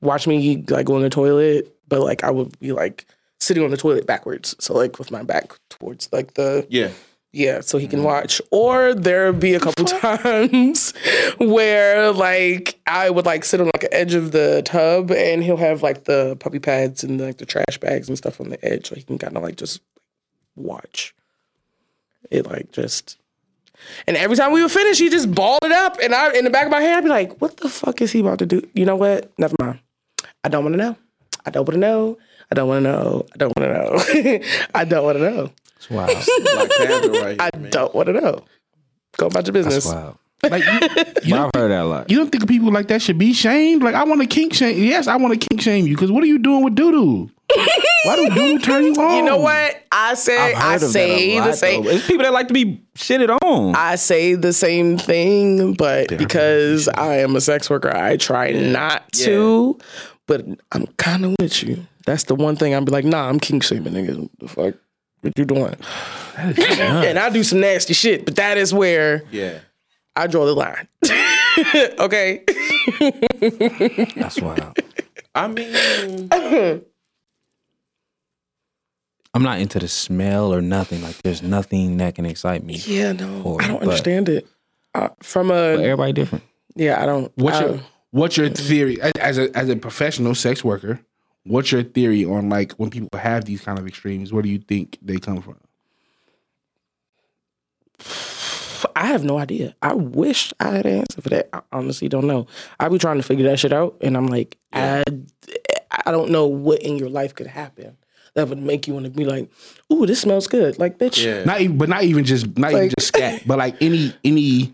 [SPEAKER 5] watch me like go in the toilet, but like I would be like sitting on the toilet backwards, so like with my back towards like the
[SPEAKER 1] Yeah.
[SPEAKER 5] yeah, so he can watch. Or there would be a couple times where like I would like sit on like the edge of the tub, and he'll have like the puppy pads and like the trash bags and stuff on the edge, so he can kind of like just watch. It like just. And every time we would finish, he just balled it up, and I in the back of my head, I'd be like, "What the fuck is he about to do?" You know what? Never mind. I don't want to know. I don't want to know. I don't want to know. I don't want to know. *laughs* I don't want to know.
[SPEAKER 3] It's wild.
[SPEAKER 1] Black Panther right
[SPEAKER 5] *laughs* I
[SPEAKER 1] here, man.
[SPEAKER 5] don't want to know. Go about your
[SPEAKER 3] It's
[SPEAKER 5] business.
[SPEAKER 3] wild.
[SPEAKER 5] *laughs*
[SPEAKER 4] Like you,
[SPEAKER 3] But I've heard that a lot.
[SPEAKER 4] you don't think people like that should be shamed? Like I want to kink shame. Yes, I want to kink shame you because what are you doing with doo doo? Why do doo doo turn you on?
[SPEAKER 5] You know what? I say
[SPEAKER 3] I've
[SPEAKER 5] I
[SPEAKER 3] heard of that
[SPEAKER 5] say
[SPEAKER 3] a
[SPEAKER 5] the
[SPEAKER 3] lot,
[SPEAKER 5] same
[SPEAKER 3] though. It's people that like to be shitted on.
[SPEAKER 5] I say the same thing, but because I am a sex worker, I try not to. But I'm kind of with you. That's the one thing I'd be like, nah, I'm king shaming niggas. What the fuck? What you doing? *laughs* and I do some nasty shit, but that is where
[SPEAKER 1] Yeah.
[SPEAKER 5] I draw the line. *laughs* okay.
[SPEAKER 3] That's wild.
[SPEAKER 1] I mean,
[SPEAKER 3] I'm not into the smell or nothing. Like there's nothing that can excite me.
[SPEAKER 5] Yeah, no, I don't
[SPEAKER 3] but-
[SPEAKER 5] understand it. Uh, from a
[SPEAKER 3] Everybody different.
[SPEAKER 5] yeah, I don't.
[SPEAKER 4] What's
[SPEAKER 5] I
[SPEAKER 4] your
[SPEAKER 5] don't-
[SPEAKER 4] What's your theory a- as a as a professional sex worker? What's your theory on like when people have these kind of extremes? Where do you think they come from?
[SPEAKER 5] I have no idea. I wish I had an answer for that. I honestly don't know. I be trying to figure that shit out, and I'm like, I, I don't know what in your life could happen that would make you want to be like, ooh, this smells good. Like, bitch,
[SPEAKER 1] yeah.
[SPEAKER 4] Not even, but not even just not even
[SPEAKER 5] Like-
[SPEAKER 4] just scat, but like any any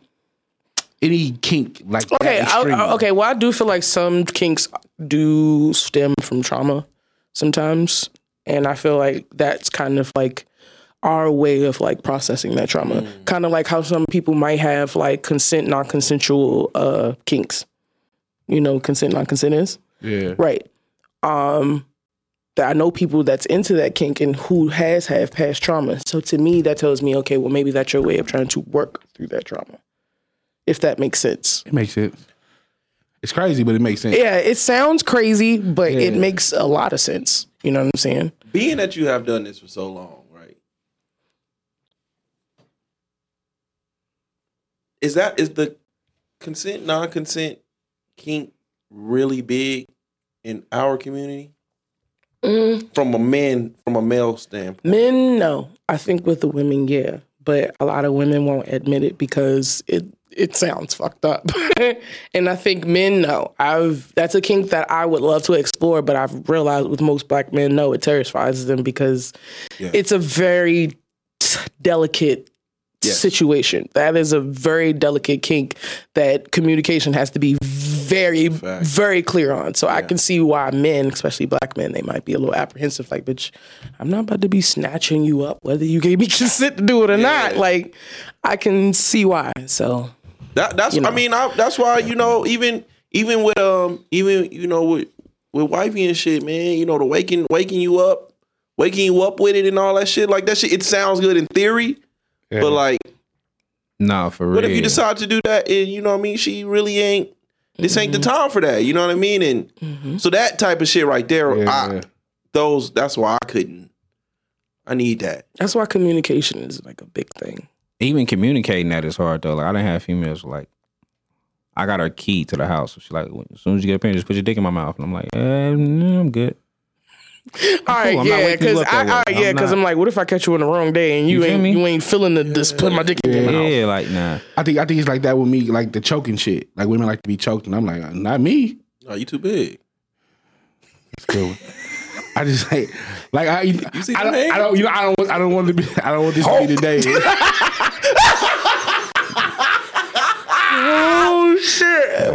[SPEAKER 4] any kink like that
[SPEAKER 5] Okay, I,
[SPEAKER 4] extreme.
[SPEAKER 5] I- okay. Well, I do feel like some kinks do stem from trauma sometimes, and I feel like that's kind of like our way of like processing that trauma.
[SPEAKER 4] Hmm.
[SPEAKER 5] Kind of like how some people might have like consent, non-consensual uh, kinks. You know, consent, non-consent is
[SPEAKER 4] Yeah.
[SPEAKER 5] right. Um, that I know people that's into that kink and who has had past trauma. So to me, that tells me, okay, well, maybe that's your way of trying to work through that trauma, if that makes sense.
[SPEAKER 4] It makes sense. It's crazy, but it makes sense.
[SPEAKER 5] Yeah, it sounds crazy, but it makes a lot of sense. You know what I'm saying?
[SPEAKER 1] being that you have done this for so long, right? Is that is the consent non-consent kink really big in our community? From a man, from a male standpoint.
[SPEAKER 5] Mm. Men, no. I think with the women, yeah. But a lot of women won't admit it because it it sounds fucked up. *laughs* and I think men know. I've that's a kink that I would love to explore, but I've realized with most black men, no, it terrifies them because it's a very t- delicate situation. That is a very delicate kink that communication has to be very, very clear on. So I can see why men, especially black men, they might be a little apprehensive. Like, bitch, I'm not about to be snatching you up, whether you gave me *laughs* consent to do it or not. Like, I can see why. So
[SPEAKER 1] That, that's I mean I, that's why you know even even with um even you know with with wifey and shit man you know the waking waking you up waking you up with it and all that shit like that shit it sounds good in theory but like
[SPEAKER 3] Nah, for real.
[SPEAKER 1] what if you decide to do that and you know what I mean she really ain't this ain't the time for that you know what I mean and so that type of shit right there
[SPEAKER 4] Yeah,
[SPEAKER 1] I,
[SPEAKER 4] yeah.
[SPEAKER 1] those that's why I couldn't I need that
[SPEAKER 5] that's why communication is like a big thing.
[SPEAKER 3] even communicating that is hard though. Like I didn't have females like I got her key to the house. She's like, as soon as you get a pen, just put your dick in my mouth. And I'm like, uh, no, I'm good.
[SPEAKER 5] All right,
[SPEAKER 3] I'm not
[SPEAKER 5] yeah,
[SPEAKER 3] waking you
[SPEAKER 5] because
[SPEAKER 3] up
[SPEAKER 5] I,
[SPEAKER 3] that way.
[SPEAKER 5] all right, yeah,
[SPEAKER 3] I'm
[SPEAKER 5] because
[SPEAKER 3] not.
[SPEAKER 5] I'm like, what if I catch you on the wrong day and you,
[SPEAKER 3] You feel
[SPEAKER 5] ain't
[SPEAKER 3] me?
[SPEAKER 5] you ain't feeling the just put my dick in your mouth?
[SPEAKER 3] Yeah, like nah.
[SPEAKER 4] I think I think it's like that with me, like the choking shit. Like women like to be choked, and I'm like, "Uh, not me.
[SPEAKER 1] oh you too big
[SPEAKER 4] Good. I just like, like I, I, don't,
[SPEAKER 1] name?
[SPEAKER 4] I don't, you know, I don't, want- I don't want to be, I don't want this to be the day. *laughs*
[SPEAKER 5] Oh shit!
[SPEAKER 4] I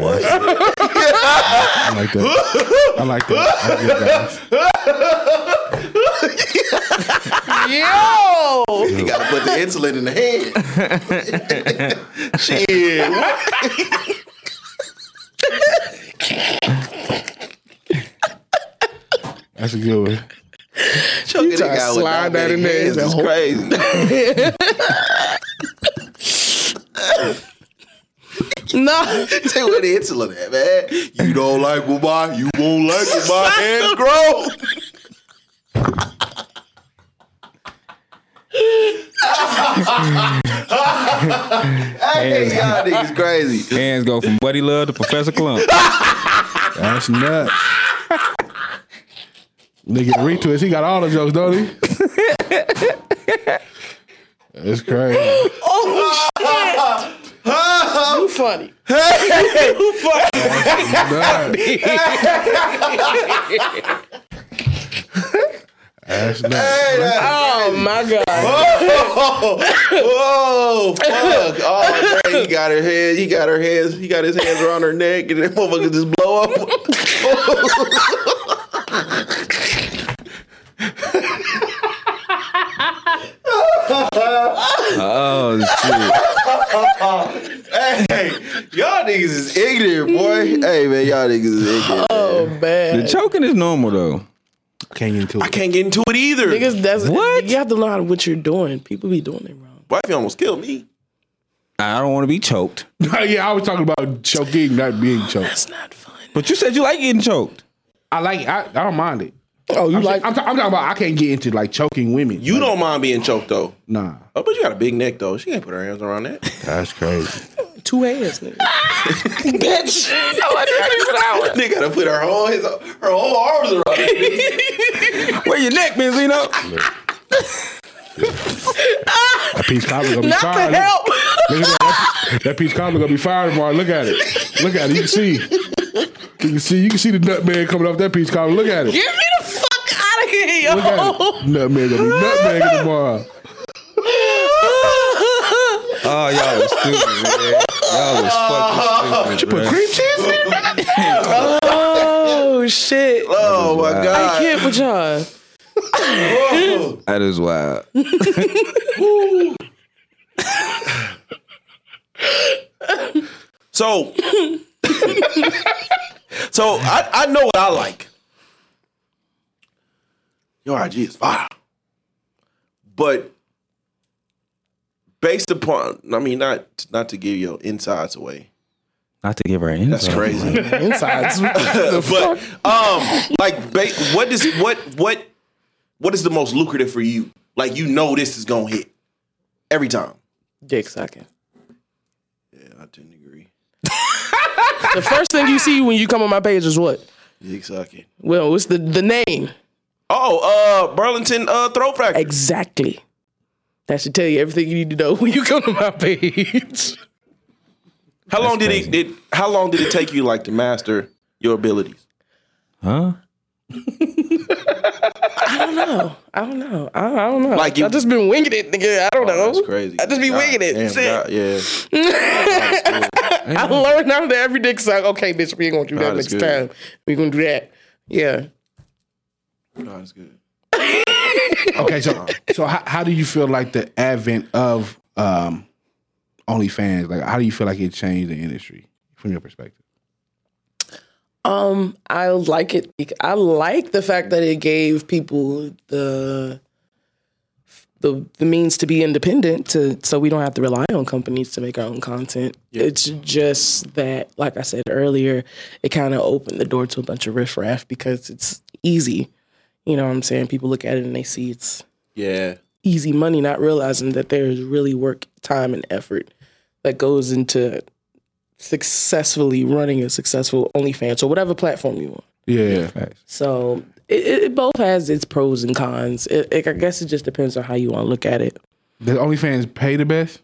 [SPEAKER 4] like that. I like that. I'm good, guys.
[SPEAKER 5] Yo!
[SPEAKER 1] you gotta
[SPEAKER 5] *laughs*
[SPEAKER 1] put the insulin in the hand shit
[SPEAKER 4] That's a good one.
[SPEAKER 1] Choking you
[SPEAKER 5] try to slide that in there, it's a whole-
[SPEAKER 1] crazy.
[SPEAKER 5] *laughs*
[SPEAKER 1] *laughs*
[SPEAKER 5] *laughs* No.
[SPEAKER 1] Say where the insulin at, man. You don't like what my, you won't like what my
[SPEAKER 5] *laughs*
[SPEAKER 1] hands grow. *laughs* hey, y'all niggas crazy.
[SPEAKER 3] Hands go from Buddy Love to Professor Clump.
[SPEAKER 4] That's nuts. Nigga retwist, he got all the jokes, don't he? That's crazy.
[SPEAKER 5] Oh shit! you funny.
[SPEAKER 4] Nuts. That's nuts.
[SPEAKER 5] Oh my *laughs* god.
[SPEAKER 1] Whoa, fuck. Oh, man, he got her head. He got her hands. He got his hands around her neck, and that motherfucker just blow up.
[SPEAKER 3] *laughs* oh shit.
[SPEAKER 1] Hey, y'all niggas is ignorant, boy. Hey, man, y'all niggas is ignorant.
[SPEAKER 5] Oh man.
[SPEAKER 3] The choking is normal though.
[SPEAKER 4] Can't get into it.
[SPEAKER 1] I can't get into it either.
[SPEAKER 5] Niggas, that's
[SPEAKER 3] What?
[SPEAKER 5] you have to learn how to- what you're doing. People be doing it wrong.
[SPEAKER 1] Wifey almost killed me.
[SPEAKER 3] I don't want to be choked.
[SPEAKER 4] *laughs* yeah, I was talking about choking, not being choked.
[SPEAKER 5] It's not fun.
[SPEAKER 3] But you said you like getting choked.
[SPEAKER 4] I like. I, I don't mind it.
[SPEAKER 5] Oh, you
[SPEAKER 4] I'm,
[SPEAKER 5] like?
[SPEAKER 4] I'm, ta- I'm talking about. I can't get into like choking women.
[SPEAKER 1] You don't mind being choked though.
[SPEAKER 4] Nah,
[SPEAKER 1] Oh, but you got a big neck though. She can't put her hands around *laughs* that.
[SPEAKER 4] that's crazy.
[SPEAKER 5] two hands, nigga. *laughs* Oh, Bitch.
[SPEAKER 1] Nigga gotta put her whole his, her whole
[SPEAKER 6] Oh,
[SPEAKER 1] arms around. it.
[SPEAKER 3] Where your neck, Benzino?
[SPEAKER 4] That peach cobbler gonna be
[SPEAKER 5] Not
[SPEAKER 4] fired.
[SPEAKER 5] the help.
[SPEAKER 4] Look, look at that, that peach cobbler gonna be fired tomorrow. Look at it. Look at it. You can see. You can see. You can see the nutmeg coming off that peach cobbler. Look at it.
[SPEAKER 5] Get me the fuck out of here, yo.
[SPEAKER 4] Look at it. Nutmeg gonna be nutmeg tomorrow.
[SPEAKER 3] Oh, y'all was stupid, man. Y'all *laughs* was fucking stupid. bruh.
[SPEAKER 4] Cream cheese.
[SPEAKER 5] oh shit.
[SPEAKER 1] Oh my
[SPEAKER 5] I
[SPEAKER 1] god.
[SPEAKER 5] can't with y'all.
[SPEAKER 3] That is wild.
[SPEAKER 1] So, so I, I know what I like. Your IG is fire, but based upon I mean not not to give your insides away.
[SPEAKER 3] Not to give her an
[SPEAKER 1] That's crazy.
[SPEAKER 5] Insides. *laughs*
[SPEAKER 1] but um, like, ba- what is what what what is the most lucrative for you? Like, you know, this is gonna hit every time.
[SPEAKER 5] Dick sucking.
[SPEAKER 1] Yeah, I tend to agree.
[SPEAKER 5] The first thing you see when you come on my page is what?
[SPEAKER 1] Dick sucking.
[SPEAKER 5] Well, it's the the name.
[SPEAKER 1] Oh, uh, Burlington uh, Throat Factory.
[SPEAKER 5] Exactly. That should tell you everything you need to know *laughs* when you come to my page.
[SPEAKER 1] how long did it did How long did it take you like to master your abilities?
[SPEAKER 3] Huh?
[SPEAKER 5] I don't know. I, I don't know.
[SPEAKER 1] Like you- Oh,
[SPEAKER 5] I just been winging it, nigga. I don't know.
[SPEAKER 1] That's crazy.
[SPEAKER 5] I just be
[SPEAKER 1] God
[SPEAKER 5] winging it.
[SPEAKER 1] damn,
[SPEAKER 5] Shit.
[SPEAKER 1] God, yeah.
[SPEAKER 5] I learned out there every dick suck. Okay, bitch, we ain't gonna do that
[SPEAKER 1] Nah, that's
[SPEAKER 5] next
[SPEAKER 1] good.
[SPEAKER 5] time. We gonna do that. Yeah.
[SPEAKER 1] No, it's good.
[SPEAKER 4] Okay, so so how, how do you feel like the advent of um OnlyFans? Like, how do you feel like it changed the industry from your perspective?
[SPEAKER 5] Um, I like it. bec- I like the fact that it gave people the the the means to be independent, to so we don't have to rely on companies to make our own content. It's just that, like I said earlier, it kind of opened the door to a bunch of riffraff because it's easy. You know what I'm saying? People look at it and they see it's
[SPEAKER 1] Yeah.
[SPEAKER 5] easy money, not realizing that there's really work, time, and effort that goes into successfully running a successful OnlyFans or whatever platform you want.
[SPEAKER 4] Yeah,
[SPEAKER 5] So it, it, it both has its pros and cons. It, it, I guess it just depends on how you want to look at it.
[SPEAKER 4] does OnlyFans pay the best?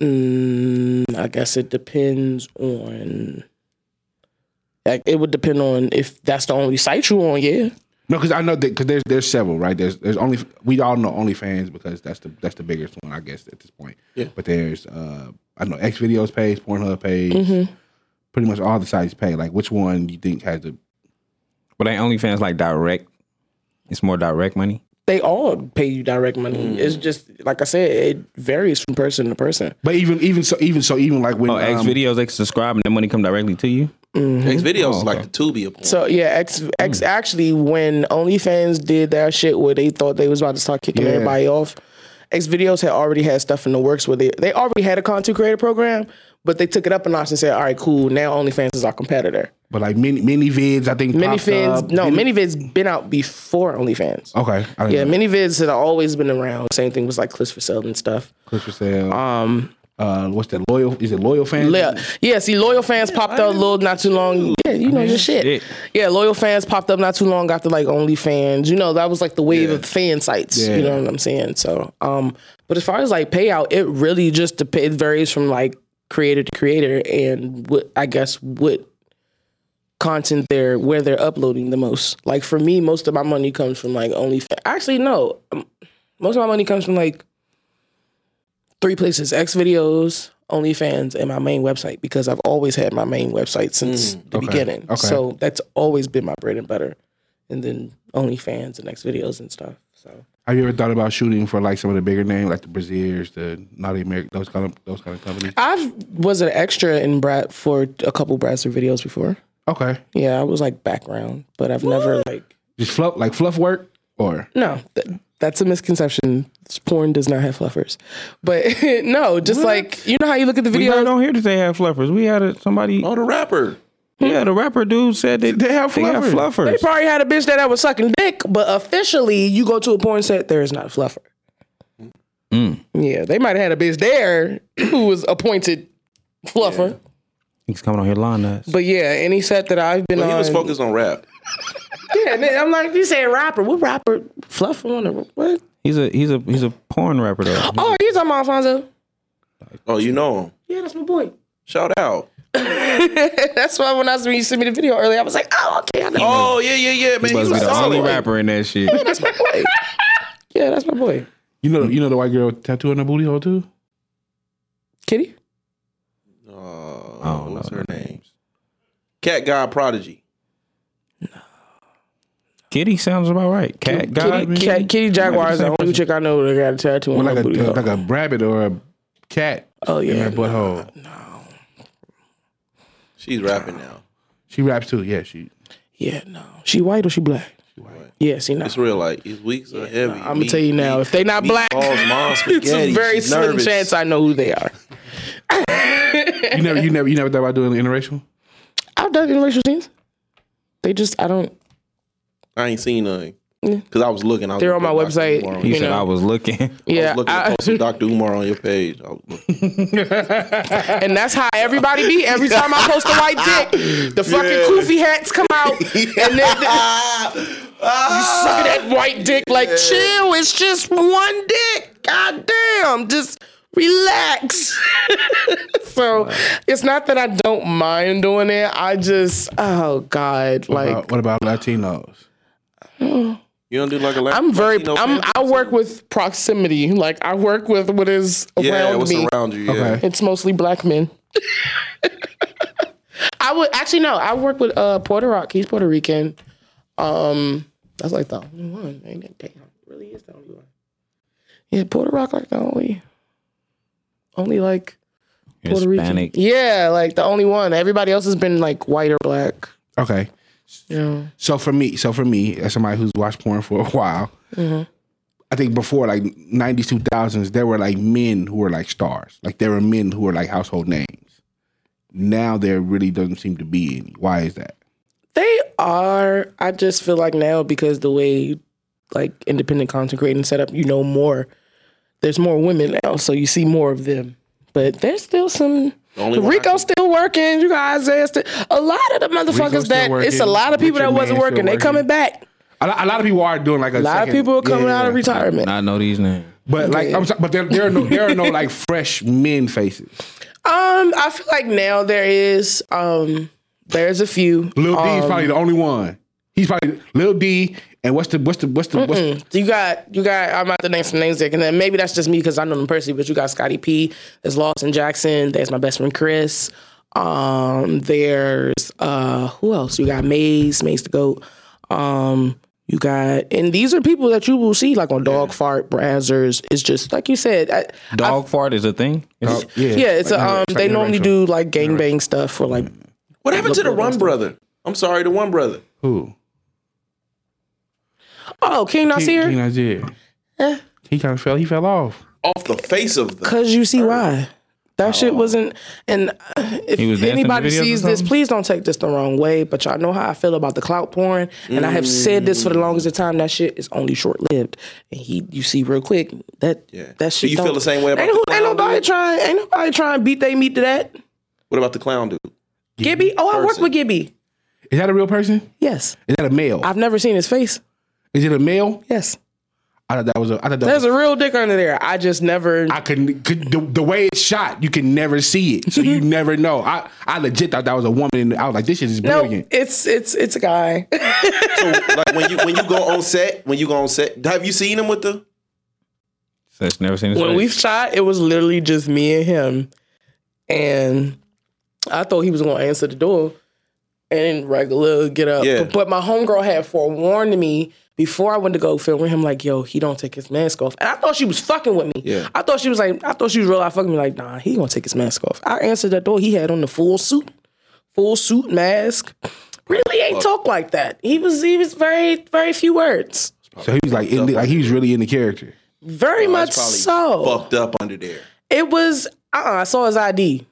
[SPEAKER 5] Mm, I guess it depends on. Like it would depend on if that's the only site you on, yeah.
[SPEAKER 4] No, because I know that because there's there's several right. There's there's only we all know OnlyFans because that's the that's the biggest one I guess at this point. Yeah. But there's uh I know X videos page, Pornhub page,
[SPEAKER 5] Mm-hmm.
[SPEAKER 4] pretty much all the sites pay. Like which one do you think has the
[SPEAKER 3] But ain't OnlyFans like direct? It's more direct money.
[SPEAKER 5] They all pay you direct money. It's just like I said, it varies from person to person.
[SPEAKER 4] But even even so even so even like when
[SPEAKER 3] Oh, X
[SPEAKER 4] um,
[SPEAKER 3] videos they subscribe and that money come directly to you.
[SPEAKER 1] Next video is like the Tubi of porn.
[SPEAKER 5] So yeah, X X actually when OnlyFans did that shit where they thought they was about to start kicking
[SPEAKER 4] Yeah.
[SPEAKER 5] everybody off, X videos had already had stuff in the works where they they already had a content creator program, but they took it up a notch and said, all right, cool, now OnlyFans is our competitor.
[SPEAKER 4] But like mini mini vids, I think popped
[SPEAKER 5] Minivids,
[SPEAKER 4] up.
[SPEAKER 5] no, Minivids been out before OnlyFans.
[SPEAKER 4] Okay, I didn't
[SPEAKER 5] Yeah,
[SPEAKER 4] know.
[SPEAKER 5] Minivids had always been around. Same thing was like Clips for Sale and stuff.
[SPEAKER 4] Clips for sale. Um, uh, what's that? Loyal? Is it loyal fans?
[SPEAKER 5] Yeah, yeah. See, loyal fans popped up a little not too long. Yeah, you know your shit.
[SPEAKER 3] shit.
[SPEAKER 5] Yeah, loyal fans popped up not too long after like OnlyFans. You know that was like the wave of fan sites.
[SPEAKER 4] Yeah.
[SPEAKER 5] You know what I'm saying? So, um, but as far as like payout, it really just depends. It varies from like creator to creator, and what I guess what content they're where they're uploading the most. Like for me, most of my money comes from like OnlyFans. Actually, no, um, most of my money comes from like three places: X videos, OnlyFans, and my main website because I've always had my main website since the beginning.
[SPEAKER 4] Mm, okay.
[SPEAKER 5] So that's always been my bread and butter, and then OnlyFans and X videos and stuff. So
[SPEAKER 4] Have you ever thought about shooting for like some of the bigger names, like the Braziers, the Naughty American, those kind of those kind of companies?
[SPEAKER 5] I was an extra in Brad for a couple Bradster videos before.
[SPEAKER 4] Okay,
[SPEAKER 5] Yeah, I was like background, but I've never like
[SPEAKER 4] just fluff like fluff work or
[SPEAKER 5] No, th- that's a misconception. Porn does not have fluffers, but *laughs* no, just like you know how you look at the
[SPEAKER 3] We heard
[SPEAKER 5] video.
[SPEAKER 3] on here that they have fluffers. We had a, somebody.
[SPEAKER 1] Oh, the rapper.
[SPEAKER 3] Yeah, the rapper dude said that they have fluffers.
[SPEAKER 5] They probably had a bitch that, that was sucking dick, but officially, you go to a porn set, there is not a fluffer. Yeah, they might have had a bitch there *clears throat* who was appointed fluffer,
[SPEAKER 3] He's coming on here lying to us.
[SPEAKER 5] but yeah, any set that I've been
[SPEAKER 1] But
[SPEAKER 5] on,
[SPEAKER 1] he was focused on rap.
[SPEAKER 5] yeah, and then I'm like, you say rapper, what rapper? Fluffer on the what?
[SPEAKER 3] He's a he's a he's a porn rapper though.
[SPEAKER 5] Oh, you talking about Alfonso?
[SPEAKER 1] Oh, you know him.
[SPEAKER 5] Yeah, that's my boy.
[SPEAKER 1] Shout out.
[SPEAKER 5] *laughs* That's why when I was when you sent me the video earlier, I was like, oh, okay, I know.
[SPEAKER 1] Oh yeah, yeah, yeah, man. He was
[SPEAKER 3] He's be the only
[SPEAKER 1] solid.
[SPEAKER 3] rapper in that shit.
[SPEAKER 5] *laughs* that's my boy. Yeah, that's my boy.
[SPEAKER 4] you
[SPEAKER 5] Mm-hmm.
[SPEAKER 4] know you know the white girl with tattoo on her booty hole too.
[SPEAKER 5] Kitty?
[SPEAKER 1] Oh, what's her name? Cat God Prodigy.
[SPEAKER 3] Kitty sounds about right. Cat guy.
[SPEAKER 5] Kitty, Cat- Kitty Jaguar is the only chick I know that got a tattoo on
[SPEAKER 4] Or like
[SPEAKER 5] her
[SPEAKER 4] a
[SPEAKER 5] booty. hole.
[SPEAKER 4] like a rabbit or a cat
[SPEAKER 5] oh,
[SPEAKER 4] in
[SPEAKER 5] yeah.
[SPEAKER 4] her butthole.
[SPEAKER 1] She's rapping now.
[SPEAKER 4] She raps too. Yeah, she.
[SPEAKER 5] Yeah, no. She white or she black? She white. Yeah, see, no.
[SPEAKER 1] It's real like his weeks are heavy.
[SPEAKER 5] I'm going to tell you now, if they not black,
[SPEAKER 1] Balls, mom,
[SPEAKER 5] *laughs* it's a very slim chance I know who they are.
[SPEAKER 4] You never you never you never thought about doing interracial.
[SPEAKER 5] I've done interracial scenes. They just, I don't,
[SPEAKER 1] I ain't seen nothing because I was looking. I was
[SPEAKER 5] They're on my
[SPEAKER 1] looking for Dr.
[SPEAKER 5] website.
[SPEAKER 1] Umar on
[SPEAKER 3] He
[SPEAKER 1] your-
[SPEAKER 3] said
[SPEAKER 5] know.
[SPEAKER 3] I was looking.
[SPEAKER 5] yeah.
[SPEAKER 1] I was looking
[SPEAKER 5] I-
[SPEAKER 1] to post some Dr. Umar on your page. I was looking.
[SPEAKER 5] and that's how everybody be. Every time I post a white dick, the fucking
[SPEAKER 1] Yeah. *laughs*
[SPEAKER 5] koofy hats come out. And then, Suck that white dick. Like, chill. It's just one dick. God damn. Just relax. *laughs* so it's not that I don't mind doing it. I just, oh God. Like,
[SPEAKER 4] Uh, what about Latinos?
[SPEAKER 1] You don't do like a Latin-
[SPEAKER 5] *laughs* I'm very.
[SPEAKER 1] Latino
[SPEAKER 5] I'm.
[SPEAKER 1] family?
[SPEAKER 5] I work with proximity. Like I work with what is around
[SPEAKER 1] yeah, what's
[SPEAKER 5] me.
[SPEAKER 1] around you? Yeah.
[SPEAKER 4] Okay.
[SPEAKER 5] It's mostly black men. *laughs* I would actually no. I work with uh Puerto Rock. He's Puerto Rican. Um, that's like the only one. Ain't that damn? Really is the only one. Yeah, Puerto Rock like the only, only like *laughs* Puerto
[SPEAKER 3] Hispanic.
[SPEAKER 5] Rican. Yeah, like the only one. Everybody else has been like white or black.
[SPEAKER 4] Okay.
[SPEAKER 5] Yeah.
[SPEAKER 4] So for me, so for me, as somebody who's watched porn for a while,
[SPEAKER 5] Mm-hmm.
[SPEAKER 4] I think before like nineties, two thousands, there were like men who were like stars. Like there were men who were like household names. Now there really doesn't seem to be any. Why is that?
[SPEAKER 5] They are. I just feel like now because the way like independent content creating set up, you know more. There's more women now, so you see more of them. But there's still some.
[SPEAKER 1] only one I
[SPEAKER 5] Rico's still working. You guys asked it. A lot of the
[SPEAKER 4] Rico's
[SPEAKER 5] motherfuckers
[SPEAKER 4] still
[SPEAKER 5] that it's a
[SPEAKER 4] working.
[SPEAKER 5] lot of people that
[SPEAKER 4] Richard Mann
[SPEAKER 5] wasn't
[SPEAKER 4] still
[SPEAKER 5] working. They
[SPEAKER 4] working.
[SPEAKER 5] coming back.
[SPEAKER 4] A lot, a lot of people are doing like a,
[SPEAKER 5] A lot of people are coming out of retirement.
[SPEAKER 3] I know these names.
[SPEAKER 4] But like, I'm sorry, but there, there are no, there are no like fresh men faces.
[SPEAKER 5] Um, I feel like now there is um there's a few.
[SPEAKER 4] Lil D is
[SPEAKER 5] Um,
[SPEAKER 4] probably the only one. He's probably Lil D, and what's the what's the what's the what's the,
[SPEAKER 5] You got, you got. I'm about to name some names there, and then maybe that's just me because I know them personally. But you got Scotty P. There's Lawson Jackson. There's my best friend Chris. Um, there's uh, who else? You got Maze, Maze the Goat. Um, you got, and these are people that you will see like on Dog Fart, Brazzers. It's just like you said. I,
[SPEAKER 3] Dog fart is a thing. It's-
[SPEAKER 5] yeah, it's a, um. they normally do like gangbang stuff or like.
[SPEAKER 1] What happened to the one brother? I'm sorry, the one brother.
[SPEAKER 4] who?
[SPEAKER 5] Oh, King
[SPEAKER 4] King
[SPEAKER 5] Nasir.
[SPEAKER 4] Nigeria. He kind of fell. He fell off.
[SPEAKER 1] Off the face of the
[SPEAKER 5] Cause you see why. That shit wasn't, and uh, if
[SPEAKER 3] He was dancing in
[SPEAKER 5] anybody
[SPEAKER 3] the videos or
[SPEAKER 5] sees this,
[SPEAKER 3] something?
[SPEAKER 5] please don't take this the wrong way. But y'all know how I feel about the clout porn, and I have said this
[SPEAKER 1] Mm.
[SPEAKER 5] for the longest of time. That shit is only short lived, and he, you see, real quick that
[SPEAKER 1] Yeah.
[SPEAKER 5] that
[SPEAKER 1] So
[SPEAKER 5] shit.
[SPEAKER 1] you feel
[SPEAKER 5] don't-
[SPEAKER 1] the same way about
[SPEAKER 5] ain't,
[SPEAKER 1] the
[SPEAKER 5] who- ain't
[SPEAKER 1] clown,
[SPEAKER 5] nobody
[SPEAKER 1] dude?
[SPEAKER 5] trying. Ain't nobody trying to beat they meat to that.
[SPEAKER 1] What about the clown dude?
[SPEAKER 5] Gibby. Oh, I worked
[SPEAKER 1] Person.
[SPEAKER 5] with Gibby.
[SPEAKER 4] Is that a real person?
[SPEAKER 5] Yes,
[SPEAKER 4] Is that a male?
[SPEAKER 5] I've never seen his face.
[SPEAKER 4] Is it a male?
[SPEAKER 5] Yes,
[SPEAKER 4] I thought that was a. I thought that
[SPEAKER 5] there's
[SPEAKER 4] was.
[SPEAKER 5] a real dick under there. I just never.
[SPEAKER 4] I couldn't. Could, the, the way it's shot, you can never see it, so you never know. I I legit thought that was a woman. And I was like, this shit is
[SPEAKER 5] no,
[SPEAKER 4] brilliant.
[SPEAKER 5] it's it's it's a guy. *laughs*
[SPEAKER 1] *laughs* So, like when you when you go on set, when you go on set, have you seen him with the?
[SPEAKER 3] So it's never seen. his
[SPEAKER 5] when
[SPEAKER 3] face.
[SPEAKER 5] we shot, it was literally just me and him. And I thought he was gonna answer the door and regular get up.
[SPEAKER 1] Yeah.
[SPEAKER 5] But, but my homegirl had forewarned me before I went to go film with him, like, yo, he don't take his mask off. And I thought she was fucking with me.
[SPEAKER 1] Yeah.
[SPEAKER 5] I thought she was like, I thought she was real out fucking me, like, nah, he gonna take his mask off. I answered that door, he had on the full suit, full suit mask. Really ain't talk like that. He was he was very, very few words.
[SPEAKER 4] So he was like, in the, like he was really in the character.
[SPEAKER 5] Very much
[SPEAKER 1] It's probably
[SPEAKER 5] so.
[SPEAKER 1] fucked up under there.
[SPEAKER 5] It was uh uh I saw his ID.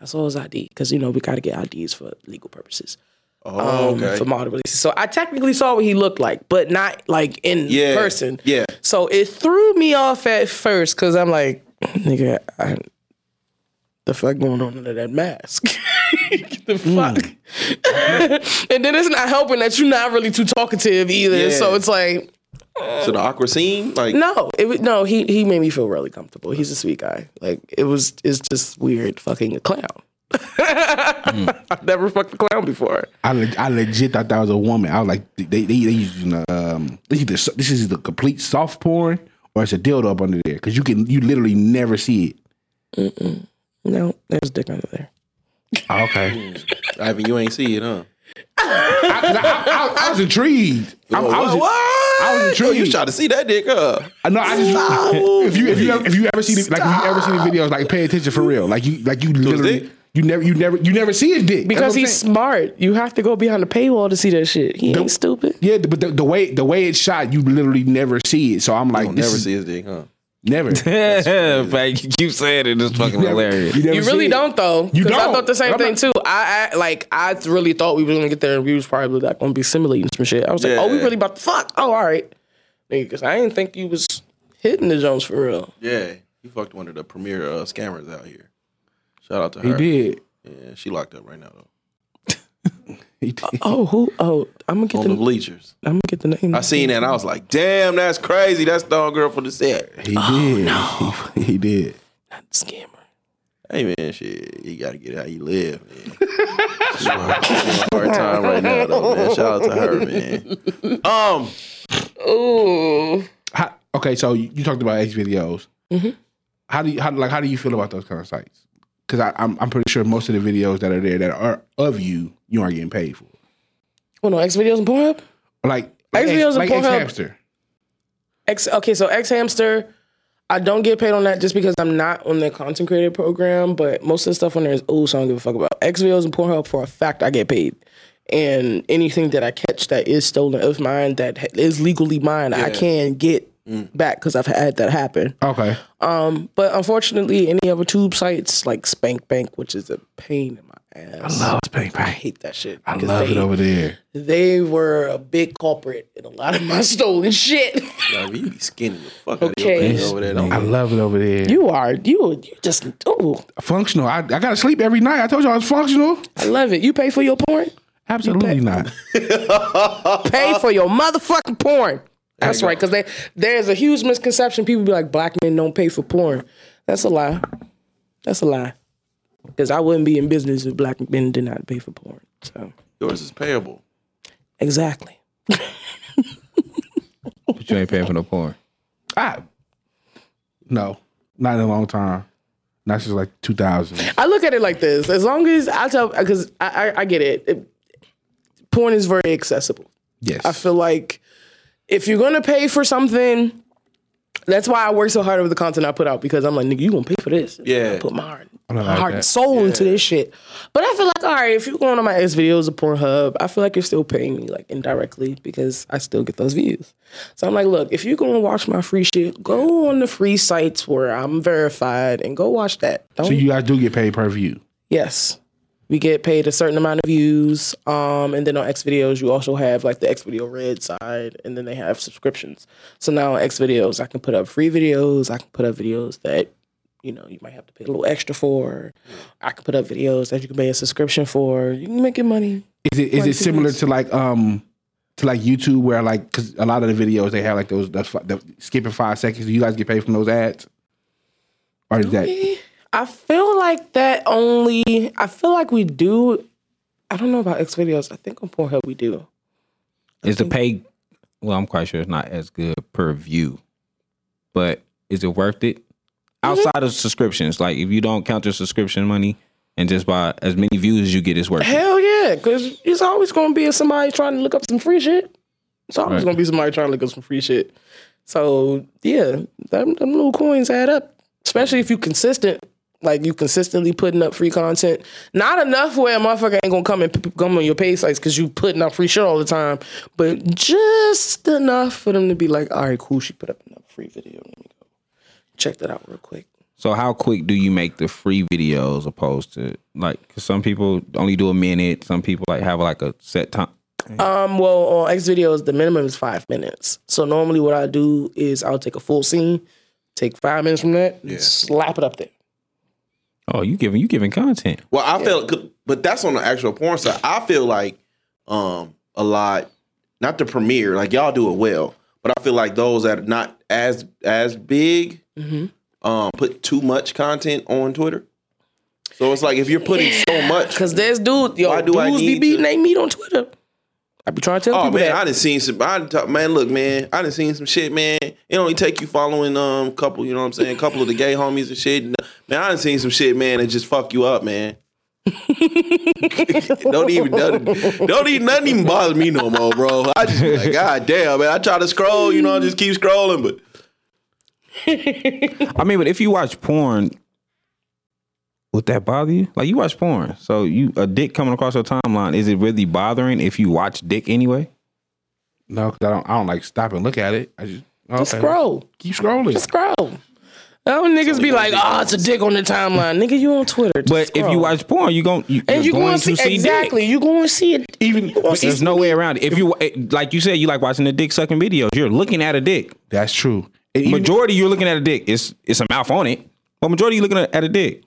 [SPEAKER 5] I saw his ID because you know we gotta get IDs for legal purposes
[SPEAKER 1] Oh,
[SPEAKER 5] um,
[SPEAKER 1] okay.
[SPEAKER 5] for model releases. So I technically saw what he looked like, but not like in
[SPEAKER 1] Yeah,
[SPEAKER 5] person.
[SPEAKER 1] yeah.
[SPEAKER 5] So it threw me off at first because I'm like, nigga, I, the fuck going on under that mask? *laughs* the
[SPEAKER 1] Hmm.
[SPEAKER 5] fuck. *laughs* and then it's not helping that you're not really too talkative either.
[SPEAKER 1] Yeah.
[SPEAKER 5] So it's like,
[SPEAKER 1] so the awkward scene, like
[SPEAKER 5] no, it was, no. He he made me feel really comfortable. He's a sweet guy. Like it was, it's just weird. Fucking a clown. *laughs* I've never fucked a clown before.
[SPEAKER 4] I, le- I legit thought that was a woman. I was like, they they, they using um this is the, this is the complete soft porn or it's a dildo up under there because you can you literally never see it.
[SPEAKER 5] No, there's dick under there.
[SPEAKER 4] Okay,
[SPEAKER 1] Ivan, you ain't see it, huh?
[SPEAKER 4] I, 'cause I- I- I was intrigued. I, I
[SPEAKER 1] Oh,
[SPEAKER 4] was,
[SPEAKER 1] what?
[SPEAKER 4] I was
[SPEAKER 1] Oh, you
[SPEAKER 4] intrigued.
[SPEAKER 1] tried to see that dick, huh?
[SPEAKER 4] I know. I just if you if you if you ever see the, like if you ever see the videos, like pay attention for real. Like you like you literally
[SPEAKER 1] dick?
[SPEAKER 4] you never you never you never see his dick That's
[SPEAKER 5] Because
[SPEAKER 4] what I'm
[SPEAKER 5] he's
[SPEAKER 4] saying.
[SPEAKER 5] smart. You have to go behind the paywall to see that shit. He
[SPEAKER 4] Nope.
[SPEAKER 5] ain't stupid.
[SPEAKER 4] yeah, but the, the way the way it's shot, you literally never see it. So I'm like,
[SPEAKER 1] I'll
[SPEAKER 4] this
[SPEAKER 1] never
[SPEAKER 4] is-
[SPEAKER 1] see his dick, huh?
[SPEAKER 4] never. You
[SPEAKER 3] Yeah, like you keep saying it, it's fucking
[SPEAKER 4] never-
[SPEAKER 3] *laughs* hilarious.
[SPEAKER 4] never
[SPEAKER 5] *laughs* You
[SPEAKER 4] see
[SPEAKER 5] really
[SPEAKER 4] it.
[SPEAKER 5] don't though.
[SPEAKER 4] You
[SPEAKER 5] 'Cause I
[SPEAKER 4] don't.
[SPEAKER 5] thought the same
[SPEAKER 4] I'm
[SPEAKER 5] thing
[SPEAKER 4] not-
[SPEAKER 5] too. I, I like I really thought we was gonna get there and we was probably like gonna be simulating some shit. I was like,
[SPEAKER 1] Yeah.
[SPEAKER 5] oh, we really about to fuck. Oh, all right, because I didn't think you was hitting the Jones for real.
[SPEAKER 1] Yeah, he fucked one of the premier uh, scammers out here. Shout out to
[SPEAKER 4] He
[SPEAKER 1] her.
[SPEAKER 4] did.
[SPEAKER 1] Yeah, she locked up right now though.
[SPEAKER 4] He did.
[SPEAKER 5] Oh, who? Oh, I'm gonna get
[SPEAKER 1] on the
[SPEAKER 5] the.
[SPEAKER 1] bleachers.
[SPEAKER 5] I'm gonna get the name.
[SPEAKER 1] I seen that and I was like, damn, that's crazy. That's dog girl from the set.
[SPEAKER 4] He
[SPEAKER 5] Oh,
[SPEAKER 4] did. *laughs* He, did.
[SPEAKER 5] Scammer.
[SPEAKER 1] Hey man, shit, you gotta get how you live, man.
[SPEAKER 5] *laughs*
[SPEAKER 1] She's hard- she's having a hard time right now, though, man. Shout out to her, man. Um,
[SPEAKER 5] Ooh.
[SPEAKER 4] How, okay, so you you talked about X videos.
[SPEAKER 5] Mm-hmm.
[SPEAKER 4] How do you how like how do you feel about those kind of sites? Because I'm I'm pretty sure most of the videos that are there that are of you, you aren't getting paid for.
[SPEAKER 5] What on Oh, X videos and Pornhub?
[SPEAKER 4] Like like
[SPEAKER 5] X videos and
[SPEAKER 4] like X
[SPEAKER 5] Pornhub.
[SPEAKER 4] hamster.
[SPEAKER 5] X. Okay, so X Hamster. I don't get paid on that just because I'm not on the content creator program. But most of the stuff on there is old, so I don't give a fuck about X videos and Pornhub. For a fact, I get paid. And anything that I catch that is stolen of mine that ha- is legally mine, I can get
[SPEAKER 4] Mm.
[SPEAKER 5] back because I've had that happen.
[SPEAKER 4] Okay.
[SPEAKER 5] But unfortunately, any other tube sites like Spank Bank, which is a pain in my ass. I hate that shit.
[SPEAKER 4] I love it over there.
[SPEAKER 5] They were a big culprit in a lot of my *laughs* stolen shit.
[SPEAKER 1] nah, you be skinning the fuck out of your
[SPEAKER 5] Okay.
[SPEAKER 1] face over there.
[SPEAKER 4] I
[SPEAKER 1] Don't
[SPEAKER 4] love it over there.
[SPEAKER 5] You are you you just ooh,
[SPEAKER 4] functional. I, I gotta sleep every night. I told you I was functional.
[SPEAKER 5] I love it. You pay for your porn?
[SPEAKER 4] Absolutely not.
[SPEAKER 5] Pay for your motherfucking porn. That's right, because they there's a huge misconception. People be like, black men don't pay for porn. That's a lie. That's a lie. Because I wouldn't be in business if black men did not pay for porn. So
[SPEAKER 1] yours is payable.
[SPEAKER 5] exactly.
[SPEAKER 3] But you ain't paying for no porn.
[SPEAKER 4] *laughs* I no, not in a long time. Not since like 2000.
[SPEAKER 5] I look at it like this: as long as I tell, because I, I I get it. it, porn is very accessible.
[SPEAKER 4] Yes,
[SPEAKER 5] I feel like if you're gonna pay for something, that's why I work so hard over the content I put out because I'm like, nigga, you gonna pay for this?
[SPEAKER 1] Yeah.
[SPEAKER 5] I put my heart,
[SPEAKER 4] not like
[SPEAKER 5] heart
[SPEAKER 4] that.
[SPEAKER 5] and soul into this shit. But I feel like, all right, if you're going on my X videos or Pornhub, I feel like you're still paying me like indirectly because I still get those views. So I'm like, look, if you're gonna watch my free shit, go on the free sites where I'm verified and go watch that. Don't
[SPEAKER 4] So you guys do get paid per view.
[SPEAKER 5] Yes. We get paid a certain amount of views. Um, and then on X videos, you also have like the X video red side, and then they have subscriptions. So now on X videos, I can put up free videos. I can put up videos that, you know, you might have to pay a little extra for. I can put up videos that you can pay a subscription for. You can make your money.
[SPEAKER 4] Is it is
[SPEAKER 5] Like
[SPEAKER 4] it
[SPEAKER 5] two
[SPEAKER 4] similar
[SPEAKER 5] weeks.
[SPEAKER 4] to like um to like YouTube where like because a lot of the videos they have like those that's like the skipping five seconds. Do you guys get paid from those ads? Or is that
[SPEAKER 5] Eh. I feel like that only, I feel like we do. I don't know about X videos. I think on Pornhub we do.
[SPEAKER 3] Is the pay? Well, I'm quite sure it's not as good per view, but is it worth it? Outside of subscriptions, like if you don't count your subscription money and just buy as many views as you get, it's worth it.
[SPEAKER 5] Hell yeah, because it's always going to be somebody trying to look up some free shit. It's always
[SPEAKER 3] Right.
[SPEAKER 5] going to be somebody trying to look up some free shit. So yeah, them, them little coins add up, especially if you consistent. Like you consistently putting up free content, not enough where a motherfucker ain't gonna come and p- p- come on your pay sites because you putting up free shit all the time, but just enough for them to be like, all right, cool, she put up enough free video. Let me go check that out real quick.
[SPEAKER 3] So how quick do you make the free videos opposed to like 'cause some people only do a minute, some people like have like a set time.
[SPEAKER 5] Um, well, on X videos, the minimum is five minutes. So normally, what I do is I'll take a full scene, take five minutes from that, slap it up there.
[SPEAKER 3] Oh, you giving you giving content.
[SPEAKER 1] Well, I feel, but that's on the actual porn side. I feel like um a lot, not the premiere, like y'all do it well, but I feel like those that are not as as big
[SPEAKER 5] Mm-hmm.
[SPEAKER 1] um put too much content on Twitter. So it's like if you're putting so much,
[SPEAKER 5] Cause there's dudes, yo,
[SPEAKER 1] Why do I
[SPEAKER 5] dudes be
[SPEAKER 1] need
[SPEAKER 5] beating
[SPEAKER 1] to-
[SPEAKER 5] they meat on Twitter. I be trying to tell
[SPEAKER 1] Oh
[SPEAKER 5] people
[SPEAKER 1] man,
[SPEAKER 5] that.
[SPEAKER 1] I done seen some. I done talk, man, look, man, I done seen some shit, man. It only take you following um couple, you know what I'm saying, couple of the gay homies and shit. And, uh, Man, I done seen some shit, man, that just fuck you up, man. *laughs* don't even don't, don't even nothing even bother me no more, bro. I just be
[SPEAKER 5] *laughs*
[SPEAKER 1] like, god damn, man. I try to scroll, you know, I just keep scrolling, but
[SPEAKER 3] I mean, but if you watch porn, would that bother you? Like you watch porn, so you a dick coming across your timeline. Is it really bothering if you watch dick anyway?
[SPEAKER 4] no? Because I don't I don't like stop and look at it. I just
[SPEAKER 5] Just
[SPEAKER 4] okay.
[SPEAKER 5] scroll,
[SPEAKER 4] Keep scrolling.
[SPEAKER 5] just scroll. Oh, niggas be like, oh, it's a dick on the timeline, nigga. You on Twitter, just
[SPEAKER 3] But if
[SPEAKER 5] scroll.
[SPEAKER 3] you watch porn, you gon' you, you're
[SPEAKER 5] and you
[SPEAKER 3] going
[SPEAKER 5] going
[SPEAKER 3] to see dick.
[SPEAKER 5] exactly, you going to see it. *laughs*
[SPEAKER 4] Even
[SPEAKER 5] gonna see-
[SPEAKER 3] There's no way around it. If you eh, like, you said you like watching the dick sucking videos. You're looking at a dick.
[SPEAKER 4] that's true. And even,
[SPEAKER 3] Majority, you're looking at a dick. It's it's a mouth on it, but majority, you're looking at at a dick.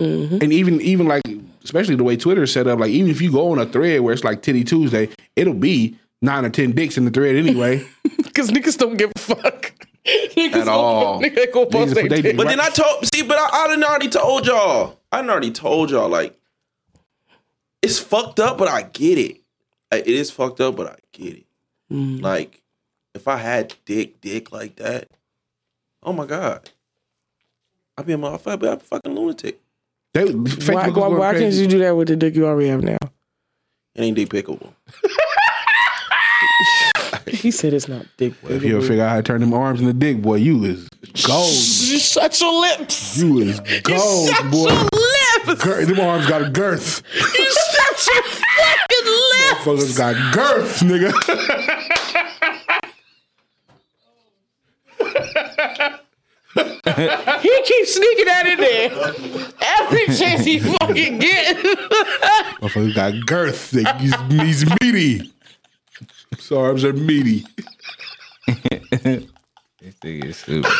[SPEAKER 4] and even even like especially the way Twitter is set up, like even if you go on a thread where it's like Titty Tuesday, it'll be nine or ten dicks in the thread
[SPEAKER 5] *laughs*
[SPEAKER 4] anyway.
[SPEAKER 5] Because niggas don't give a fuck. *laughs* niggas don't
[SPEAKER 4] all.
[SPEAKER 5] Nigga, they go post
[SPEAKER 4] Niggas
[SPEAKER 5] their
[SPEAKER 4] put they
[SPEAKER 5] dick.
[SPEAKER 4] dick
[SPEAKER 1] But then I told, see, but I, I done already told y'all. I done already told y'all, like, it's fucked up, but I get it. Like, It is fucked up, but I get it. Like, if I had dick, dick like that, oh my God. I'd be a motherfucker, I'd be a fucking lunatic.
[SPEAKER 4] They,
[SPEAKER 5] Why,
[SPEAKER 4] Facebook
[SPEAKER 5] why,
[SPEAKER 4] was
[SPEAKER 5] why
[SPEAKER 4] going
[SPEAKER 5] can't
[SPEAKER 4] crazy.
[SPEAKER 5] you do that with the dick you already have now?
[SPEAKER 1] It ain't dick pickable.
[SPEAKER 5] He said it's not dick.
[SPEAKER 4] If you figure out how to turn them arms into dick, boy, you is gold.
[SPEAKER 5] You shut your lips.
[SPEAKER 4] you
[SPEAKER 5] *laughs*
[SPEAKER 4] is gold,
[SPEAKER 5] shut
[SPEAKER 4] boy.
[SPEAKER 5] your lips.
[SPEAKER 4] Girth, them arms got a girth.
[SPEAKER 5] You shut your fucking
[SPEAKER 4] Fuckers
[SPEAKER 5] lips.
[SPEAKER 4] got girth, nigga.
[SPEAKER 5] He keeps sneaking that in there. Every chance he fucking get.
[SPEAKER 4] Motherfuckers got girth. They, he's, he's meaty. His arms are meaty.
[SPEAKER 3] This thing is stupid.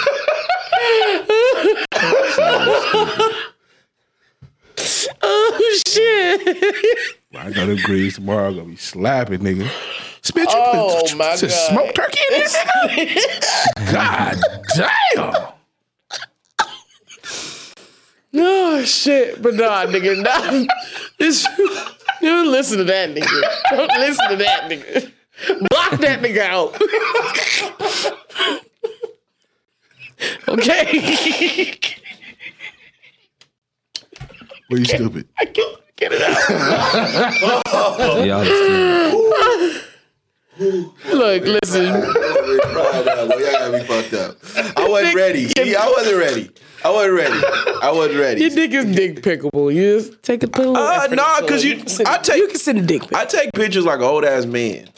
[SPEAKER 5] oh shit.
[SPEAKER 4] I know them greens tomorrow are gonna be slapping, nigga. Spit you
[SPEAKER 5] Oh,
[SPEAKER 4] put-
[SPEAKER 5] my
[SPEAKER 4] to
[SPEAKER 5] God.
[SPEAKER 4] smoke turkey in
[SPEAKER 5] *laughs*
[SPEAKER 4] this nigga? God
[SPEAKER 3] *laughs*
[SPEAKER 4] damn.
[SPEAKER 5] Oh shit. But nah, nigga, nah. It's, you don't listen to that nigga. Don't listen to that nigga. Block that nigga out. okay. *laughs*
[SPEAKER 4] Well, you stupid.
[SPEAKER 5] Get it out.
[SPEAKER 3] Y'all is stupid.
[SPEAKER 5] Look, listen.
[SPEAKER 1] uh, Y'all got me fucked up. I wasn't ready. *laughs* See, I wasn't ready. I wasn't ready. I wasn't *laughs* ready.
[SPEAKER 5] Your dick is dick pickable. You just take a pillow.
[SPEAKER 1] Uh, nah, cause you, I take
[SPEAKER 5] you can send a dick pic.
[SPEAKER 1] I take pictures like an old ass man.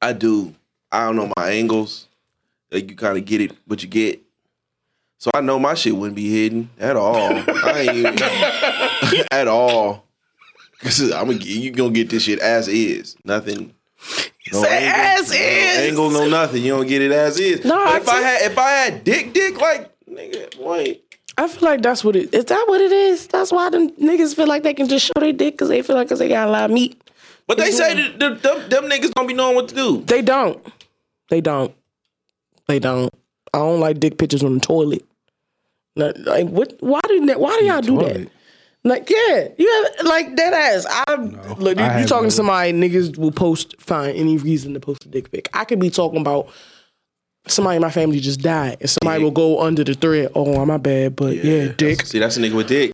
[SPEAKER 1] I do. I don't know my angles. Like you kind of get it, what you get. So I know my shit wouldn't be hidden at all. I
[SPEAKER 5] *laughs*
[SPEAKER 1] ain't even, *laughs* at all. Cause I'm gonna you gonna get this shit as is. Nothing. No
[SPEAKER 5] as is.
[SPEAKER 1] No angle, no nothing. You don't get it as is.
[SPEAKER 5] No,
[SPEAKER 1] but
[SPEAKER 5] I
[SPEAKER 1] if I
[SPEAKER 5] took-
[SPEAKER 1] had if I had dick dick like nigga wait.
[SPEAKER 5] I feel like that's what it is. That what it is. That's why them niggas feel like they can just show their dick because they feel like 'cause they got a lot of meat.
[SPEAKER 1] But they say that them, them, them niggas don't be knowing what to do.
[SPEAKER 5] They don't. They don't. They don't. I don't like dick pictures on the toilet. No, Like what? Why do Why do y'all do that? Like yeah, you have like dead ass. I look. You,
[SPEAKER 4] I
[SPEAKER 5] you
[SPEAKER 4] have
[SPEAKER 5] talking
[SPEAKER 4] no-
[SPEAKER 5] to somebody? Niggas will post find any reason to post a dick pic. I could be talking about somebody in my family just died, and somebody will go under the thread. Oh, my bad, but yeah dick.
[SPEAKER 1] See, that's a nigga with dick.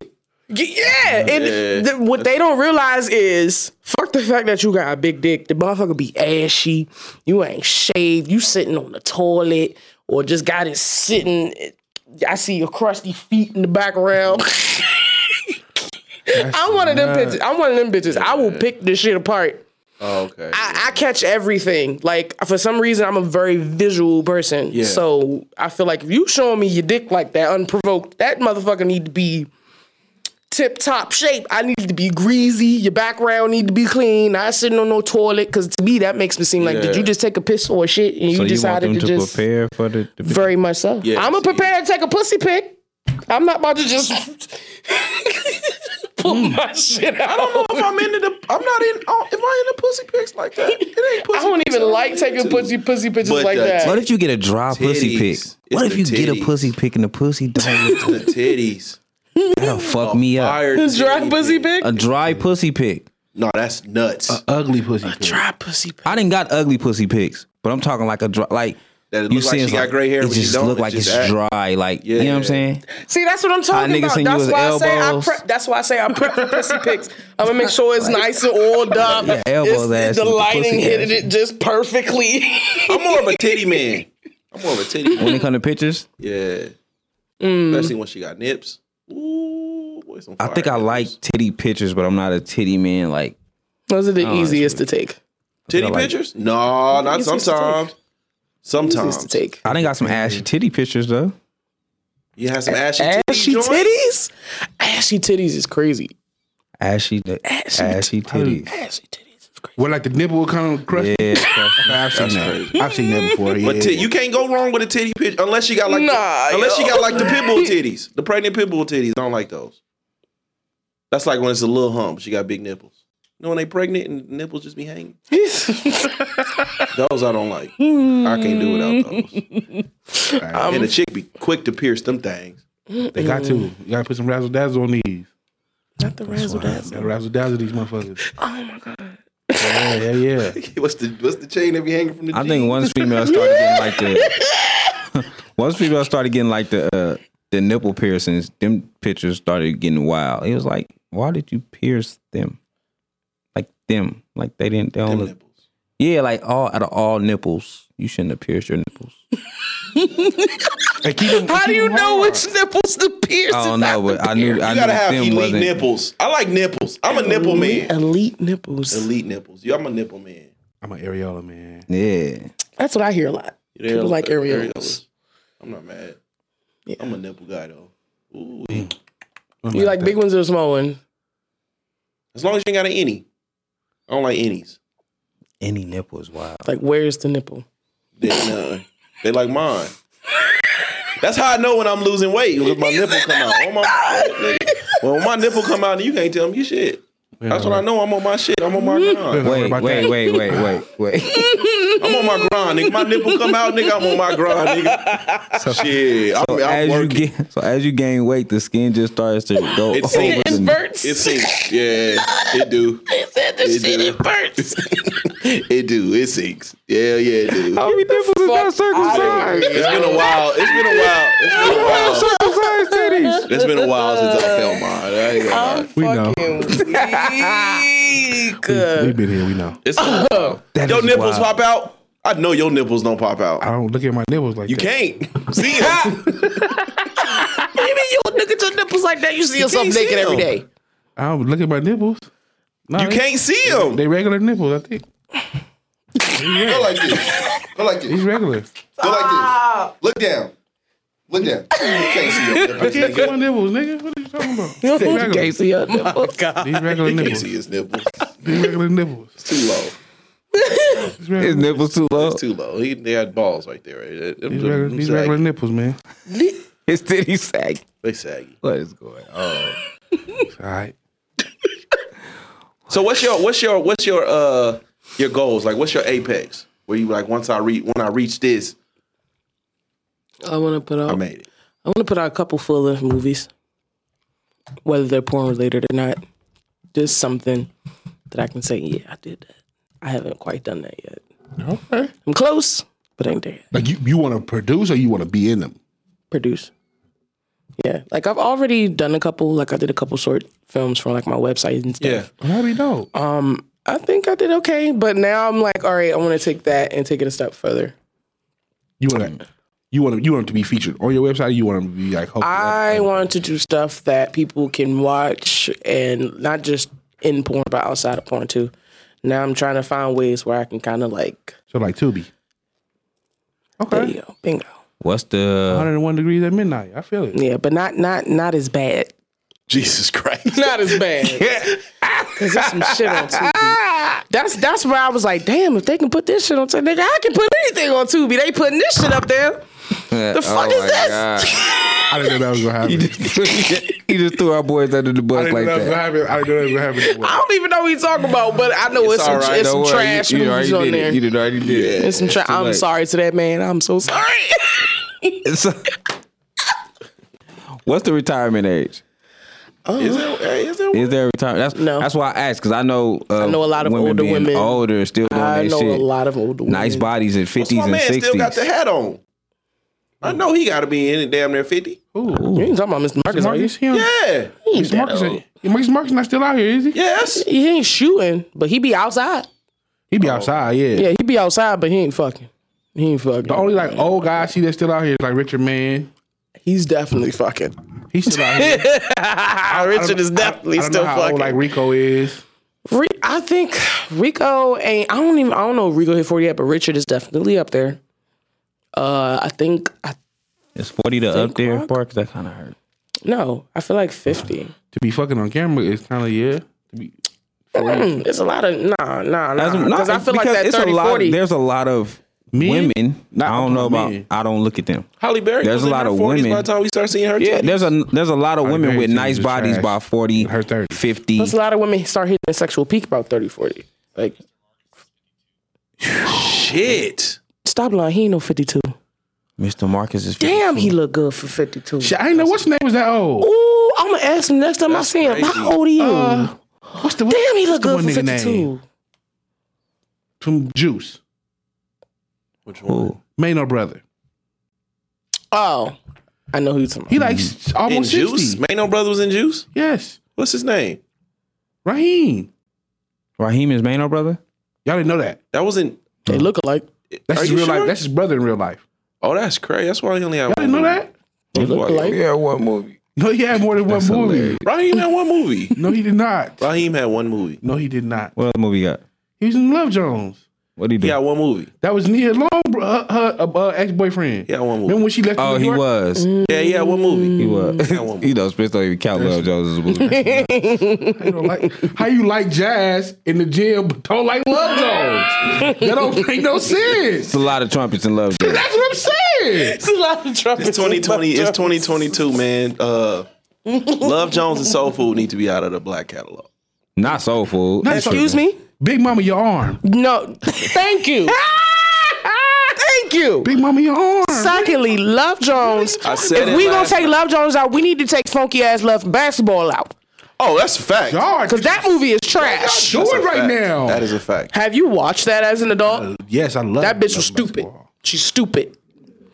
[SPEAKER 5] Y- Yeah, and
[SPEAKER 1] Yeah.
[SPEAKER 5] th- what they don't realize is fuck the fact that you got a big dick. The motherfucker be ashy. You ain't shaved. You sitting on the toilet or just got it sitting. I see your crusty feet in the background. *laughs* I'm one of them bitches. I'm one of them bitches. I will pick this shit apart.
[SPEAKER 1] Oh, okay.
[SPEAKER 5] I, I catch everything. Like for some reason, I'm a very visual person. So I feel like if you showing me your dick like that unprovoked, that motherfucker need to be tip top shape. I need to be greasy. Your background need to be clean. Not sitting on no toilet because to me that makes me seem like did
[SPEAKER 1] Yeah.
[SPEAKER 5] you just take a piss or shit and you
[SPEAKER 3] So you want
[SPEAKER 5] decided
[SPEAKER 3] them to,
[SPEAKER 5] to, just
[SPEAKER 3] prepare for the, the
[SPEAKER 5] very much so.
[SPEAKER 1] Yeah,
[SPEAKER 5] I'm a
[SPEAKER 1] see.
[SPEAKER 5] prepared to take a pussy pic. I'm not about to just *laughs* pull my shit out.
[SPEAKER 1] Hmm. I don't know if I'm into the. I'm not in. oh, If I into pussy pics like that, it ain't pussy.
[SPEAKER 5] I don't
[SPEAKER 1] pics
[SPEAKER 5] even
[SPEAKER 1] I'm
[SPEAKER 5] like taking
[SPEAKER 1] into.
[SPEAKER 5] pussy pussy pictures
[SPEAKER 1] But
[SPEAKER 5] like
[SPEAKER 1] the
[SPEAKER 5] that.
[SPEAKER 1] tip-
[SPEAKER 7] What if you get a dry pussy pick?
[SPEAKER 1] Titties.
[SPEAKER 7] What
[SPEAKER 1] It's
[SPEAKER 7] if you
[SPEAKER 1] the
[SPEAKER 7] get a
[SPEAKER 1] titties.
[SPEAKER 7] pussy pick and the pussy don't look
[SPEAKER 1] *laughs* The titties.
[SPEAKER 7] that'll fuck me up?
[SPEAKER 1] Fire
[SPEAKER 5] Dry
[SPEAKER 1] titty
[SPEAKER 5] pussy
[SPEAKER 1] pic.
[SPEAKER 3] Uh,
[SPEAKER 5] pic?
[SPEAKER 7] A dry pussy pick.
[SPEAKER 1] No, that's nuts.
[SPEAKER 7] Uh,
[SPEAKER 4] Ugly pussy. pic.
[SPEAKER 5] Dry pussy pic.
[SPEAKER 7] I didn't got ugly pussy picks, but I'm talking like a dry like
[SPEAKER 1] That it
[SPEAKER 7] you
[SPEAKER 1] look like
[SPEAKER 7] seeing
[SPEAKER 1] she got
[SPEAKER 7] some-
[SPEAKER 1] gray hair,
[SPEAKER 7] It
[SPEAKER 1] but she
[SPEAKER 7] just
[SPEAKER 1] don't.
[SPEAKER 7] look
[SPEAKER 1] It's
[SPEAKER 7] like it's
[SPEAKER 1] just that.
[SPEAKER 7] dry. Like you know what I'm
[SPEAKER 1] Yeah.
[SPEAKER 7] saying?
[SPEAKER 5] See, that's what I'm talking
[SPEAKER 7] niggas
[SPEAKER 5] about.
[SPEAKER 7] seen you
[SPEAKER 5] That's
[SPEAKER 7] as
[SPEAKER 5] why I
[SPEAKER 7] elbows.
[SPEAKER 5] say I pre- that's why I say I prep for pussy pics. I'm gonna make sure it's nice and oiled up.
[SPEAKER 7] Yeah, elbows
[SPEAKER 5] It's-
[SPEAKER 7] ass
[SPEAKER 5] the
[SPEAKER 7] with the pussy
[SPEAKER 5] lighting hit
[SPEAKER 7] ass.
[SPEAKER 5] it just perfectly. *laughs*
[SPEAKER 1] I'm more of a titty man. I'm more of a titty.
[SPEAKER 7] *laughs*
[SPEAKER 1] man.
[SPEAKER 7] When it come to
[SPEAKER 1] *laughs*
[SPEAKER 7] pictures,
[SPEAKER 1] Yeah.
[SPEAKER 5] Mm.
[SPEAKER 1] Especially when she got nips. Ooh, boy, some
[SPEAKER 7] I
[SPEAKER 1] fire
[SPEAKER 7] think I
[SPEAKER 1] nips.
[SPEAKER 7] like titty pictures, but I'm not a titty man. Like
[SPEAKER 5] Those are the easiest to take.
[SPEAKER 1] titty
[SPEAKER 7] I like-
[SPEAKER 1] pictures. No, not
[SPEAKER 5] Easiest to take.
[SPEAKER 1] sometimes. Sometimes
[SPEAKER 5] Easiest to take.
[SPEAKER 7] I didn't got some ashy titty pictures though.
[SPEAKER 1] you have some ashy,
[SPEAKER 5] Ashy
[SPEAKER 1] ashy titty. joint?
[SPEAKER 5] titties. Ashy titties is crazy.
[SPEAKER 7] Ashy, ashy, ashy titties.
[SPEAKER 5] Ashy titties. is crazy.
[SPEAKER 4] Where like the nipple will come crushed.
[SPEAKER 7] *laughs* Yeah, crush-
[SPEAKER 4] I've seen that. I've seen that before. Yeah.
[SPEAKER 1] But tit- you can't go wrong with a titty picture unless you got like the-
[SPEAKER 5] Nah,
[SPEAKER 1] unless
[SPEAKER 5] yo. *laughs*
[SPEAKER 1] you got like the pitbull titties, the pregnant pitbull titties. I don't like those. That's like when it's a little hump. She got big nipples. You know when they pregnant and nipples just be
[SPEAKER 5] *laughs*
[SPEAKER 1] hanging. Those I don't like. I can't do without those.
[SPEAKER 5] *laughs*
[SPEAKER 1] and the chick be quick to pierce them things. *laughs*
[SPEAKER 4] They got to. You gotta put some razzle dazzle on these.
[SPEAKER 5] Not the razzle dazzle.
[SPEAKER 4] Gotta razzle dazzle these motherfuckers.
[SPEAKER 5] Oh my god.
[SPEAKER 4] Yeah, yeah, yeah.
[SPEAKER 5] *laughs*
[SPEAKER 1] what's the what's the chain that be hanging from the?
[SPEAKER 3] I think once females started getting like the
[SPEAKER 1] *laughs*
[SPEAKER 3] once females started getting like the uh, the nipple piercings, them pictures started getting wild. It was like, why did you pierce them? Like them, like they didn't. They don't look.
[SPEAKER 1] nipples.
[SPEAKER 3] Yeah, like all out of all nipples, you shouldn't have pierced
[SPEAKER 1] *laughs*
[SPEAKER 3] your nipples.
[SPEAKER 4] Hey, keep them,
[SPEAKER 5] How do you know which nipples to pierce?
[SPEAKER 3] I
[SPEAKER 5] and
[SPEAKER 3] don't
[SPEAKER 5] not
[SPEAKER 3] know,
[SPEAKER 5] the
[SPEAKER 3] but I knew
[SPEAKER 5] pierce?
[SPEAKER 3] I
[SPEAKER 1] You
[SPEAKER 3] knew
[SPEAKER 1] gotta have
[SPEAKER 3] them
[SPEAKER 1] elite
[SPEAKER 3] wasn't.
[SPEAKER 1] nipples. I like nipples. I'm a nipple man.
[SPEAKER 5] Elite nipples.
[SPEAKER 1] Elite nipples. Yeah, I'm a nipple man.
[SPEAKER 4] I'm an areola man.
[SPEAKER 3] Yeah,
[SPEAKER 5] That's what I hear a lot.
[SPEAKER 1] You
[SPEAKER 5] People
[SPEAKER 1] know,
[SPEAKER 5] like
[SPEAKER 1] uh,
[SPEAKER 5] areolas.
[SPEAKER 1] I'm not mad.
[SPEAKER 5] Yeah.
[SPEAKER 1] I'm a nipple guy though. Ooh,
[SPEAKER 5] You like big ones or small ones?
[SPEAKER 1] as long as you ain't got an any. I don't like innies.
[SPEAKER 3] any nipple is wild.
[SPEAKER 5] Like where's the nipple? *laughs*
[SPEAKER 1] They, no, they like mine. That's how I know when I'm losing weight. When my nipple come out. Oh *laughs* my, well, when my nipple come out, you can't tell me shit. That's what I know. I'm on my shit. I'm on my grind.
[SPEAKER 4] Wait,
[SPEAKER 3] Wait, wait, wait, wait, wait,
[SPEAKER 1] *laughs*
[SPEAKER 3] wait.
[SPEAKER 1] I'm on my grind, nigga. My nipple come out, nigga. I'm on my grind, nigga. shit, I'm, I'm
[SPEAKER 3] as you
[SPEAKER 1] working.
[SPEAKER 3] get, so as you gain weight, the skin just starts to go
[SPEAKER 1] It
[SPEAKER 3] over
[SPEAKER 1] sinks.
[SPEAKER 3] the
[SPEAKER 5] Inverts.
[SPEAKER 1] It sinks. Yeah, it *laughs* do.
[SPEAKER 5] said the
[SPEAKER 1] It shit, do. it
[SPEAKER 5] burns.
[SPEAKER 1] *laughs* It do. It sinks. Yeah, yeah, it do.
[SPEAKER 3] How many nipples is that circumcised?
[SPEAKER 1] It's been a while. It's been a while. It's been a while.
[SPEAKER 3] Circumcised
[SPEAKER 1] *laughs*
[SPEAKER 3] titties.
[SPEAKER 1] It's been a while since I felt mine. I ain't gonna lie.
[SPEAKER 4] We know. We've been here. We know.
[SPEAKER 1] It's been a while. Your nipples pop out. I know your nipples don't pop out.
[SPEAKER 4] I don't look at my nipples like
[SPEAKER 1] You
[SPEAKER 4] that.
[SPEAKER 1] can't
[SPEAKER 5] *laughs*
[SPEAKER 1] see it.
[SPEAKER 5] What do you mean you look at your nipples like that? You see yourself
[SPEAKER 1] can't see
[SPEAKER 5] naked every
[SPEAKER 1] them. *laughs*
[SPEAKER 5] day.
[SPEAKER 4] I don't look at my nipples. No,
[SPEAKER 1] You
[SPEAKER 4] they-
[SPEAKER 1] can't see them.
[SPEAKER 4] They regular nipples. I think
[SPEAKER 6] Go like this. Go like this.
[SPEAKER 4] it's regular.
[SPEAKER 6] Go like this. Look down.
[SPEAKER 1] *laughs*
[SPEAKER 6] Look down. You can't see your nipples.
[SPEAKER 4] Can't see my nipples, nigga. What are you talking about? These
[SPEAKER 5] You can't
[SPEAKER 4] regular,
[SPEAKER 5] see your
[SPEAKER 1] Oh,
[SPEAKER 5] nipples.
[SPEAKER 4] these regular
[SPEAKER 1] You can't
[SPEAKER 4] nipples.
[SPEAKER 1] see his nipples.
[SPEAKER 4] These regular nipples.
[SPEAKER 1] It's too low.
[SPEAKER 4] These regular,
[SPEAKER 3] His nipples too low.
[SPEAKER 1] It's too low. He, they had balls right there. Right? Them-
[SPEAKER 4] these
[SPEAKER 1] them-
[SPEAKER 4] regular,
[SPEAKER 1] them
[SPEAKER 4] these
[SPEAKER 1] saggy.
[SPEAKER 4] regular nipples, man.
[SPEAKER 3] His titties sag.
[SPEAKER 1] They saggy.
[SPEAKER 3] What is going on?
[SPEAKER 4] All right.
[SPEAKER 1] So what's your what's your what's your uh your goals? Like what's your apex? Where you like once I reach when I reach this,
[SPEAKER 5] I want to put out.
[SPEAKER 1] I made it.
[SPEAKER 5] I want to put out a couple full length movies, whether they're porn related or not. Just something that I can say, yeah, I did that. I haven't quite done that yet.
[SPEAKER 4] Okay.
[SPEAKER 5] I'm close, but ain't there.
[SPEAKER 6] Like you, you want to produce or you want to be in them?
[SPEAKER 5] Produce. Yeah, like I've already done a couple. Like I did a couple short films for like my website and stuff.
[SPEAKER 4] That'd be dope.
[SPEAKER 5] I think I did okay, but now I'm like, all right, I want to take that and take it a step further.
[SPEAKER 4] you want to, you want to, you want them to be featured on your website. or You want them to be like, hosted?
[SPEAKER 5] I want to do stuff that people can watch and not just in porn, but outside of porn too. Now I'm trying to find ways where I can kind of like,
[SPEAKER 4] so like Tubi.
[SPEAKER 5] there
[SPEAKER 4] Okay.
[SPEAKER 5] you go, bingo.
[SPEAKER 3] What's the
[SPEAKER 4] 101 degrees at midnight. I feel it.
[SPEAKER 5] Yeah, but not not not as bad.
[SPEAKER 1] Jesus Christ.
[SPEAKER 5] *laughs* Not as bad. Cause there's some shit on
[SPEAKER 3] *laughs*
[SPEAKER 5] Tubi. That's that's where I was like, damn, if they can put this shit on Tubi, nigga, I can put anything on Tubi. They putting this shit up there. The
[SPEAKER 3] Oh
[SPEAKER 1] Oh
[SPEAKER 5] fuck is this?
[SPEAKER 3] *laughs*
[SPEAKER 4] I didn't know that *laughs* was gonna happen.
[SPEAKER 3] he just threw our boys under
[SPEAKER 4] I
[SPEAKER 3] the bus
[SPEAKER 4] didn't
[SPEAKER 3] like
[SPEAKER 4] know that was gonna happen.
[SPEAKER 3] that.
[SPEAKER 4] *laughs* I didn't know that was gonna
[SPEAKER 5] *laughs* I
[SPEAKER 4] happen.
[SPEAKER 5] don't even know what he's talking about, but I know it's, some,
[SPEAKER 1] all right,
[SPEAKER 5] it's some
[SPEAKER 3] Don't worry,
[SPEAKER 5] trash
[SPEAKER 3] you, you
[SPEAKER 5] movies
[SPEAKER 3] already
[SPEAKER 5] on
[SPEAKER 3] did
[SPEAKER 5] there.
[SPEAKER 3] It. You did already did
[SPEAKER 5] It's some tra- I'm
[SPEAKER 3] late.
[SPEAKER 5] sorry to that man. I'm so sorry.
[SPEAKER 3] it. So- *laughs* What's the retirement age?
[SPEAKER 1] Is there, is there
[SPEAKER 3] Is there a retirement? That's
[SPEAKER 5] No.
[SPEAKER 3] That's why I asked because I know uh,
[SPEAKER 5] I know a lot of
[SPEAKER 3] women
[SPEAKER 5] older
[SPEAKER 3] being
[SPEAKER 5] women.
[SPEAKER 3] older still doing
[SPEAKER 5] I
[SPEAKER 3] that
[SPEAKER 5] know
[SPEAKER 3] shit.
[SPEAKER 5] a lot of older women.
[SPEAKER 3] nice bodies in fifties
[SPEAKER 1] my
[SPEAKER 3] and
[SPEAKER 1] man still got the
[SPEAKER 3] sixties.
[SPEAKER 1] hat on. I know he got to be in it damn near 50.
[SPEAKER 5] You ain't talking about Mr. Marcus, are you?
[SPEAKER 4] Marcus, him.
[SPEAKER 1] Yeah.
[SPEAKER 5] He ain't
[SPEAKER 4] Mr.
[SPEAKER 5] that
[SPEAKER 4] Marcus,
[SPEAKER 5] old.
[SPEAKER 4] ain't- Marcus Marcus not still out here, is he?
[SPEAKER 1] Yes.
[SPEAKER 5] He ain't shooting, but he be outside.
[SPEAKER 4] He be outside, yeah.
[SPEAKER 5] Yeah, he be outside, but he ain't fucking. He ain't fucking.
[SPEAKER 4] The only like old guy I see that's still out here is like Richard Mann.
[SPEAKER 5] He's definitely fucking.
[SPEAKER 4] He's still out here.
[SPEAKER 5] *laughs* Richard is definitely
[SPEAKER 4] I don't
[SPEAKER 5] still
[SPEAKER 4] know how
[SPEAKER 5] fucking.
[SPEAKER 4] old like Rico is.
[SPEAKER 5] Re- I think Rico ain't. I don't even. I don't know if Rico hit forty yet, but Richard is definitely up there. Uh, I think. I
[SPEAKER 3] Is forty to up there
[SPEAKER 5] Rock?
[SPEAKER 3] Park? That kind of hurt.
[SPEAKER 5] no. I feel like fifty.
[SPEAKER 4] To be fucking on camera is kind of yeah. To be
[SPEAKER 5] Mm, it's a lot of nah, nah, nah.
[SPEAKER 3] That's- no,
[SPEAKER 5] Because I
[SPEAKER 3] it's
[SPEAKER 5] feel like
[SPEAKER 3] because
[SPEAKER 5] that
[SPEAKER 3] it's
[SPEAKER 5] 30,
[SPEAKER 3] a lot,
[SPEAKER 5] 40.
[SPEAKER 3] There's a lot of
[SPEAKER 4] Men?
[SPEAKER 7] Women,
[SPEAKER 4] Not-
[SPEAKER 7] I don't know about.
[SPEAKER 4] men.
[SPEAKER 7] I don't look at them.
[SPEAKER 1] Holly Berry.
[SPEAKER 7] There's
[SPEAKER 1] was
[SPEAKER 7] a
[SPEAKER 1] in
[SPEAKER 7] lot
[SPEAKER 1] her
[SPEAKER 7] of
[SPEAKER 1] 40s By
[SPEAKER 7] women.
[SPEAKER 1] the time we start seeing her,
[SPEAKER 7] Yeah,
[SPEAKER 1] titties.
[SPEAKER 7] there's a there's a lot of women with
[SPEAKER 4] agree with you,
[SPEAKER 7] nice
[SPEAKER 4] it's
[SPEAKER 7] bodies
[SPEAKER 4] trash.
[SPEAKER 7] by 40,
[SPEAKER 4] Her 30.
[SPEAKER 7] 50.
[SPEAKER 5] Plus, a lot of women start hitting their sexual peak about 30, 40. Like,
[SPEAKER 1] shit.
[SPEAKER 5] stop lying. He ain't no 52.
[SPEAKER 7] Mr. Marcus is
[SPEAKER 5] Damn, he look good for 52.
[SPEAKER 4] Shit, I ain't know what's name was that old.
[SPEAKER 5] Ooh, I'm going to ask him next time I see him. How old are you?
[SPEAKER 4] What's the
[SPEAKER 5] Damn, he
[SPEAKER 4] Uh, what's
[SPEAKER 5] look
[SPEAKER 4] the
[SPEAKER 5] good for
[SPEAKER 4] one nigga
[SPEAKER 5] 52.
[SPEAKER 4] name? From Juice,
[SPEAKER 1] Which one?
[SPEAKER 4] Mano brother.
[SPEAKER 5] Oh, I know who you're talking about.
[SPEAKER 4] He like s-
[SPEAKER 1] In
[SPEAKER 4] almost sixty.
[SPEAKER 1] Juice. Mano Brother was in Juice.
[SPEAKER 4] Yes,
[SPEAKER 1] What's his name?
[SPEAKER 4] Raheem.
[SPEAKER 7] Raheem is Mano brother.
[SPEAKER 4] Y'all didn't know that.
[SPEAKER 1] That was in.
[SPEAKER 5] They look alike.
[SPEAKER 4] That's
[SPEAKER 1] Are
[SPEAKER 4] his
[SPEAKER 1] you
[SPEAKER 4] real
[SPEAKER 1] sure?
[SPEAKER 4] life. That's his brother in real life.
[SPEAKER 1] Oh, that's crazy. That's why he only had.
[SPEAKER 4] Y'all didn't know that.
[SPEAKER 5] They look alike.
[SPEAKER 7] Yeah, what movie?
[SPEAKER 4] No, he had more than one movie.
[SPEAKER 7] hilarious.
[SPEAKER 1] Raheem had one movie.
[SPEAKER 4] No, he did not.
[SPEAKER 1] Raheem had one movie.
[SPEAKER 4] No, he did not.
[SPEAKER 7] What other movie you got?
[SPEAKER 4] He was in Love Jones.
[SPEAKER 7] What did he do?
[SPEAKER 1] He had one movie.
[SPEAKER 4] That was Nia Long, bro- her, her uh, uh, ex boyfriend.
[SPEAKER 1] He had one movie.
[SPEAKER 4] Remember when she left?
[SPEAKER 7] oh,
[SPEAKER 4] New
[SPEAKER 7] he
[SPEAKER 4] York?
[SPEAKER 7] was.
[SPEAKER 5] Mm.
[SPEAKER 1] Yeah, he had one movie.
[SPEAKER 7] He was.
[SPEAKER 1] That one-
[SPEAKER 7] you know, Spence don't even count Love Jones.
[SPEAKER 5] *laughs*
[SPEAKER 4] How you, don't like, how you like jazz in the gym, but don't like Love Jones? that don't make no sense.
[SPEAKER 7] It's a lot of trumpets in Love Jones.
[SPEAKER 4] That's what I'm saying.
[SPEAKER 5] It's a lot of trouble.
[SPEAKER 1] It's 2020. It's 2022, man.
[SPEAKER 5] *laughs*
[SPEAKER 1] Uh, Love Jones and Soul Food need to be out of the black catalog.
[SPEAKER 7] Not soul food.
[SPEAKER 4] Not
[SPEAKER 5] Excuse me?
[SPEAKER 4] Big Mama, your arm.
[SPEAKER 5] No. Thank you. Thank you.
[SPEAKER 4] Big Mama, your arm.
[SPEAKER 5] Secondly, Love Jones.
[SPEAKER 1] I said
[SPEAKER 5] if
[SPEAKER 1] it
[SPEAKER 5] we gonna
[SPEAKER 1] last
[SPEAKER 5] take
[SPEAKER 1] time.
[SPEAKER 5] Love Jones out, we need to take funky ass Love basketball out
[SPEAKER 1] Oh, that's a fact.
[SPEAKER 4] Y'all
[SPEAKER 5] because that movie is
[SPEAKER 4] That's
[SPEAKER 5] trash.
[SPEAKER 4] doing
[SPEAKER 1] That's a
[SPEAKER 4] right
[SPEAKER 1] fact.
[SPEAKER 4] now.
[SPEAKER 1] That Uh, is a fact.
[SPEAKER 5] Have you watched that as an adult?
[SPEAKER 4] yes, I love
[SPEAKER 5] That bitch was
[SPEAKER 4] love
[SPEAKER 5] stupid.
[SPEAKER 4] basketball.
[SPEAKER 5] She's stupid.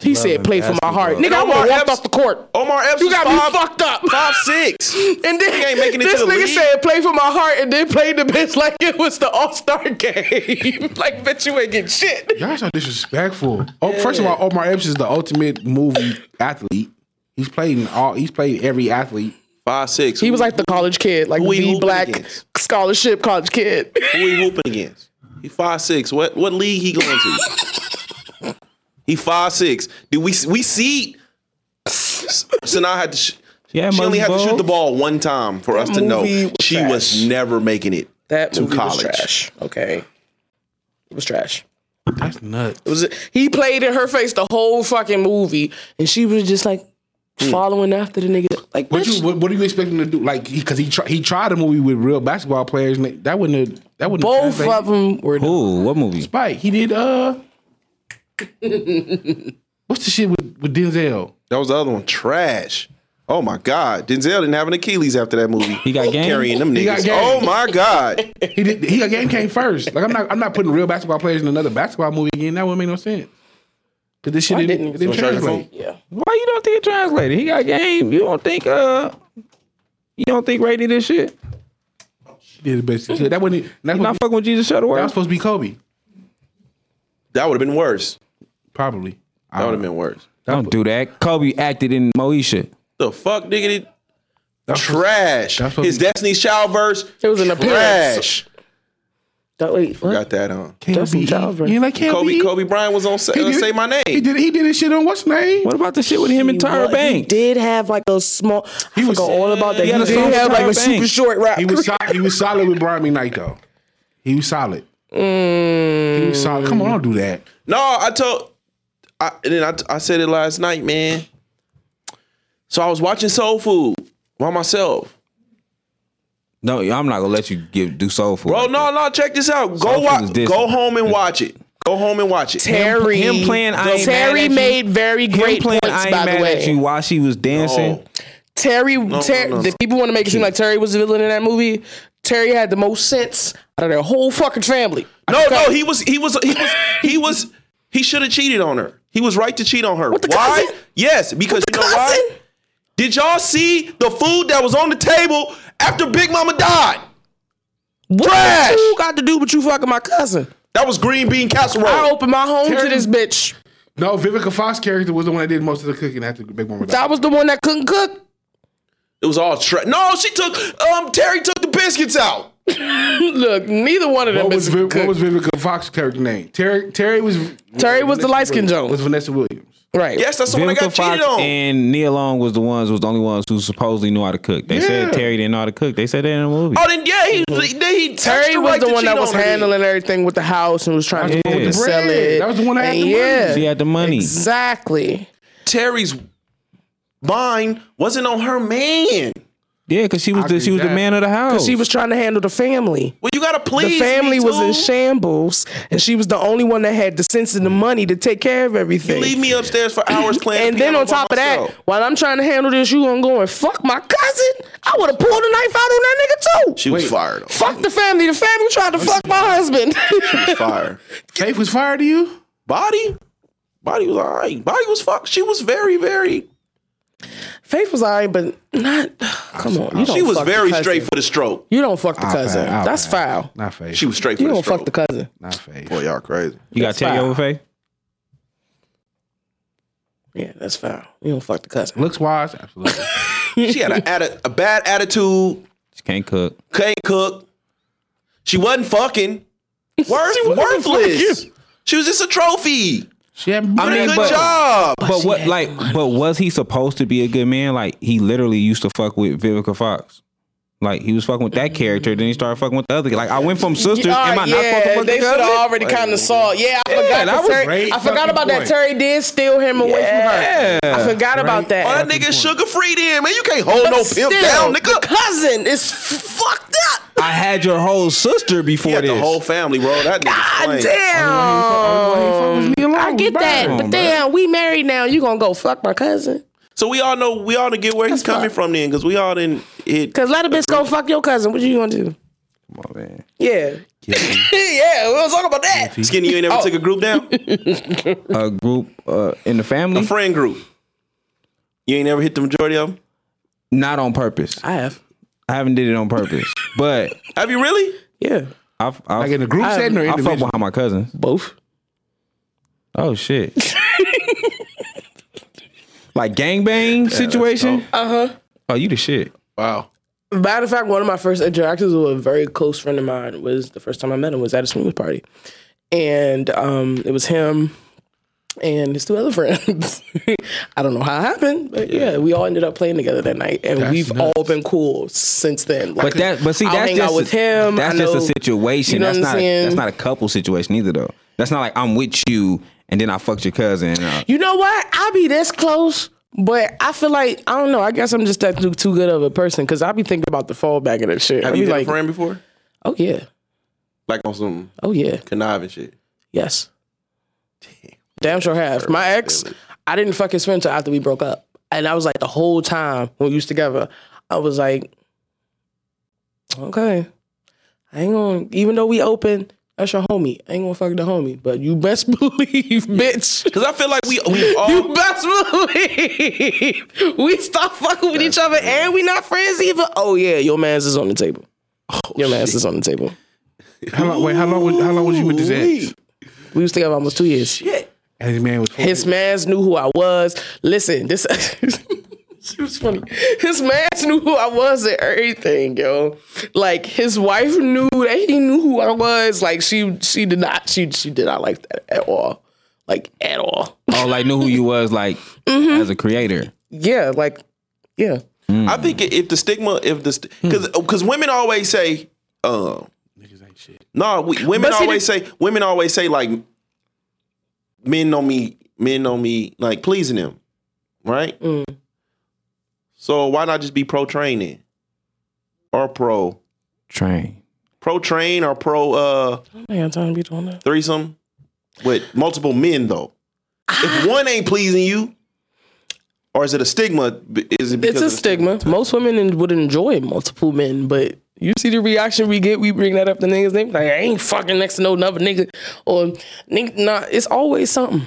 [SPEAKER 5] He said, "Play for my heart, nigga." I
[SPEAKER 1] Omar
[SPEAKER 5] walked
[SPEAKER 1] Epps-
[SPEAKER 5] off the court.
[SPEAKER 1] Omar Epps
[SPEAKER 5] You
[SPEAKER 1] was
[SPEAKER 5] got me
[SPEAKER 1] five,
[SPEAKER 5] fucked up.
[SPEAKER 1] five six.
[SPEAKER 5] *laughs* And then
[SPEAKER 1] He ain't making it
[SPEAKER 5] this
[SPEAKER 1] to the
[SPEAKER 5] nigga
[SPEAKER 1] league.
[SPEAKER 5] said, "Play for my heart," and then played the bitch *laughs* like it was the All Star game. *laughs* like, bitch, you ain't getting shit.
[SPEAKER 4] Y'all so disrespectful. Oh, first of all, Omar Epps is the ultimate movie athlete. He's played in all. He's played every athlete.
[SPEAKER 1] Five six.
[SPEAKER 5] He was like the college kid, like
[SPEAKER 1] Who he
[SPEAKER 5] the
[SPEAKER 1] hooping
[SPEAKER 5] black
[SPEAKER 1] against?
[SPEAKER 5] scholarship college kid.
[SPEAKER 1] who he hooping against? He five six. What what league he going to? he five six. Do we we see? Sanaa had to. Sh-
[SPEAKER 7] Yeah,
[SPEAKER 1] she only had to shoot the
[SPEAKER 7] Muslim.
[SPEAKER 1] ball one time for us to know
[SPEAKER 5] movie was
[SPEAKER 1] she
[SPEAKER 5] trash.
[SPEAKER 1] was never making it
[SPEAKER 5] That
[SPEAKER 1] to
[SPEAKER 5] movie
[SPEAKER 1] college.
[SPEAKER 5] was trash. Okay, it was trash.
[SPEAKER 4] That's nuts.
[SPEAKER 5] It was. He played in her face the whole fucking movie, and she was just like
[SPEAKER 7] Hmm.
[SPEAKER 5] following after the nigga. Like,
[SPEAKER 4] What
[SPEAKER 5] bitch,
[SPEAKER 4] you what, what are you expecting to do? Like because he, try, he tried a movie with real basketball players. And that- that wouldn't have, that wouldn't have
[SPEAKER 5] both of
[SPEAKER 4] translated.
[SPEAKER 5] them were.
[SPEAKER 7] Ooh, what movie?
[SPEAKER 4] Spike. He did uh. *laughs* what's the shit with with Denzel?
[SPEAKER 1] That was the other one. Trash. Oh my God. Denzel didn't have an Achilles after that movie. He
[SPEAKER 7] got game?
[SPEAKER 1] carrying them
[SPEAKER 4] got
[SPEAKER 1] niggas.
[SPEAKER 4] game.
[SPEAKER 1] Oh my God.
[SPEAKER 4] He did. He a game came first. Like I'm not I'm not putting real basketball players in another basketball movie again. That wouldn't make no sense. Cause this shit
[SPEAKER 5] Why
[SPEAKER 4] didn't,
[SPEAKER 5] didn't-
[SPEAKER 4] didn't translate.
[SPEAKER 5] Yeah.
[SPEAKER 7] Why you don't think it translated? He got game. You don't think uh you don't think Ray did this shit?
[SPEAKER 4] He did the best he could. That wouldn't. That's
[SPEAKER 7] Not
[SPEAKER 4] what,
[SPEAKER 7] fucking with Jesus
[SPEAKER 4] that was
[SPEAKER 7] Shuttleworth.
[SPEAKER 4] supposed to be Kobe.
[SPEAKER 1] That would have been worse.
[SPEAKER 4] Probably.
[SPEAKER 1] That would have been worse.
[SPEAKER 7] Don't do that. Kobe acted in Moesha.
[SPEAKER 1] The fuck, nigga? Did
[SPEAKER 4] That's supposed-
[SPEAKER 1] trash.
[SPEAKER 4] that's what
[SPEAKER 1] His
[SPEAKER 4] we-
[SPEAKER 1] Destiny's Child verse.
[SPEAKER 5] It was an appearance.
[SPEAKER 1] Trash.
[SPEAKER 5] Don't wait. What?
[SPEAKER 1] Got that on.
[SPEAKER 5] Justin Jefferson.
[SPEAKER 4] You like can't
[SPEAKER 1] Kobe
[SPEAKER 4] be.
[SPEAKER 1] Kobe Bryant was on say,
[SPEAKER 4] He
[SPEAKER 1] uh,
[SPEAKER 4] did-
[SPEAKER 1] say my
[SPEAKER 4] He
[SPEAKER 1] name.
[SPEAKER 4] did. He did his shit on what's name.
[SPEAKER 7] What about the shit with him and Tyra
[SPEAKER 5] Well, He
[SPEAKER 7] Banks?
[SPEAKER 5] did have like a small. He was
[SPEAKER 4] was-
[SPEAKER 5] all about that. He,
[SPEAKER 7] He had a song
[SPEAKER 5] did
[SPEAKER 7] with
[SPEAKER 5] have like a
[SPEAKER 7] Tyra
[SPEAKER 5] super
[SPEAKER 7] Banks.
[SPEAKER 5] short rap.
[SPEAKER 4] He was solid. He was solid with Brian McKnight though. He was solid. He was solid. Come on, don't do that.
[SPEAKER 1] No, I told. I, and then I, t- I said it last night, man. So I was watching Soul Food by myself.
[SPEAKER 7] No, I'm not gonna let you give do soul food.
[SPEAKER 1] Bro,
[SPEAKER 7] like
[SPEAKER 1] Oh, no, no, check this out. Go
[SPEAKER 7] Soul Food
[SPEAKER 1] watch.
[SPEAKER 7] is this.
[SPEAKER 1] Go home and watch it. Go home and watch it.
[SPEAKER 5] Terry.
[SPEAKER 7] him playing I Ain't Mad
[SPEAKER 5] Terry
[SPEAKER 7] At You-
[SPEAKER 5] made very
[SPEAKER 7] that.
[SPEAKER 5] great
[SPEAKER 7] him playing
[SPEAKER 5] points.
[SPEAKER 7] I ain't
[SPEAKER 5] by
[SPEAKER 7] mad
[SPEAKER 5] the way,
[SPEAKER 7] at you while she was dancing.
[SPEAKER 1] Oh.
[SPEAKER 5] Terry, Ter-
[SPEAKER 1] no, no.
[SPEAKER 5] the people want to make it seem like Terry was the villain in that movie. Terry had the most sense out of their whole fucking family.
[SPEAKER 1] No, no, he was he was he was he was he should have cheated on her. He was right to cheat on her.
[SPEAKER 5] the
[SPEAKER 1] why?
[SPEAKER 5] cousin?
[SPEAKER 1] Yes, because you know
[SPEAKER 5] cousin?
[SPEAKER 1] why? Did y'all see the food that was on the table after Big Mama died?
[SPEAKER 5] What
[SPEAKER 1] Trash!
[SPEAKER 5] you got to do but you fucking my cousin?
[SPEAKER 1] That was green bean
[SPEAKER 5] I
[SPEAKER 1] casserole.
[SPEAKER 5] opened my home to
[SPEAKER 4] Terry-
[SPEAKER 5] this bitch.
[SPEAKER 4] No, Vivica Fox character was the one that did most of the cooking after Big Mama died.
[SPEAKER 5] I was the one that couldn't cook. *laughs*
[SPEAKER 1] It was all trash. No, she took um Terry took the biscuits out.
[SPEAKER 5] Look, neither one of them
[SPEAKER 4] What was,
[SPEAKER 5] bitches
[SPEAKER 4] Viv-
[SPEAKER 5] could
[SPEAKER 4] what
[SPEAKER 5] cook.
[SPEAKER 4] was Vivica Fox's character name? Terry. Terry was.
[SPEAKER 5] Terry was the light-skinned
[SPEAKER 4] Jones. Was
[SPEAKER 5] Jones.
[SPEAKER 4] Vanessa Williams.
[SPEAKER 5] Right.
[SPEAKER 1] Yes, that's the one I
[SPEAKER 3] Vivica
[SPEAKER 1] got
[SPEAKER 3] Fox
[SPEAKER 1] cheated on.
[SPEAKER 3] and Neil Long was the ones was the only ones who supposedly knew how to cook. They
[SPEAKER 4] Yeah.
[SPEAKER 3] said Terry didn't know how to cook. They said that in the movie.
[SPEAKER 1] oh, then yeah, he then he touched
[SPEAKER 5] Terry
[SPEAKER 1] her
[SPEAKER 5] was
[SPEAKER 1] right
[SPEAKER 5] the
[SPEAKER 1] to
[SPEAKER 5] one that
[SPEAKER 1] cheat
[SPEAKER 5] was
[SPEAKER 1] on her then.
[SPEAKER 5] handling everything with the house and was trying to
[SPEAKER 3] That was the one
[SPEAKER 5] to
[SPEAKER 3] with the
[SPEAKER 5] sell
[SPEAKER 4] bread.
[SPEAKER 5] it.
[SPEAKER 4] That was the one that had
[SPEAKER 5] And
[SPEAKER 4] the money.
[SPEAKER 5] yeah,
[SPEAKER 3] she had the money.
[SPEAKER 5] Exactly.
[SPEAKER 1] Terry's mind wasn't on her man.
[SPEAKER 3] Yeah, because she was
[SPEAKER 4] I
[SPEAKER 3] the, she
[SPEAKER 4] agree
[SPEAKER 3] was the
[SPEAKER 4] with
[SPEAKER 3] man of the house.
[SPEAKER 5] She was trying to handle the family.
[SPEAKER 1] Well, you gotta
[SPEAKER 5] The
[SPEAKER 1] please.
[SPEAKER 5] family
[SPEAKER 1] me
[SPEAKER 5] was in
[SPEAKER 1] too.
[SPEAKER 5] shambles, and she was the only one that had the sense and the money to take care of everything.
[SPEAKER 1] Leave me upstairs for
[SPEAKER 5] *clears throat*
[SPEAKER 1] hours playing.
[SPEAKER 5] And then on top of that, while I'm trying to handle this, you gonna go and fuck my cousin? I would have pulled a knife out on that nigga too.
[SPEAKER 1] she was fired.
[SPEAKER 5] fuck the family. The family tried to fuck my husband. *laughs*
[SPEAKER 1] Fire.
[SPEAKER 4] Faith was fired to you?
[SPEAKER 1] Body, body was all right. Body was fucked. She was very, very.
[SPEAKER 5] Faith was alright, but not. *sighs* Come on, you don't.
[SPEAKER 1] She was
[SPEAKER 5] fuck the
[SPEAKER 1] very
[SPEAKER 5] cousin.
[SPEAKER 1] straight for the stroke.
[SPEAKER 5] You don't fuck the cousin.
[SPEAKER 4] I'll
[SPEAKER 5] That's
[SPEAKER 4] pass.
[SPEAKER 5] foul.
[SPEAKER 4] Not Faith.
[SPEAKER 1] She was straight for
[SPEAKER 5] You
[SPEAKER 1] the
[SPEAKER 5] don't
[SPEAKER 1] stroke.
[SPEAKER 5] fuck the cousin.
[SPEAKER 4] Not Faith.
[SPEAKER 1] Boy, y'all crazy.
[SPEAKER 3] you got Terry
[SPEAKER 5] fine.
[SPEAKER 3] over Faye?
[SPEAKER 5] Yeah, that's foul. You don't fuck the cousin.
[SPEAKER 4] Looks wise,
[SPEAKER 5] *laughs*
[SPEAKER 4] absolutely.
[SPEAKER 1] She had a, atti- a bad attitude.
[SPEAKER 3] She can't cook.
[SPEAKER 1] Can't cook. She wasn't
[SPEAKER 5] *laughs*
[SPEAKER 1] fucking. Worth, worthless. She was just a trophy.
[SPEAKER 4] she had
[SPEAKER 1] Did a
[SPEAKER 3] mean,
[SPEAKER 1] good
[SPEAKER 3] but-
[SPEAKER 1] job.
[SPEAKER 3] But what like but was he supposed to be a good man? Like he literally used to fuck with Vivica Fox. Like he was fucking with that character, then he started fucking with the other. Like I went from sisters. Am I
[SPEAKER 5] Alright,
[SPEAKER 3] not fucking with
[SPEAKER 5] they
[SPEAKER 3] the
[SPEAKER 5] should have
[SPEAKER 3] cousin?
[SPEAKER 5] already kind of saw. it. Yeah, I forgot.
[SPEAKER 3] that
[SPEAKER 5] that
[SPEAKER 3] was
[SPEAKER 5] Terry-
[SPEAKER 4] great
[SPEAKER 5] I forgot
[SPEAKER 4] fucking
[SPEAKER 5] about
[SPEAKER 4] point.
[SPEAKER 5] that. Terry did steal him away from her. I forgot about that.
[SPEAKER 1] Oh, that nigga sugar free then, man. You can't hold
[SPEAKER 5] But
[SPEAKER 1] no
[SPEAKER 5] still,
[SPEAKER 1] pimp down,
[SPEAKER 5] The
[SPEAKER 1] nigga.
[SPEAKER 5] cousin is f- fucked up.
[SPEAKER 3] I had your whole sister
[SPEAKER 1] He
[SPEAKER 3] before
[SPEAKER 1] had
[SPEAKER 3] this.
[SPEAKER 1] the whole family, bro. That nigga.
[SPEAKER 5] God damn. I get that, but damn, we married now. You gonna go fuck my cousin?
[SPEAKER 1] So we all know we all to get where he's
[SPEAKER 5] That's
[SPEAKER 1] coming
[SPEAKER 5] fucked.
[SPEAKER 1] from then, because we all didn't it.
[SPEAKER 5] Cause let a bitch go fuck your cousin. What you gonna do?
[SPEAKER 3] man.
[SPEAKER 5] Yeah, *laughs* yeah, we gonna talk about that.
[SPEAKER 1] Skinny, you ain't ever
[SPEAKER 5] Oh.
[SPEAKER 1] took a group
[SPEAKER 5] *laughs*
[SPEAKER 1] down,
[SPEAKER 3] A group uh, in the
[SPEAKER 1] a
[SPEAKER 3] family,
[SPEAKER 1] friend group. You ain't ever hit the majority of them.
[SPEAKER 3] not on purpose.
[SPEAKER 5] I have.
[SPEAKER 3] I haven't did it on purpose, but
[SPEAKER 1] Have you really?
[SPEAKER 5] Yeah,
[SPEAKER 3] I've, I've
[SPEAKER 4] Like in a group
[SPEAKER 5] I-
[SPEAKER 4] setting or
[SPEAKER 3] I fuck
[SPEAKER 4] individual?
[SPEAKER 3] behind my cousins.
[SPEAKER 5] both.
[SPEAKER 3] Oh
[SPEAKER 5] *laughs*
[SPEAKER 3] shit! like gangbang situation. Uh
[SPEAKER 5] Uh-huh.
[SPEAKER 3] huh. Oh, you the shit.
[SPEAKER 4] Wow.
[SPEAKER 5] Matter of fact, one of my first interactions with a very close friend of mine was the first time I met him was at a swingers party, and um, it was him and his two other friends. *laughs* I don't know how it happened, but yeah, we all ended up playing together that night, and we've all been cool since then. Like,
[SPEAKER 3] But that, but see,
[SPEAKER 5] I'll
[SPEAKER 3] that's
[SPEAKER 5] hang
[SPEAKER 3] just
[SPEAKER 5] out with
[SPEAKER 3] a,
[SPEAKER 5] him.
[SPEAKER 3] That's
[SPEAKER 5] I
[SPEAKER 3] just a
[SPEAKER 5] know-
[SPEAKER 3] situation.
[SPEAKER 5] you know
[SPEAKER 3] that's
[SPEAKER 5] what I'm
[SPEAKER 3] not. A,
[SPEAKER 5] saying?
[SPEAKER 3] that's not a couple situation either, though. That's not like I'm with you and then I fucked your cousin. and, uh,
[SPEAKER 5] You know what? I be this close, but I feel like I don't know. I guess I'm just that too, too good of a person because I be thinking about the fallback of that shit. I
[SPEAKER 1] Have
[SPEAKER 5] be
[SPEAKER 1] you hit
[SPEAKER 5] like,
[SPEAKER 1] a friend before?
[SPEAKER 5] oh yeah,
[SPEAKER 1] Like on some
[SPEAKER 5] oh yeah,
[SPEAKER 1] conniving shit.
[SPEAKER 5] yes. Damn sure have. My ex, I didn't fuck his friend until after we broke up, and I was like the whole time when we was together, I was like, okay, I ain't gonna. Even though we open, that's your homie. I ain't gonna fuck the homie, but you best *laughs* believe, bitch.
[SPEAKER 1] Because I feel like we we all
[SPEAKER 5] You best believe we stop fucking with each other and we not friends either. Oh yeah, your man's is on the table. your man's is on the table.
[SPEAKER 4] How long, wait, how long, was, how long was you with this ex?
[SPEAKER 5] We was together almost two years.
[SPEAKER 4] And his man was
[SPEAKER 5] His man's knew who I was. Listen, this *laughs* she was funny. His man's knew who I was and everything, yo. Like his wife knew that he knew who I was. Like she she did not she she did not like that at all. Like at all.
[SPEAKER 3] oh, like knew who you was, like
[SPEAKER 5] Mm-hmm.
[SPEAKER 3] as a creator.
[SPEAKER 5] Yeah, like yeah.
[SPEAKER 1] I think if the stigma, if the because
[SPEAKER 5] Hmm.
[SPEAKER 1] because women always say, um, No, we, women
[SPEAKER 5] But see,
[SPEAKER 1] always say women always say like men know me, men know me like pleasing them, right?
[SPEAKER 5] Mm.
[SPEAKER 1] So why not just be pro training or pro
[SPEAKER 3] Train.
[SPEAKER 1] pro train or pro uh
[SPEAKER 5] I ain't got time to be doing that.
[SPEAKER 1] threesome with multiple men though?
[SPEAKER 5] Ah.
[SPEAKER 1] If one ain't pleasing you, or is it a stigma? B- Is it because
[SPEAKER 5] It's
[SPEAKER 1] of
[SPEAKER 5] a
[SPEAKER 1] the
[SPEAKER 5] stigma. Most women in- would enjoy multiple men, but you see the reaction we get. We bring that up to niggas. They be like, I ain't fucking next to no another nigga. Or nigga, nah, it's always something.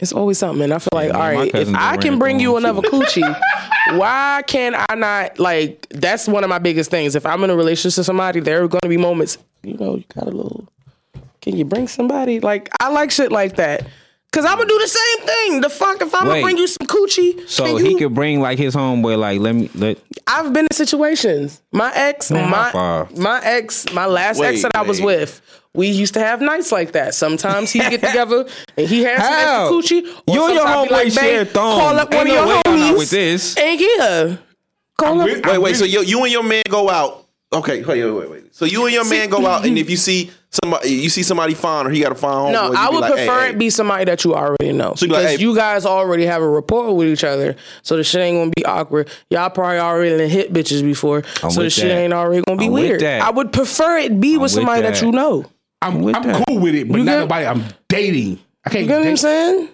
[SPEAKER 5] It's always something. And I feel like, all
[SPEAKER 3] my
[SPEAKER 5] right, if
[SPEAKER 3] cousins
[SPEAKER 5] I
[SPEAKER 3] are
[SPEAKER 5] can bring
[SPEAKER 3] random
[SPEAKER 5] you
[SPEAKER 3] ones,
[SPEAKER 5] another coochie, why can I not? Like, that's one of my biggest things. If I'm in a relationship with somebody, there are going to be moments, you know, you got a little, can you bring somebody? Like, I like shit like that. Cause I'm gonna do the same thing. The fuck if I'm
[SPEAKER 3] Wait.
[SPEAKER 5] gonna bring you some coochie.
[SPEAKER 3] So
[SPEAKER 5] can
[SPEAKER 3] he
[SPEAKER 5] you-
[SPEAKER 3] could bring like his homeboy. Like let me let.
[SPEAKER 5] I've been in situations. My ex,
[SPEAKER 3] Man, high
[SPEAKER 5] my
[SPEAKER 3] five.
[SPEAKER 5] my ex, my last
[SPEAKER 1] Wait,
[SPEAKER 5] ex that I was
[SPEAKER 1] wait.
[SPEAKER 5] with We used to have nights like that. Sometimes he'd get together
[SPEAKER 3] *laughs*
[SPEAKER 5] and he had
[SPEAKER 3] How?
[SPEAKER 5] some extra coochie. or
[SPEAKER 3] You and your
[SPEAKER 5] sometimes I'd be
[SPEAKER 3] homeboy
[SPEAKER 5] "Babe,
[SPEAKER 3] share thongs.
[SPEAKER 5] Call up
[SPEAKER 3] Ain't
[SPEAKER 5] one
[SPEAKER 3] no
[SPEAKER 5] of your
[SPEAKER 3] way I'm not
[SPEAKER 5] homies.
[SPEAKER 3] with this.
[SPEAKER 5] And yeah, call up.
[SPEAKER 1] Wait, wait. So you, you and your man go out. Okay, wait, wait, wait, wait. So you and your man go out, and if you see somebody, you see somebody fine, or he got a fine.
[SPEAKER 5] No,
[SPEAKER 1] homeboy, you
[SPEAKER 5] I
[SPEAKER 1] be
[SPEAKER 5] would
[SPEAKER 1] like, hey,
[SPEAKER 5] prefer
[SPEAKER 1] hey.
[SPEAKER 5] it be somebody that you already know
[SPEAKER 1] So you be
[SPEAKER 5] because
[SPEAKER 1] like, "Hey."
[SPEAKER 5] you guys already have a rapport with each other, so the shit ain't gonna be awkward. Y'all probably already done hit bitches before, so the
[SPEAKER 3] with
[SPEAKER 5] shit
[SPEAKER 3] that.
[SPEAKER 5] ain't already gonna be
[SPEAKER 3] I'm with
[SPEAKER 5] weird.
[SPEAKER 3] that.
[SPEAKER 5] I would prefer it be with
[SPEAKER 3] with
[SPEAKER 5] somebody that.
[SPEAKER 3] that.
[SPEAKER 5] you know.
[SPEAKER 4] I'm,
[SPEAKER 3] with
[SPEAKER 4] I'm
[SPEAKER 3] that.
[SPEAKER 4] cool with it, but
[SPEAKER 5] You
[SPEAKER 4] not
[SPEAKER 5] get-
[SPEAKER 4] nobody I'm dating. I can't
[SPEAKER 5] You know what I'm
[SPEAKER 4] date,
[SPEAKER 5] saying?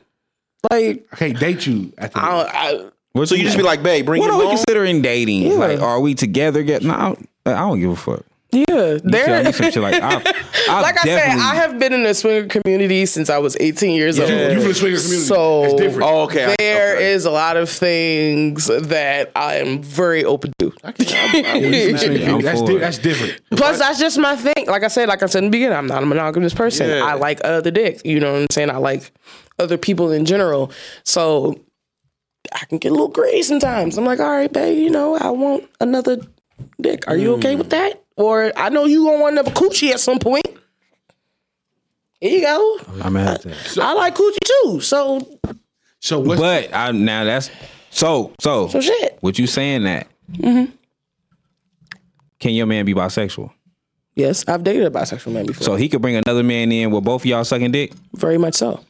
[SPEAKER 5] Like,
[SPEAKER 4] I can't date you. After
[SPEAKER 5] I,
[SPEAKER 4] that.
[SPEAKER 5] don't- I,
[SPEAKER 1] So you just be like, babe, bring
[SPEAKER 3] What
[SPEAKER 1] it
[SPEAKER 3] are we
[SPEAKER 1] home.
[SPEAKER 3] considering dating?
[SPEAKER 5] Yeah.
[SPEAKER 3] Like, are we together? Get no, I don't, I don't give a fuck.
[SPEAKER 5] yeah,
[SPEAKER 3] Tell
[SPEAKER 5] there.
[SPEAKER 3] me some shit like,
[SPEAKER 5] *laughs*
[SPEAKER 3] I, I
[SPEAKER 5] Like I said,
[SPEAKER 3] definitely-
[SPEAKER 5] I have been in the swinger community since I was 18 years old.
[SPEAKER 4] you from the swinger community.
[SPEAKER 5] So uh,
[SPEAKER 4] It's different.
[SPEAKER 1] Oh, okay. I-
[SPEAKER 5] There is
[SPEAKER 1] okay.
[SPEAKER 5] a lot of things that I am very open to. *laughs*
[SPEAKER 4] That's,
[SPEAKER 3] Yeah, I'm
[SPEAKER 4] that's,
[SPEAKER 3] for
[SPEAKER 4] di-
[SPEAKER 3] it.
[SPEAKER 4] that's different.
[SPEAKER 5] Plus, that's just my thing. Like I said, like I said in the beginning, I'm not a monogamous person.
[SPEAKER 1] Yeah.
[SPEAKER 5] I like other dicks. You know what I'm saying? I like other people in general. So I can get a little gray sometimes. I'm like, all right, babe, you know, I want another dick. Are you okay with that? Or I know you gonna want another coochie at some point. Here you go.
[SPEAKER 3] I'm at that.
[SPEAKER 5] I like coochie too. So
[SPEAKER 4] So what's
[SPEAKER 3] But I now that's so so.
[SPEAKER 5] so shit. Mm-hmm.
[SPEAKER 3] What you saying that? Can your man be bisexual?
[SPEAKER 5] Yes, I've dated a bisexual man before.
[SPEAKER 3] So he could bring another man in with both of y'all sucking dick.
[SPEAKER 5] Very much so.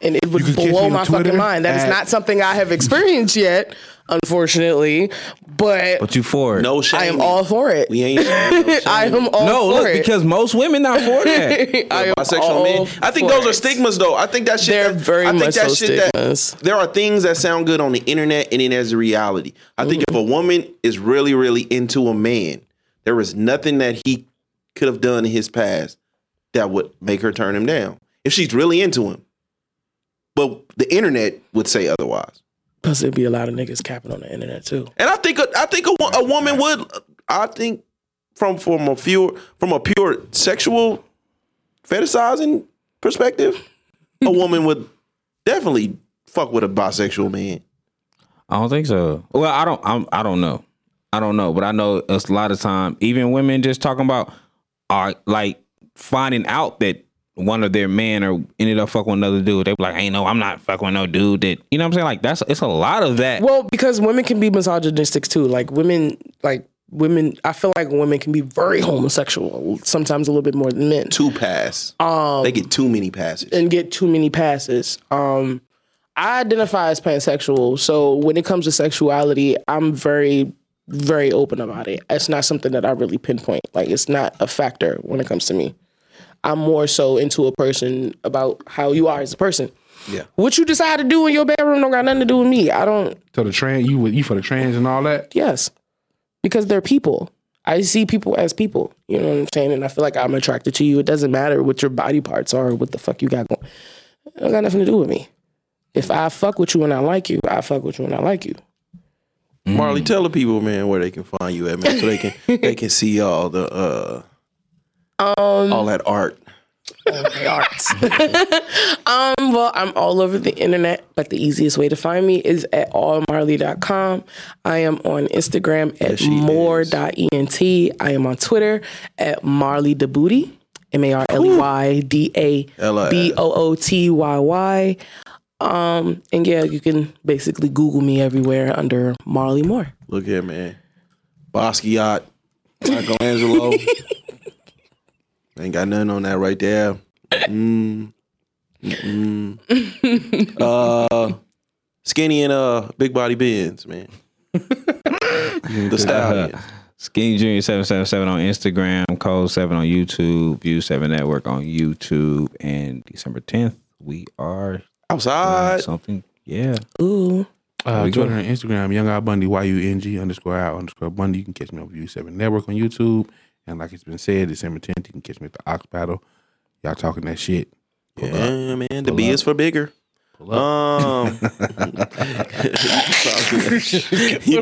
[SPEAKER 5] And it would
[SPEAKER 4] can catch me
[SPEAKER 5] blow
[SPEAKER 4] on
[SPEAKER 5] my
[SPEAKER 4] Twitter
[SPEAKER 5] fucking mind. That is
[SPEAKER 4] at-
[SPEAKER 5] not something I have experienced yet, unfortunately. But
[SPEAKER 3] But you for it?
[SPEAKER 1] No shame.
[SPEAKER 5] I am all for it. *laughs*
[SPEAKER 1] We ain't no
[SPEAKER 5] I am all
[SPEAKER 3] no.
[SPEAKER 5] for
[SPEAKER 3] Look,
[SPEAKER 5] it.
[SPEAKER 3] because most women not for
[SPEAKER 5] *laughs*
[SPEAKER 3] that.
[SPEAKER 5] I am
[SPEAKER 1] bisexual
[SPEAKER 5] all
[SPEAKER 1] men. I think
[SPEAKER 5] for
[SPEAKER 1] those are
[SPEAKER 5] it.
[SPEAKER 1] stigmas, though. I think that shit.
[SPEAKER 5] They're
[SPEAKER 1] that-
[SPEAKER 5] very
[SPEAKER 1] I think
[SPEAKER 5] much
[SPEAKER 1] that
[SPEAKER 5] so
[SPEAKER 1] shit
[SPEAKER 5] stigmas.
[SPEAKER 1] That, there are things that sound good on the internet, and then there's the reality. I think if a woman is really, really into a man, there is nothing that he could have done in his past that would make her turn him down. If she's really into him, but the internet would say otherwise.
[SPEAKER 5] Plus, it'd be a lot of niggas capping on the internet too.
[SPEAKER 1] And I think a, I think a, wo- a woman would. I think from from a pure from a pure sexual fetishizing perspective, a woman would definitely fuck with a bisexual man.
[SPEAKER 3] I don't think so. Well, I don't. I'm, I don't know. I don't know, but I know it's a lot of time. Even women just talking about are like finding out that one of their men or ended up fucking with another dude. They be like, "Ain't no, I'm not fucking with no dude." That you know what I'm saying? Like that's it's a lot of that.
[SPEAKER 5] Well, because women can be misogynistic too. Like women, like women. I feel like women can be very homosexual. Sometimes a little bit more than men.
[SPEAKER 1] Two pass. Um, they get too many passes.
[SPEAKER 5] and get too many passes. Um, I identify as pansexual, so when it comes to sexuality, I'm very, very open about it. It's not something that I really pinpoint. Like it's not a factor when it comes to me. I'm more so into a person about how you are as a person.
[SPEAKER 1] Yeah.
[SPEAKER 5] What you decide to do in your bedroom don't got nothing to do with me. I don't.
[SPEAKER 4] so the trans? You with- you for the trans and all that?
[SPEAKER 5] Yes, because they're people. I see people as people. You know what I'm saying? And I feel like I'm attracted to you. It doesn't matter what your body parts are, or what the fuck you got going. It don't got nothing to do with me. If I fuck with you and I like you, I fuck with you and I like you.
[SPEAKER 1] Marley, tell the people, man, where they can find you at, man, so they can they can see all the uh, all that art.
[SPEAKER 5] Um, well, I'm all over the internet, but the easiest way to find me is at allmarley.com. I am on Instagram at more.ent. I am on Twitter at Marley the Booty, M A R L E Y D A B O O T Y Y. Um, and yeah, you can basically Google me everywhere under Marley Moore.
[SPEAKER 1] Look here, man. Basquiat, Michelangelo. Ain't got nothing on that right there. Mm. Mm-mm. Uh, skinny and uh, big body bins, man. the stallion.
[SPEAKER 3] Skinny Junior seven seven seven on Instagram, Code Seven on YouTube, View Seven Network on YouTube, and December tenth we are
[SPEAKER 1] Outside.
[SPEAKER 3] something. Yeah,
[SPEAKER 5] Ooh.
[SPEAKER 4] Uh,
[SPEAKER 3] we go.
[SPEAKER 4] Twitter and Instagram, Young Al Bundy, Y U N G underscore Al underscore Bundy. You can catch me on View Seven Network on YouTube, and like it's been said, December tenth, you can catch me at the Ox Battle. Y'all talking that shit.
[SPEAKER 1] Yeah, man. The B is for bigger. Um, *laughs* you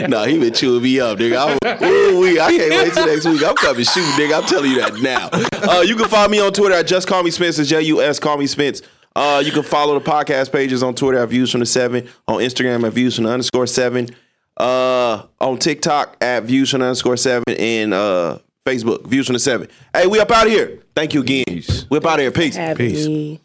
[SPEAKER 1] can- nah, he been chewing me up, nigga. I, was- ooh, we, I can't wait till next week. I'm coming shooting, nigga. I'm telling you that now. Uh, you can find me on Twitter at just call me Spence. It's J U S call me Spence. Uh, you can follow the podcast pages on Twitter at views from the seven, on Instagram at views from the underscore seven, uh, on TikTok at views from the underscore seven, and uh, Facebook, Views from the Seven. Hey, we up out of here. Thank you again. We up out of here. Peace.
[SPEAKER 5] Happy.